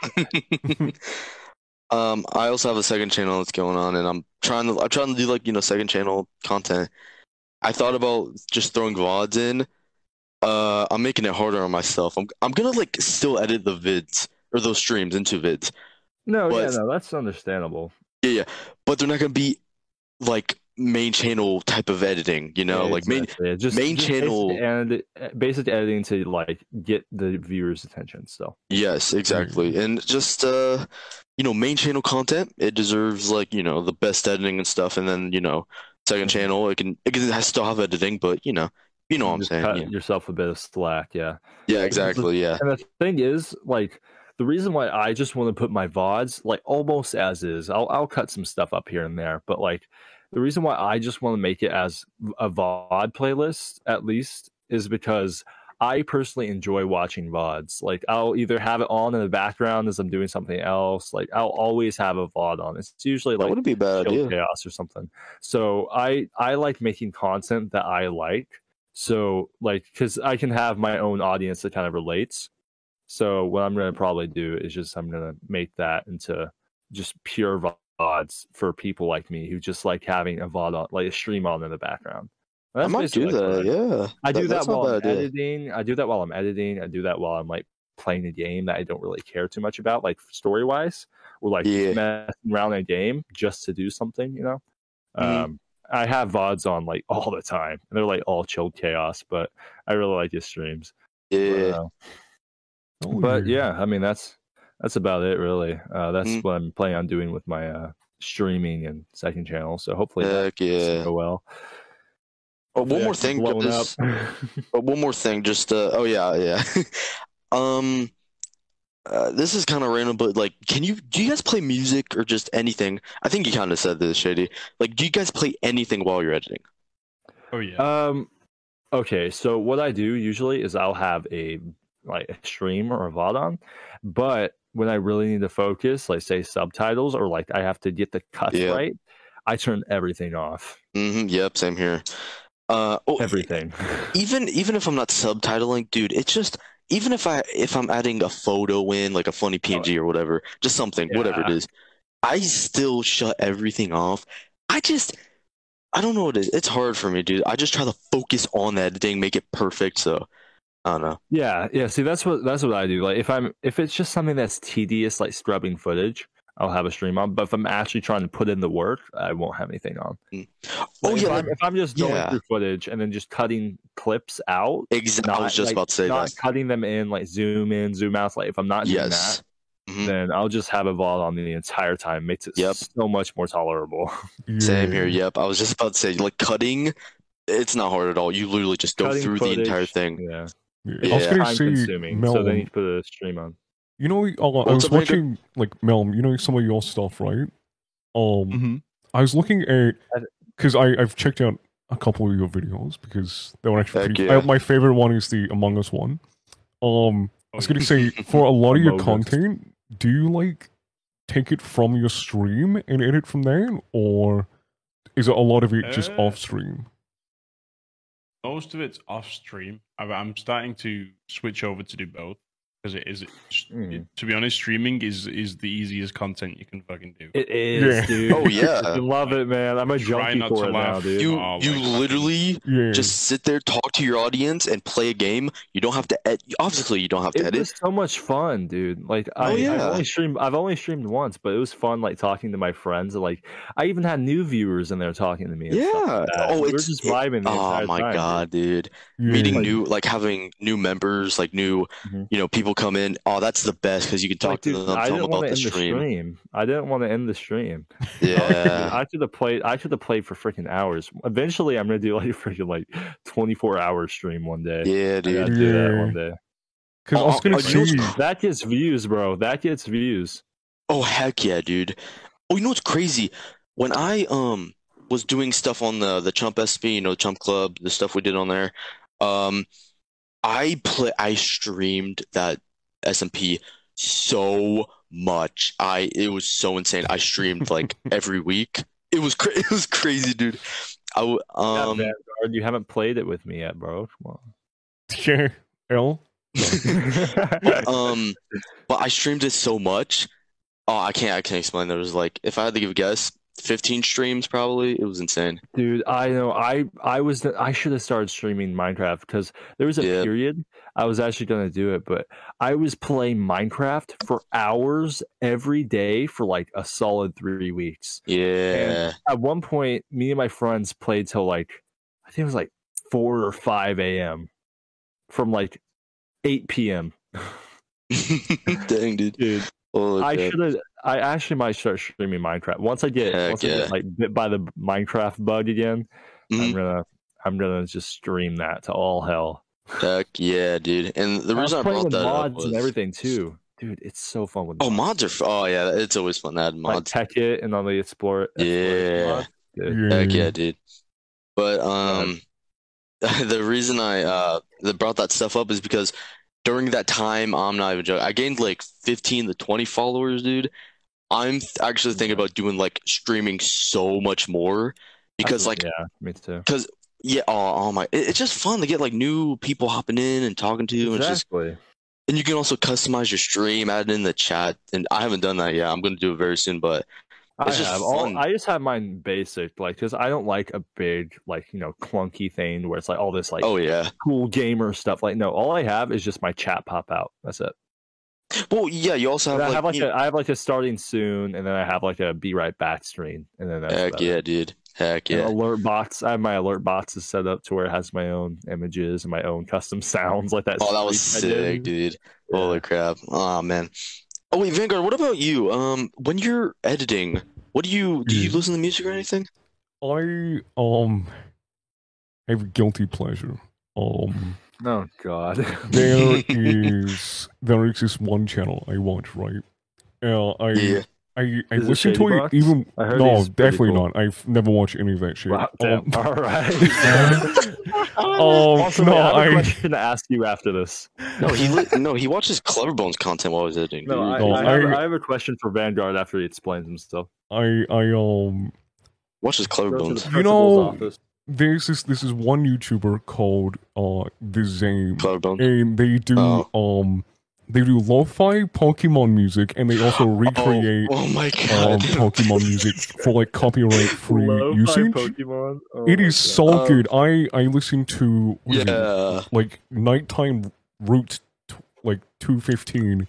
A: um, I also have a second channel that's going on, and I'm trying to I'm trying to do like you know second channel content. I thought about just throwing vods in. Uh, I'm making it harder on myself. I'm I'm gonna like still edit the vids or those streams into vids,
C: No,
A: But-
C: yeah, no, that's understandable.
A: but they're not gonna be like main channel type of editing. You know,
C: Yeah,
A: like main
C: exactly. Yeah, just,
A: main
C: just basic
A: channel-
C: edit- basic editing to like get the viewers' attention. So
A: Yes,
C: Mm-hmm.
A: exactly. And just uh you know, main channel content, it deserves like, you know, the best editing and stuff and then, you know, second
C: Mhm.
A: channel, it can it can I still have editing, but you know, you know what I'm
C: just
A: saying.
C: cut
A: Yeah.
C: yourself a bit of slack. Yeah.
A: Yeah, exactly, yeah.
C: And the thing is, like, the reason why I just want to put my VODs, like, almost as is, I'll, I'll cut some stuff up here and there, but like, the reason why I just want to make it as a VOD playlist, at least, is because I personally enjoy watching VODs. Like, I'll either have it on in the background as I'm doing something else, like, I'll always have a VOD on. It's usually
A: That
C: like
A: wouldn't be a bad
C: Kill
A: idea.
C: chaos or something. So I I like making content that I like. So like because I can have my own audience that kind of relates. So what I'm gonna probably do is just I'm gonna make that into just pure vods for people like me who just like having a vod on, like a stream on in the background. And
A: I
C: that's
A: might do
C: basically, like, what
A: that, yeah.
C: I do that
A: that's not
C: while
A: a
C: I'm
A: bad idea.
C: editing. I do that while I'm editing. I do that while I'm like playing a game that I don't really care too much about, like story wise, or like
A: Yeah.
C: messing around in a game just to do something, you know.
A: Mhm.
C: Um, I have vods on like all the time, and they're like all chilled chaos. But I really like his streams.
A: Yeah.
C: Uh, but yeah, I mean that's that's about it really. Uh, that's
A: Mm.
C: what I'm planning on doing with my uh, streaming and second channel. So hopefully that
A: Heck yeah.
C: go well.
A: Oh, one
C: Hopefully I
A: more
C: keep
A: thing,
C: blowing
A: guys.
C: up.
A: But one more thing, just uh, oh yeah, yeah. um, uh, this is kind of random, but like, can you do you guys play music or just anything? I think you kind of said this, Shady. Like, do you guys play anything while you're editing?
B: Oh yeah.
D: Uh,
C: Um. Okay, so what I do usually is I'll have a like a stream or a VOD on, but when I really need to focus, like say subtitles or like I have to get the cuts
A: Yeah.
C: right, I turn everything off.
A: Mm-hmm. Yep, same here. Uh, oh,
C: Everything.
A: even even if I'm not subtitling, dude, it's just even if I if I'm adding a photo in, like a funny PNG or whatever, just something, whatever it
C: Yeah.
A: is, I still shut everything off. I just I don't know what it is. It's hard for me, dude. I just try to focus on that thing, make it perfect, so I don't know.
C: yeah, yeah. See, that's what that's what I do. Like if I'm if it's just something that's tedious, like scrubbing footage, I'll have a stream on. But if I'm actually trying to put in the work, I won't have anything on.
A: Oh
C: Like,
A: yeah,
C: if I'm, if I'm just going
A: yeah.
C: through footage and then just cutting clips out,
A: exactly. I
C: not,
A: was just
C: like,
A: about to say
C: not
A: that.
C: cutting them in, like zoom in, zoom out. Like if I'm not doing
A: Yes.
C: that,
A: Mhm.
C: then I'll just have a VOD on the entire time. Makes it
A: Yep.
C: so much more tolerable.
A: Same here. Yep. I was just about to say, like cutting, it's not hard at all. You literally just go
C: Cutting
A: through the entire
C: footage,
A: thing.
C: Yeah,
D: Yeah. I was
A: Yeah.
D: gonna
C: time
D: say,
C: consuming. So
D: Melm,
C: they need to put a stream on.
D: you know, I, I
A: What's
D: was
A: up, Jacob?
D: watching like Melm. You know some of your stuff, right? Um,
B: Mhm.
D: I was looking at
C: Mm-hmm. I-
D: because I I've checked out a couple of your videos because they were actually
A: Heck
D: pretty,
A: yeah.
D: I, my favorite one is the Among Us one. Um, I was
B: Oh,
D: going to say for a lot of your
C: Among Us.
D: content, do you like take it from your stream and edit from there, or is it a lot of it just
B: Uh,
D: off stream?
B: most of it's off stream. I- I'm starting to switch over to do both because it is.
C: Mm.
B: To be honest, streaming is is the easiest content you can fucking do.
C: It is,
D: Yeah.
C: dude.
A: Oh, yeah.
C: I love it, man. I'm a
B: Try
C: junkie
B: not
C: for
B: to
C: it now,
B: laugh.
C: dude.
A: You
B: Oh,
A: you
B: my God.
A: literally
D: Yeah,
A: just sit there, talk to your audience, and play a game. You don't have to edit. Obviously, you don't have to
C: it
A: edit.
C: was so much fun, dude. Like I,
A: Oh, yeah.
C: I've only streamed, I've only streamed once, but it was fun. Like talking to my friends, and like I even had new viewers in there talking to me. and stuff like
A: Yeah.
C: that.
A: Oh,
C: we were
A: it's-
C: just
A: it-
C: vibing. the
A: Oh
C: entire
A: my
C: time, dude.
A: god, dude.
D: yeah.
A: Meeting new, like having new members, like new,
C: Mhm.
A: you know, people come in. Oh, that's the best because you can talk
C: Like,
A: to
C: dude,
A: them,
C: I
A: tell them
C: didn't
A: about
C: want to
A: the
C: end
A: stream.
C: the stream. I didn't want to end the stream.
A: Yeah.
C: I could have played. I could have played for freaking hours. Eventually, I'm gonna do like a freaking like 24 hour stream one day.
A: Yeah,
C: I gotta
A: dude.
C: do that
D: Yeah.
C: one day.
D: Because I was
A: Oh,
D: going
A: oh,
D: to
A: you know
D: say,
A: what's-
C: That gets views, bro. That gets views.
A: Oh heck yeah, dude. Oh, you know what's crazy? When I um was doing stuff on the the Chump SP, you know, Chump Club, the stuff we did on there, um, I play I streamed that SMP so much. I it was so insane. I streamed like every week. It was cra it was crazy, dude. I w-
C: Yeah,
A: um
C: Vanguard, you haven't played it with me yet, bro. Come on.
D: yeah, L.
A: Um, but I streamed it so much. Oh, I can't. I can't explain. There was like, if I had to give a guess, 15 streams probably. It was insane.
C: Dude, I know. I I was the, I should have started streaming Minecraft because there was a
A: Yeah.
C: period I was actually gonna do it, but I was playing Minecraft for hours every day for like a solid three weeks.
A: Yeah.
C: At one point, me and my friends played till like I think it was like four or five a.m. from like eight p.m.
A: Dang, dude.
C: Dude,
A: Holy
C: I
A: crap.
C: should have. I actually might start streaming Minecraft once I get
A: Heck
C: once I
A: yeah.
C: get like bit by the Minecraft bug again. I'm
A: Mhm.
C: gonna I'm gonna just stream that to all hell.
A: Heck yeah, dude. And the
C: I was
A: reason I
C: playing
A: brought
C: with
A: that up
C: mods and
A: was-
C: everything too, dude. It's so fun with
A: Oh,
C: mods.
A: mods are. f- Oh yeah, it's always fun to add
C: like
A: mods.
C: tech it and all the explore.
A: Yeah.
C: Uh,
A: Heck yeah, dude. But um, the reason I uh that brought that stuff up is because during that time, I'm not even joking. I gained like 15 to 20 followers, dude. I'm th- actually thinking about doing like streaming so much more because like
C: yeah, me too.
A: yeah, oh, oh my, it- it's just fun to get like new people hopping in and talking to, and it's just
C: Exactly.
A: and you can also customize your stream, add in the chat, and I haven't done that yet. I'm gonna do it very soon, but
C: I
A: it's just
C: have all.
A: fun.
C: I just have mine basic, like because I don't like a big, like you know, clunky thing where it's like all this like
A: oh yeah.
C: cool gamer stuff. Like no, all I have is just my chat pop out. That's it.
A: Well, yeah, you also have
C: And I
A: like
C: have like
A: you-
C: a, I have like a starting soon, and then I have like a be right back screen, and then that's
A: heck
C: about
A: yeah,
C: it.
A: dude, heck
C: And
A: yeah.
C: alert box. I have my alert boxes set up to where it has my own images and my own custom sounds, like that.
A: Oh, that was
C: screech I did.
A: sick, dude.
C: Yeah.
A: Holy crap. Oh man. Oh wait, Vanguard, what about you? Um, when you're editing, what do you do you
C: Hmm.
D: Mhm.
A: listen to music or anything?
D: I um have a guilty pleasure. Um,
C: Oh God.
D: there is there exists one channel I watch, right? Uh, I
A: Yeah.
D: I, I
C: Is it
D: listen to
C: Shady
D: it
C: Box?
D: even
C: I heard
D: no,
C: he's pretty
D: definitely
C: cool.
D: not. I've never watched any of that shit.
C: Wow,
D: Um,
C: damn. All right.
D: um,
C: also,
D: no,
C: wait, I have a
D: I,
C: question to ask you after this.
A: No, he li- no, he watches Cleverbones content while he's editing,
C: No,
A: dude.
C: I,
D: No,
C: I have,
D: I-
C: I have a question for Vanguard after he explains himself.
D: I I um
A: Watches Cleverbones.
D: You know- there's this this is one YouTuber called uh the Zane,
A: Cleverbones.
D: and they do
A: Oh.
D: um they do lo-fi Pokemon music, and they also
A: Oh,
D: recreate
A: oh my
D: um,
A: god.
D: Pokemon music for like copyright-free usage.
C: Pokemon. Oh
D: it
C: my
D: is
C: God.
D: so
A: Um,
D: good. I I listen to what is it,
A: Yeah.
D: like nighttime route t- like two fifteen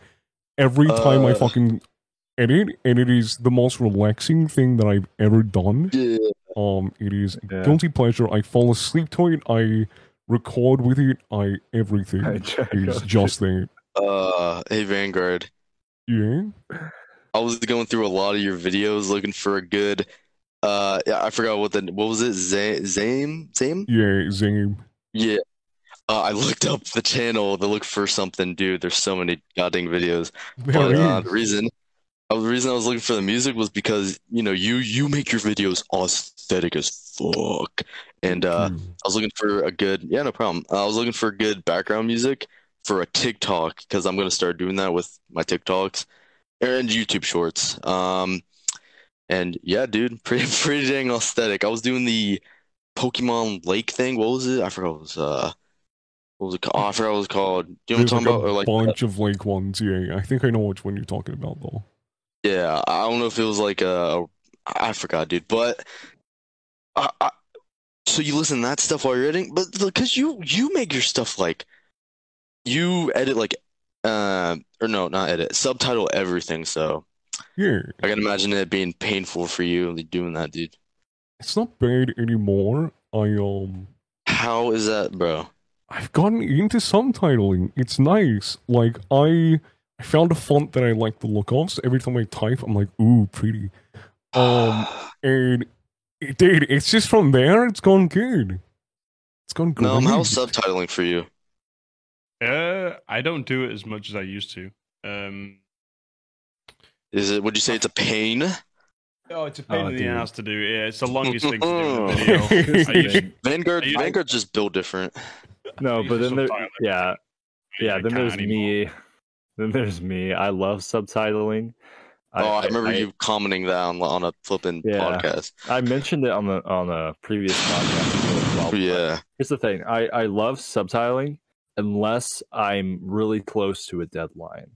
D: every time I
A: Uh.
D: fucking edit, and it is the most relaxing thing that I've ever done.
A: Yeah.
D: Um, it is a
C: Yeah.
D: guilty pleasure. I fall asleep to it. I record with it. I everything
C: I check
D: is
C: out-
D: just there.
A: Uh, hey Vanguard.
D: Yeah.
A: I was going through a lot of your videos looking for a good uh yeah, I forgot what the what was it? Z- Zame? Zame?
D: Yeah, same.
A: Yeah. Uh, I looked up the channel to look for something, dude. There's so many goddamn videos.
D: There
A: But uh,
D: is.
A: the reason, uh, the reason I was looking for the music was because, you know, you you make your videos aesthetic as fuck. And uh,
D: Hmm.
A: I was looking for a good, yeah, no problem. Uh, I was looking for good background music for a TikTok because I'm gonna start doing that with my TikToks and YouTube Shorts. Um, and yeah, dude, pretty pretty dang aesthetic. I was doing the Pokemon Lake thing. What was it? I forgot. What it was uh, what was it? ca- Oh, I forgot what it was called. Do you know
D: There's
A: what I'm
D: like
A: talking
D: a
A: about? Or like,
D: bunch of like ones. Yeah, I think I know which one you're talking about though.
A: yeah, I don't know if it was like a, I forgot, dude. But I, I, so you listen to that stuff while you're editing, but because you you make your stuff like you edit like uh or no not edit subtitle everything so
D: Yeah,
A: i can imagine it being painful for you doing that dude
D: it's not bad anymore. I um,
A: how is that bro
D: I've gotten into subtitling. It's nice. Like I, I found a font that I like the look of. So every time I type, I'm like, ooh, pretty. Um, and it, dude, it's just from there. It's gone good. It's gone great.
A: no um, how's subtitling for you
B: Uh, I don't do it as much as I used to. Um,
A: is it would you say it's a pain
B: oh, it's a pain
C: Oh,
B: in
C: dude.
B: the ass to do. Yeah, it's the longest thing to do in a video. I used to-
A: vanguard
B: Are you-
A: vanguard's just built different
C: No,
B: These
C: but
B: are
C: then there,
B: subtitles.
C: yeah, yeah.
B: I
C: Then
B: can't
C: there's
B: anymore.
C: me. Then there's me. I love subtitling.
A: oh i remember you commenting that on, on a flipping
C: Yeah.
A: podcast
C: I mentioned it on the on a previous podcast. as well, but
A: yeah
C: Here's the thing. I I love subtitling, unless I'm really close to a deadline.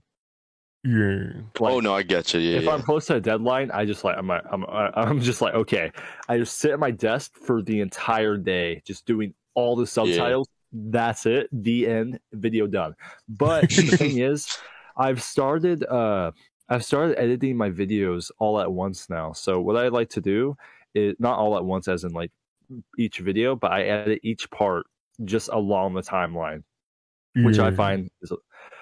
D: Yeah.
C: Like,
A: oh no, I get you. Yeah,
C: if
A: yeah.
C: I'm close to a deadline, I just like I'm like- I'm uh, I'm just like okay, I just sit at my desk for the entire day, just doing all the subtitles. That's it. The end. Video done. But the thing is, I've started uh I've started editing my videos all at once now. So what I like to do is not all at once, as in like each video, but I edit each part just along the timeline which I
D: yeah.
C: find is,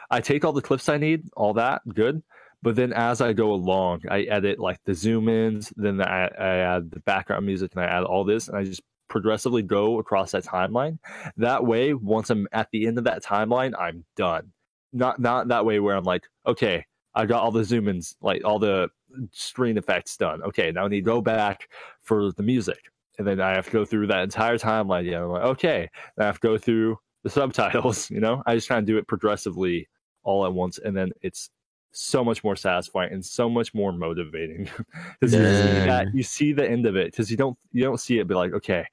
C: I take all the clips I need, all that good. But then as I go along, I edit like the zoom ins, then I, I add the background music, and I add all this, and I just progressively go across that timeline. That way, once I'm at the end of that timeline, I'm done. Not not that way where I'm like, okay, I got all the zoom ins, like all the screen effects done. Okay, now I need to go back for the music. And then I have to go through that entire timeline again. I'm like, okay, and I have to go through the subtitles, you know? I just kind of do it progressively all at once. And then it's so much more satisfying and so much more motivating. Because you see
A: Yeah.
C: that you see the end of it. Because you don't you don't see it be like, okay,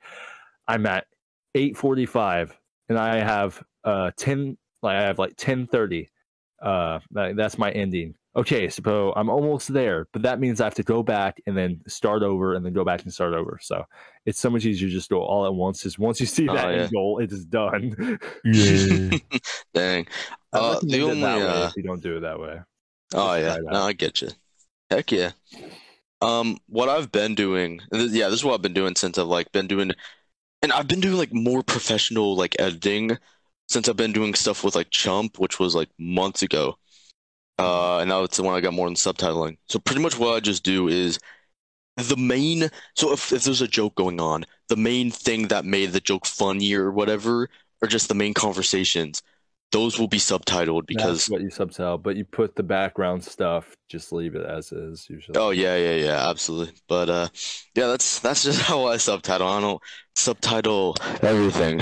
C: I'm at eight forty five and I have uh ten like I have like ten thirty. Uh that, that's my ending. Okay, so I'm almost there, but that means I have to go back and then start over and then go back and start over. So it's so much easier to just go all at once. Is once you see
A: Oh,
C: that end
A: yeah.
C: goal, it is done.
D: Yeah.
A: Dang.
C: I
A: Uh,
C: recommend
A: the
C: it
A: only,
C: that way
A: uh,
C: if you don't do it that way.
A: Oh
C: Just
A: yeah,
C: try it
A: no,
C: out.
A: I get you. Heck yeah. Um, what I've been doing, th- yeah, this is what I've been doing since I've like been doing, and I've been doing like more professional like editing since I've been doing stuff with like Chump, which was like months ago. Uh, and now it's the one I got more in subtitling. So pretty much what I just do is the main. So if if there's a joke going on, the main thing that made the joke funny or whatever, or just the main conversations, those will be subtitled because.
C: That's what you subtitle, but you put the background stuff, just leave it as is usually.
A: Oh yeah, yeah, yeah, absolutely. But uh yeah, that's that's just how I subtitle. I don't subtitle everything.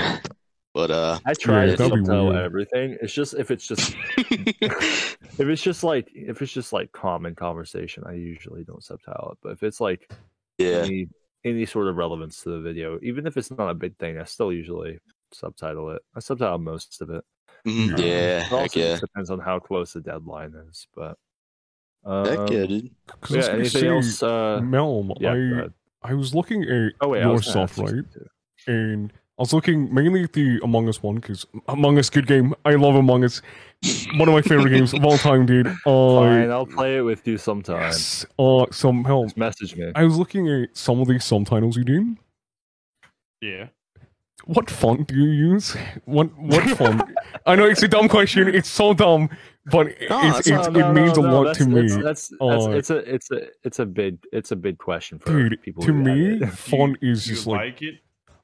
A: But uh
C: I try
A: Yeah,
C: to
D: that'd be
C: subtitle
D: weird.
C: everything. It's just if it's just if it's just like if it's just like common conversation, I usually don't subtitle it. But if it's like
A: yeah.
C: any any sort of relevance to the video, even if it's not a big thing, I still usually subtitle it. I subtitle most of it.
A: Mhm,
C: Um,
A: Yeah,
C: it
A: heck
C: also
A: yeah.
C: just depends on how close the deadline is, but
A: Heck yeah,
C: um,
A: dude.
D: 'Cause I was
C: yeah.
D: gonna
C: Anything
D: say,
C: else? Uh,
D: Melm,
C: yeah.
D: I,
C: go ahead.
D: I was looking at
C: Oh wait, I
D: your
C: was gonna ask
D: stuff, right?
C: something too.
D: And I was looking mainly at the Among Us one because Among Us, good game. I love Among Us. One of my favorite games of all time, dude. Uh,
C: Fine, I'll play it with you sometime.
D: yes. Uh, some help.
C: Just message me.
D: I was looking at some of these subtitles you do.
B: Yeah.
D: What font do you use? What what font? I know it's a dumb question. It's so dumb, but it,
A: No,
D: it's
A: that's
D: it's-
A: not-
D: it means a lot to me.
C: That's, that's,
D: Oh.
C: it's a it's a it's a big it's a big question for
D: Dude,
C: people.
D: to
C: who
D: me,
C: edit.
D: font is
B: Do you
D: just like
B: like it?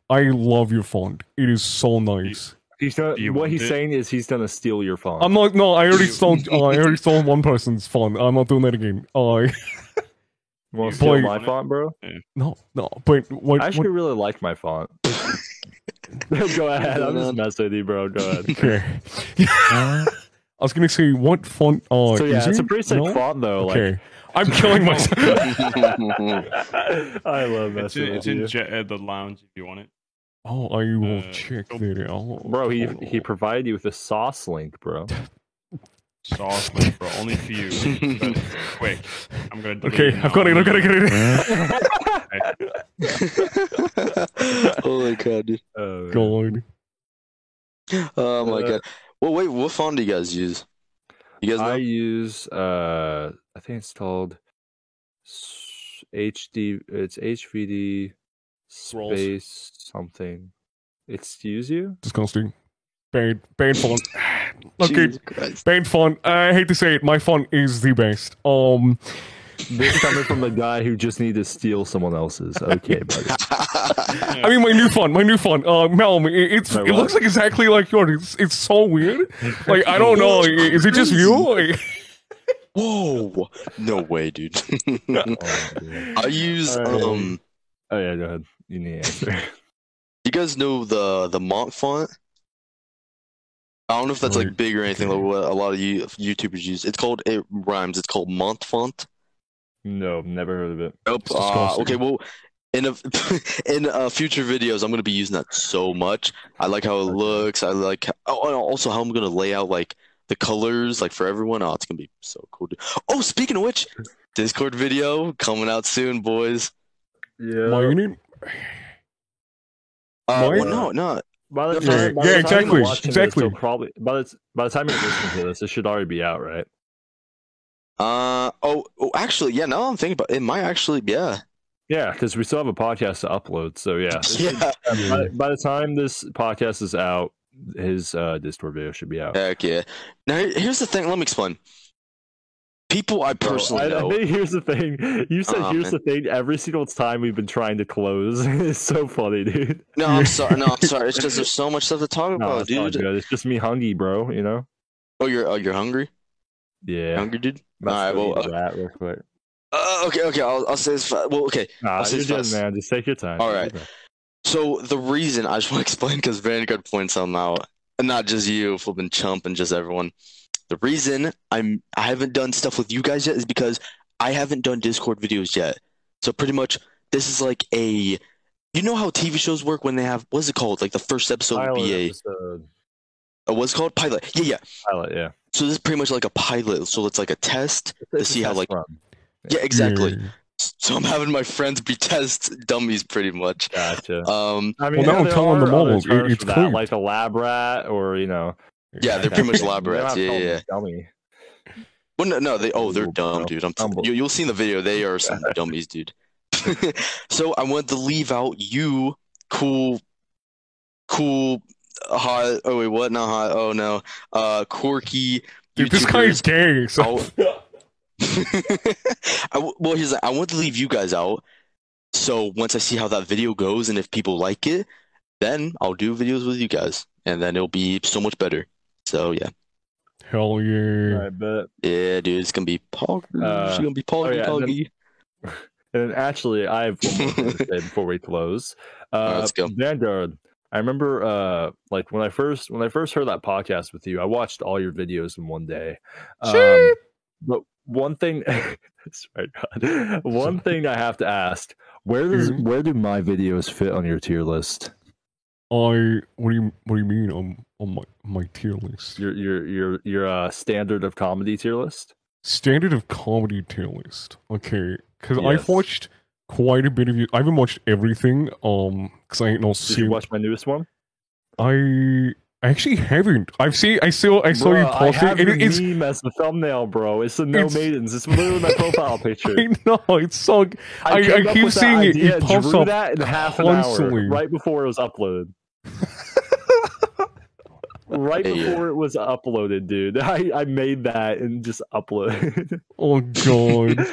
D: I love your font. It is so nice.
C: he's gonna,
B: Do you
C: what
B: want
C: he's
B: it?
C: saying is he's gonna steal your font.
D: I'm not. No, I already
B: You-
D: stole. Uh, I already stole one person's font. I'm not doing that again. Uh,
C: you want
B: you
C: to steal
D: boy-
C: my font, bro?
D: no, no. But what?
C: I
D: what-
C: actually really like my font. Go ahead, I'm just messing with you, bro. Go ahead.
D: okay. I was gonna say what font? Uh,
C: So yeah,
D: is
C: it's a
D: it?
C: pretty sick
D: No?
C: font though. Like, Uh,
D: Okay, I'm killing myself.
C: I love
B: It's,
C: messing
B: in- it's
C: with you.
B: in Jet Ed the Lounge if you want it.
D: oh, I will
B: Uh,
D: check
B: oh.
D: that out.
C: bro, he
D: Hold
C: he
D: on.
C: provided you with a sauce link, bro.
B: Sauce, but bro, only for you. But quick, I'm gonna. delete
D: Okay,
B: it
D: I've
B: now.
D: got it. I've got it. I've got it.
A: Holy cow, dude.
C: Uh,
D: God.
A: Oh my
C: Uh,
A: god. Well wait, what font do you guys use? You guys
C: I
A: know?
C: use uh I think it's called s- HD it's HVD
D: Rolls.
C: space something. It's use you?
D: Disgusting. Bad. Bad font. Not good.
A: Jesus Christ.
D: Bad font. I hate to say it. My font is the best. Um.
C: This coming from the guy who just needed to steal someone else's. Okay, buddy.
D: I mean, my new font, my new font. Uh, Melm, it, it's
C: My
D: it looks like exactly like yours. It's, it's so weird. Like I don't know. i- Is it just you? Like,
A: Whoa. No way, dude.
C: Oh, dear.
A: I use
C: Alright.
A: um
C: Oh, yeah, go ahead. You need to answer.
A: You guys know the the Mont font? I don't know if that's like
D: Right,
A: big or anything like
D: okay.
A: what a lot of you YouTubers use. It's called it rhymes. It's called Mont font.
C: no, never heard of it.
A: Nope.
D: It's
A: Uh,
D: disgusting.
A: okay, well, in a in uh, future videos, I'm gonna be using that so much. I like how it looks. I like how, oh, and also how I'm gonna lay out like the colors like for everyone. Oh, it's gonna be so cool. dude. Oh, speaking of which, Discord video coming out soon, boys.
C: Yeah.
D: My unit.
A: Uh, well,
D: Mine?
A: no, no,
C: by the
A: Yeah,
C: time, by the
D: yeah,
C: time
D: exactly,
C: you're watching
D: exactly.
C: This, will probably by the by the time you're listening to this, it should already be out, right?
A: uh, oh, oh, actually, yeah. Now I'm thinking about it, it might actually, yeah,
C: Yeah, because we still have a podcast to upload. So yeah, it should-
A: yeah,
C: by, by the time this podcast is out, his uh, Discord video should be out.
A: heck yeah. Now here- here's the thing. Let me explain. People I
C: So,
A: personally
C: I, I
A: know.
C: think here's the thing. You said
A: Aw, man.
C: here's the thing every single time we've been trying to close. it's so funny, dude.
A: No, I'm sorry. No, I'm sorry. It's just there's so much stuff to talk
C: No,
A: about,
C: it's all
A: dude.
C: good. It's just me hungry, bro. You know.
A: Oh, you're oh, you're hungry?
C: Yeah.
A: Hungry, dude?
C: About
A: All right,
C: to
A: well,
C: eat that real quick.
A: Uh, okay, okay. I'll, I'll say this. fi- Well, okay.
C: Nah,
A: say
C: you're
A: it's
C: good,
A: fast.
C: man. Just take your time.
A: All
C: Take
A: right.
C: your time.
A: So the reason I just want to explain because Vanguard points something out, and not just you, flipping chump, and just everyone. The reason I'm I haven't done stuff with you guys yet is because I haven't done Discord videos yet. So pretty much this is like a, you know how TV shows work when they have what's it called? Like the first episode would
C: Pilot
A: be a
C: episode.
A: uh, what's it called pilot. Yeah, yeah.
C: Pilot, yeah.
A: So this is pretty much like a pilot. So it's like a test.
C: This
A: see
C: is
A: how,
C: test
A: like-
C: run.
A: Yeah, exactly.
D: Yeah.
A: So I'm having my friends be test dummies pretty much.
C: Gotcha.
A: Um,
C: I mean,
D: Well, now
C: there
D: I'm telling
C: are
D: them all,
C: other
D: it-
C: terms
D: it's
C: for that,
D: clear.
C: like a lab rat, or you know.
A: Yeah, they're
C: that
A: pretty much
C: thing.
A: lab
C: They're
A: rats,
C: not
A: yeah,
C: calling
A: yeah,
C: them Dummy.
A: well, no, no, they. Oh, they're dumb,
C: Unbelievable.
A: dude. I'm. You, you'll see in the video. They are some dummies, dude. so I wanted to leave out you, cool, cool, hot. Oh wait, what? Not hot. Oh no, uh, quirky.
D: Dude, this guy is
A: YouTubers.
D: gay. So.
A: I w- well, here's the- I want to leave you guys out. So once I see how that video goes and if people like it, then I'll do videos with you guys, and then it'll be so much better. So yeah.
D: Hell yeah.
C: Alright, but
A: Yeah, dude, it's gonna be pog.
C: Uh,
A: it's gonna be pog.
C: oh, yeah, and then-
A: poggy.
C: and actually, I have one more thing to say before we close. Uh,
A: let's go.
C: Vanguard. I remember, uh, like when I first when I first heard that podcast with you, I watched all your videos in one day. Um, but one thing, sorry, God. one thing I have to ask: where does
A: Mm-hmm.
D: Mhm.
C: where do my videos fit on your tier list?
D: I what do you what do you mean on on my my tier list?
C: Your your your your uh, standard of comedy tier list?
D: Standard of comedy tier list. Okay, because
C: Yes.
D: I've watched quite a bit of you. I haven't watched everything. Um, because I ain't no
C: Did
D: see.
C: you watch my newest one?
D: I I actually haven't. I've seen. I saw. I saw
C: Bro,
D: you posting.
C: I have
D: and
C: the
D: it- it's
C: meme as the thumbnail, bro. It's the no
D: It's-
C: maidens. It's literally my profile picture.
D: I know it's so. I- I
C: came up
D: keep
C: with that
D: seeing it. It
C: idea,
D: pops
C: drew
D: up
C: that in half
D: constantly.
C: an hour, right before it was uploaded. right
A: Yeah.
C: before it was uploaded, dude. I, I made that and just uploaded.
D: Oh god.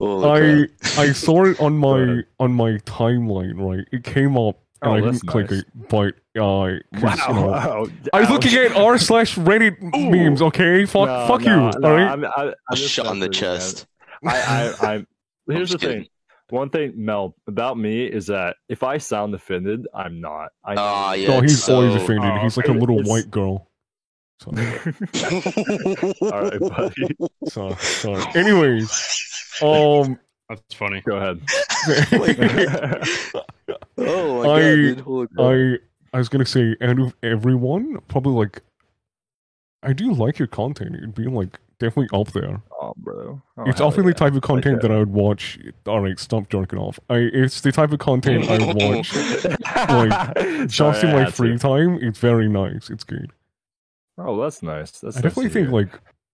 A: Holy
D: I I saw it on my
C: ahead.
D: on my timeline. Right, it came up and
C: Oh,
D: I
C: that's
D: didn't click
C: nice.
D: it, but uh, 'cause, you know,
C: Wow.
D: I was looking at r slash Reddit
A: Ooh.
D: memes. Okay, fuck, fuck you. all right.
A: crap. shot in the chest.
C: I, I, I,
A: I'm
C: here's the
A: just
C: thing.
A: kidding.
C: One thing, Mel, about me is that if I sound offended, I'm not. I
A: Ah, yeah.
D: no,
A: it's
D: he's always
A: so-
D: offended.
B: Oh,
D: he's like a
C: okay.
D: little
C: It's-
D: white girl. Sorry,
C: All right, buddy.
D: sorry, sorry. Anyways, um,
B: That's funny.
C: Go ahead.
A: Oh my god,
D: I-
A: dude. Holy crap.
D: I I was gonna say, out of everyone, probably like, I do like your content. It'd be like definitely up there.
C: oh, bro. Oh,
D: it's
C: hell
D: often the type of content
C: that.
D: that I would watch. All right, stop jerking off. I it's the type of content I would watch
C: yeah.
D: just
C: Sorry,
D: in
C: I
D: my
C: had
D: free
C: to.
D: time. It's very nice. It's good.
C: Oh, that's nice. That's
D: I definitely think like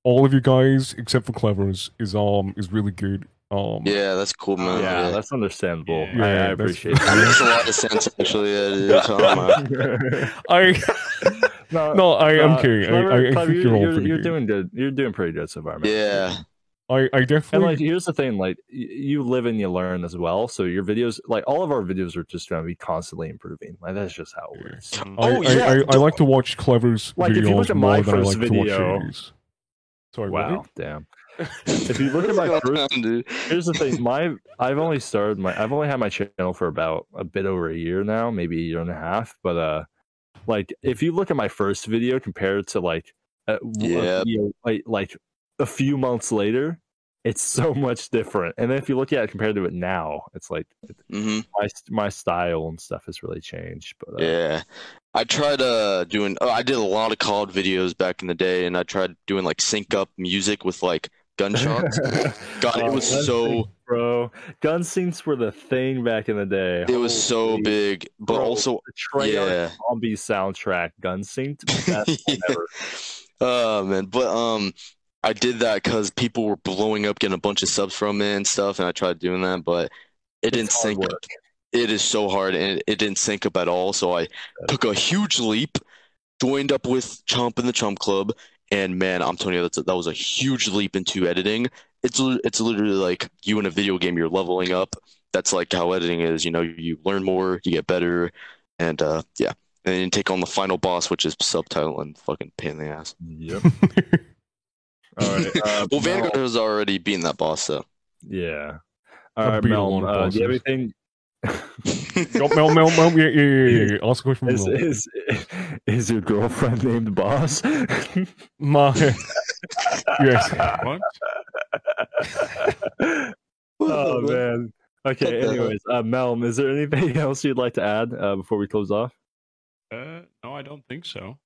D: all of you guys except for Clever is, is um is really good. Um,
A: Yeah, that's cool, man.
C: yeah,
A: Yeah.
C: that's understandable.
B: Yeah,
C: I, I
D: that's-
C: appreciate
A: That
C: that.
A: makes a lot of sense, actually. Yeah, dude. Come on.
D: I
C: no,
D: no, I am
C: uh,
D: kidding.
C: Clever-
D: I, I, I
C: Clever,
D: think you're, all
C: you're,
D: pretty
C: you're
D: good.
C: doing good. You're doing pretty good so far, man.
A: Yeah.
D: I I
C: And
D: definitely
C: like, here's the thing: like, y- you live and you learn as well. So your videos, like, all of our videos are just going to be constantly improving. Like, that's just how it works.
D: I,
B: Um,
A: Oh,
D: I,
A: yeah.
D: I, I like to watch Clever's
C: Like, if you
D: videos
C: look at
D: more
C: my
D: than I
C: first
D: like to watch
C: video-
D: yours. Sorry, what?
C: Wow, damn. if you look at my
A: What's going
C: first
A: on, dude?
C: here's the thing my i've only started my i've only had my channel for about a bit over a year now maybe a year and a half but uh like if you look at my first video compared to like a, a
A: Yep.
C: video, like, like a few months later it's so much different. And then if you look at it compared to it now, it's like
A: hmm
C: my my style and stuff has really changed. But uh,
A: Yeah. I tried uh doing oh, I did a lot of COD videos back in the day and I tried doing like sync up music with like gunshots. God, it
C: Oh,
A: was
C: gun
A: so
C: scenes, bro. Gun scenes were the thing back in the day.
A: it was so
C: Holy
A: big, but
C: bro,
A: also
C: the Treyarch
A: yeah.
C: zombie soundtrack gun scene to the best one ever.
A: Oh man, but um, I did that because people were blowing up, getting a bunch of subs from it and stuff, and I tried doing that, but it didn't
C: hard
A: sync up.
C: work.
A: It is so hard, and it, it didn't sync up at all. So I took a huge leap, joined up with Chomp in the Chomp Club, and man, I'm telling you, that's a, that was a huge leap into editing. It's li- it's literally like you in a video game, you're leveling up. That's like how editing is. You know, you learn more, you get better, and uh, yeah, and then you take on the final boss, which is subtitle and fucking pain in the ass.
C: Yep. All right. Uh,
A: Well, Vanguard
C: Mel-
A: has already beaten that boss, though.
C: yeah. All
D: I
C: right,
D: beat a
C: Mel.
D: lot of
C: Uh, do you have
D: bosses.
C: anything?
D: Mel, Mel, Mel, Mel, yeah, yeah, yeah, yeah, yeah. Ask a question
C: Is,
D: from Mel.
C: is is your girlfriend named Boss?
D: My, yes.
B: What?
C: oh man. Okay.
A: What the-
C: Anyways, uh, Mel, is there anything else you'd like to add uh, before we close off?
B: Uh, no, I don't think so.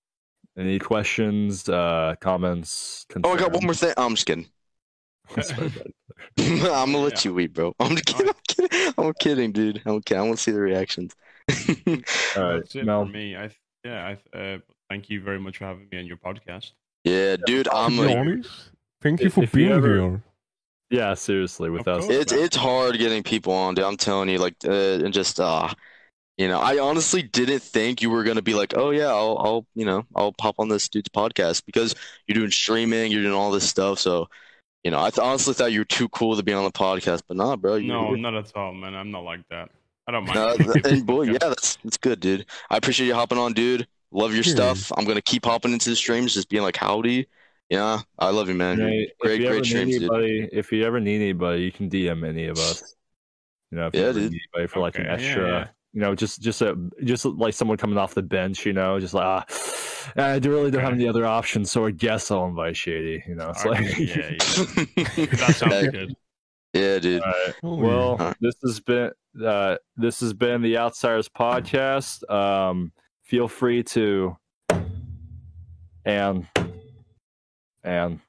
C: Any questions, uh, comments?
A: Oh, I got one
C: concerns?
A: more thing. I'm just kidding.
C: Sorry, bud.
A: I'm gonna let
B: Yeah.
A: you eat, bro. I'm kidding. I'm kidding. I'm kidding, dude. I'm kidding. I want to see the reactions.
C: All right,
B: That's it
C: Mel.
B: for me. I th- yeah. I th- uh, thank you very much for having me on your podcast.
A: yeah, dude. I'm.
D: To be
A: A,
D: honest, thank you
C: If-
D: for
C: if you
D: being
C: ever-
D: here.
C: Yeah, seriously, with
B: Of
C: us.
B: course.
A: it's it's hard getting people on, dude. I'm telling you, like, uh, and just uh, you know, I honestly didn't think you were gonna be like, oh yeah, I'll I'll you know I'll pop on this dude's podcast because you're doing streaming, you're doing all this stuff. So, you know, I th- honestly thought you were too cool to be on the podcast, but nah, bro. You,
B: No, not at all, man. I'm not like that. I don't mind.
A: Uh,
B: if
A: and
B: people
A: boy, yeah,
B: get-
A: that's that's good, dude. I appreciate you hopping on, dude. Love your
D: Yeah.
A: stuff. I'm gonna keep hopping into the streams, just being like, howdy. Yeah, I love you, man.
C: Hey,
A: Great- great
C: if you ever need
A: streams, dude.
C: anybody, if you ever need anybody, you can DM any of us. You know, if you
A: Yeah,
C: ever
A: dude.
C: need anybody for like an
B: Okay, yeah,
C: extra,
B: yeah.
C: you know, just just a just like someone coming off the bench, you know, just like ah, I do- really don't have any other options, so I guess I'll invite Shady. You know, it's
B: Okay,
C: like.
B: yeah, yeah. That sounds
A: Heck,
B: good.
A: yeah, dude.
D: Holy-
C: Well,
A: Alright.
C: this has been uh, this has been the Outsiders podcast. Um, feel free to and and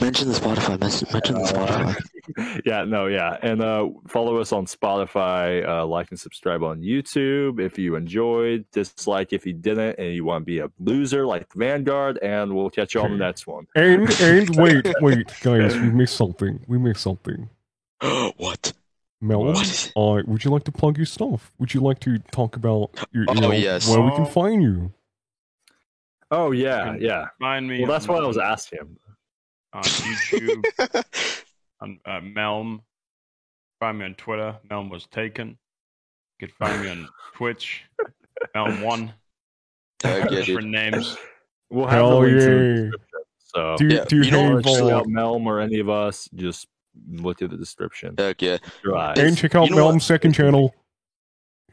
A: mention the Spotify. Mention, mention the
C: Uh,
A: Spotify.
C: yeah, no, yeah. And uh, follow us on Spotify, uh, like and subscribe on YouTube if you enjoyed, dislike if you didn't, and you want to be a loser like Vanguard. And we'll catch you on the next one.
D: and and wait, wait, guys, we missed something. We missed something.
A: what?
D: Mel,
A: What is it?
D: uh, would you like to plug your stuff? Would you like to talk about your, you
A: Oh,
D: know,
A: yes.
D: where we can
B: Oh.
D: find you?
C: Oh, yeah, yeah.
B: Find me.
C: Well, that's
B: on-
C: what I was asking him.
B: On YouTube, on uh, Melm. Find me on Twitter. Melm was taken. You could find me on Twitch. Melm one.
A: Heck yeah, dude.
B: Different names.
C: We'll have the
D: Hell
C: links in the
D: yeah.
C: description. So,
D: Do,
A: Yeah,
D: do
A: you know
D: have,
A: what,
C: check
A: actually,
D: uh,
C: out Melm or any of us, just look at the description.
A: Heck yeah.
C: Right.
D: and check out
A: you know what?
D: Melm's second channel.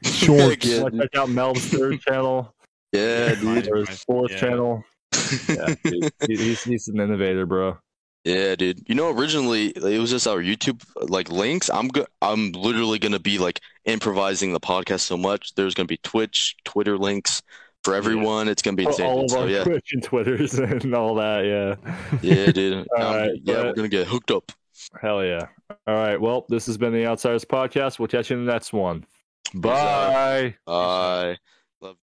A: Heck
D: Shorts.
A: yeah, dude.
C: Check out Melm's third channel
A: Yeah, dude.
C: or his fourth
B: Yeah.
C: channel. yeah, dude. He- he's, he's an innovator, bro.
A: Yeah, dude. You know, originally it was just our YouTube like links. I'm go I'm literally gonna be like improvising the podcast so much. There's gonna be Twitch, Twitter links for everyone. It's gonna be insane.
C: All of
A: So
C: our
A: yeah,
C: Twitch and Twitters and all that. Yeah,
A: yeah, dude.
C: All
A: Um,
C: right,
A: yeah, we're
C: but-
A: gonna get hooked up.
C: hell yeah. All right. Well, this has been the Outsiders Podcast. We'll catch you in the next one. Bye.
A: Bye.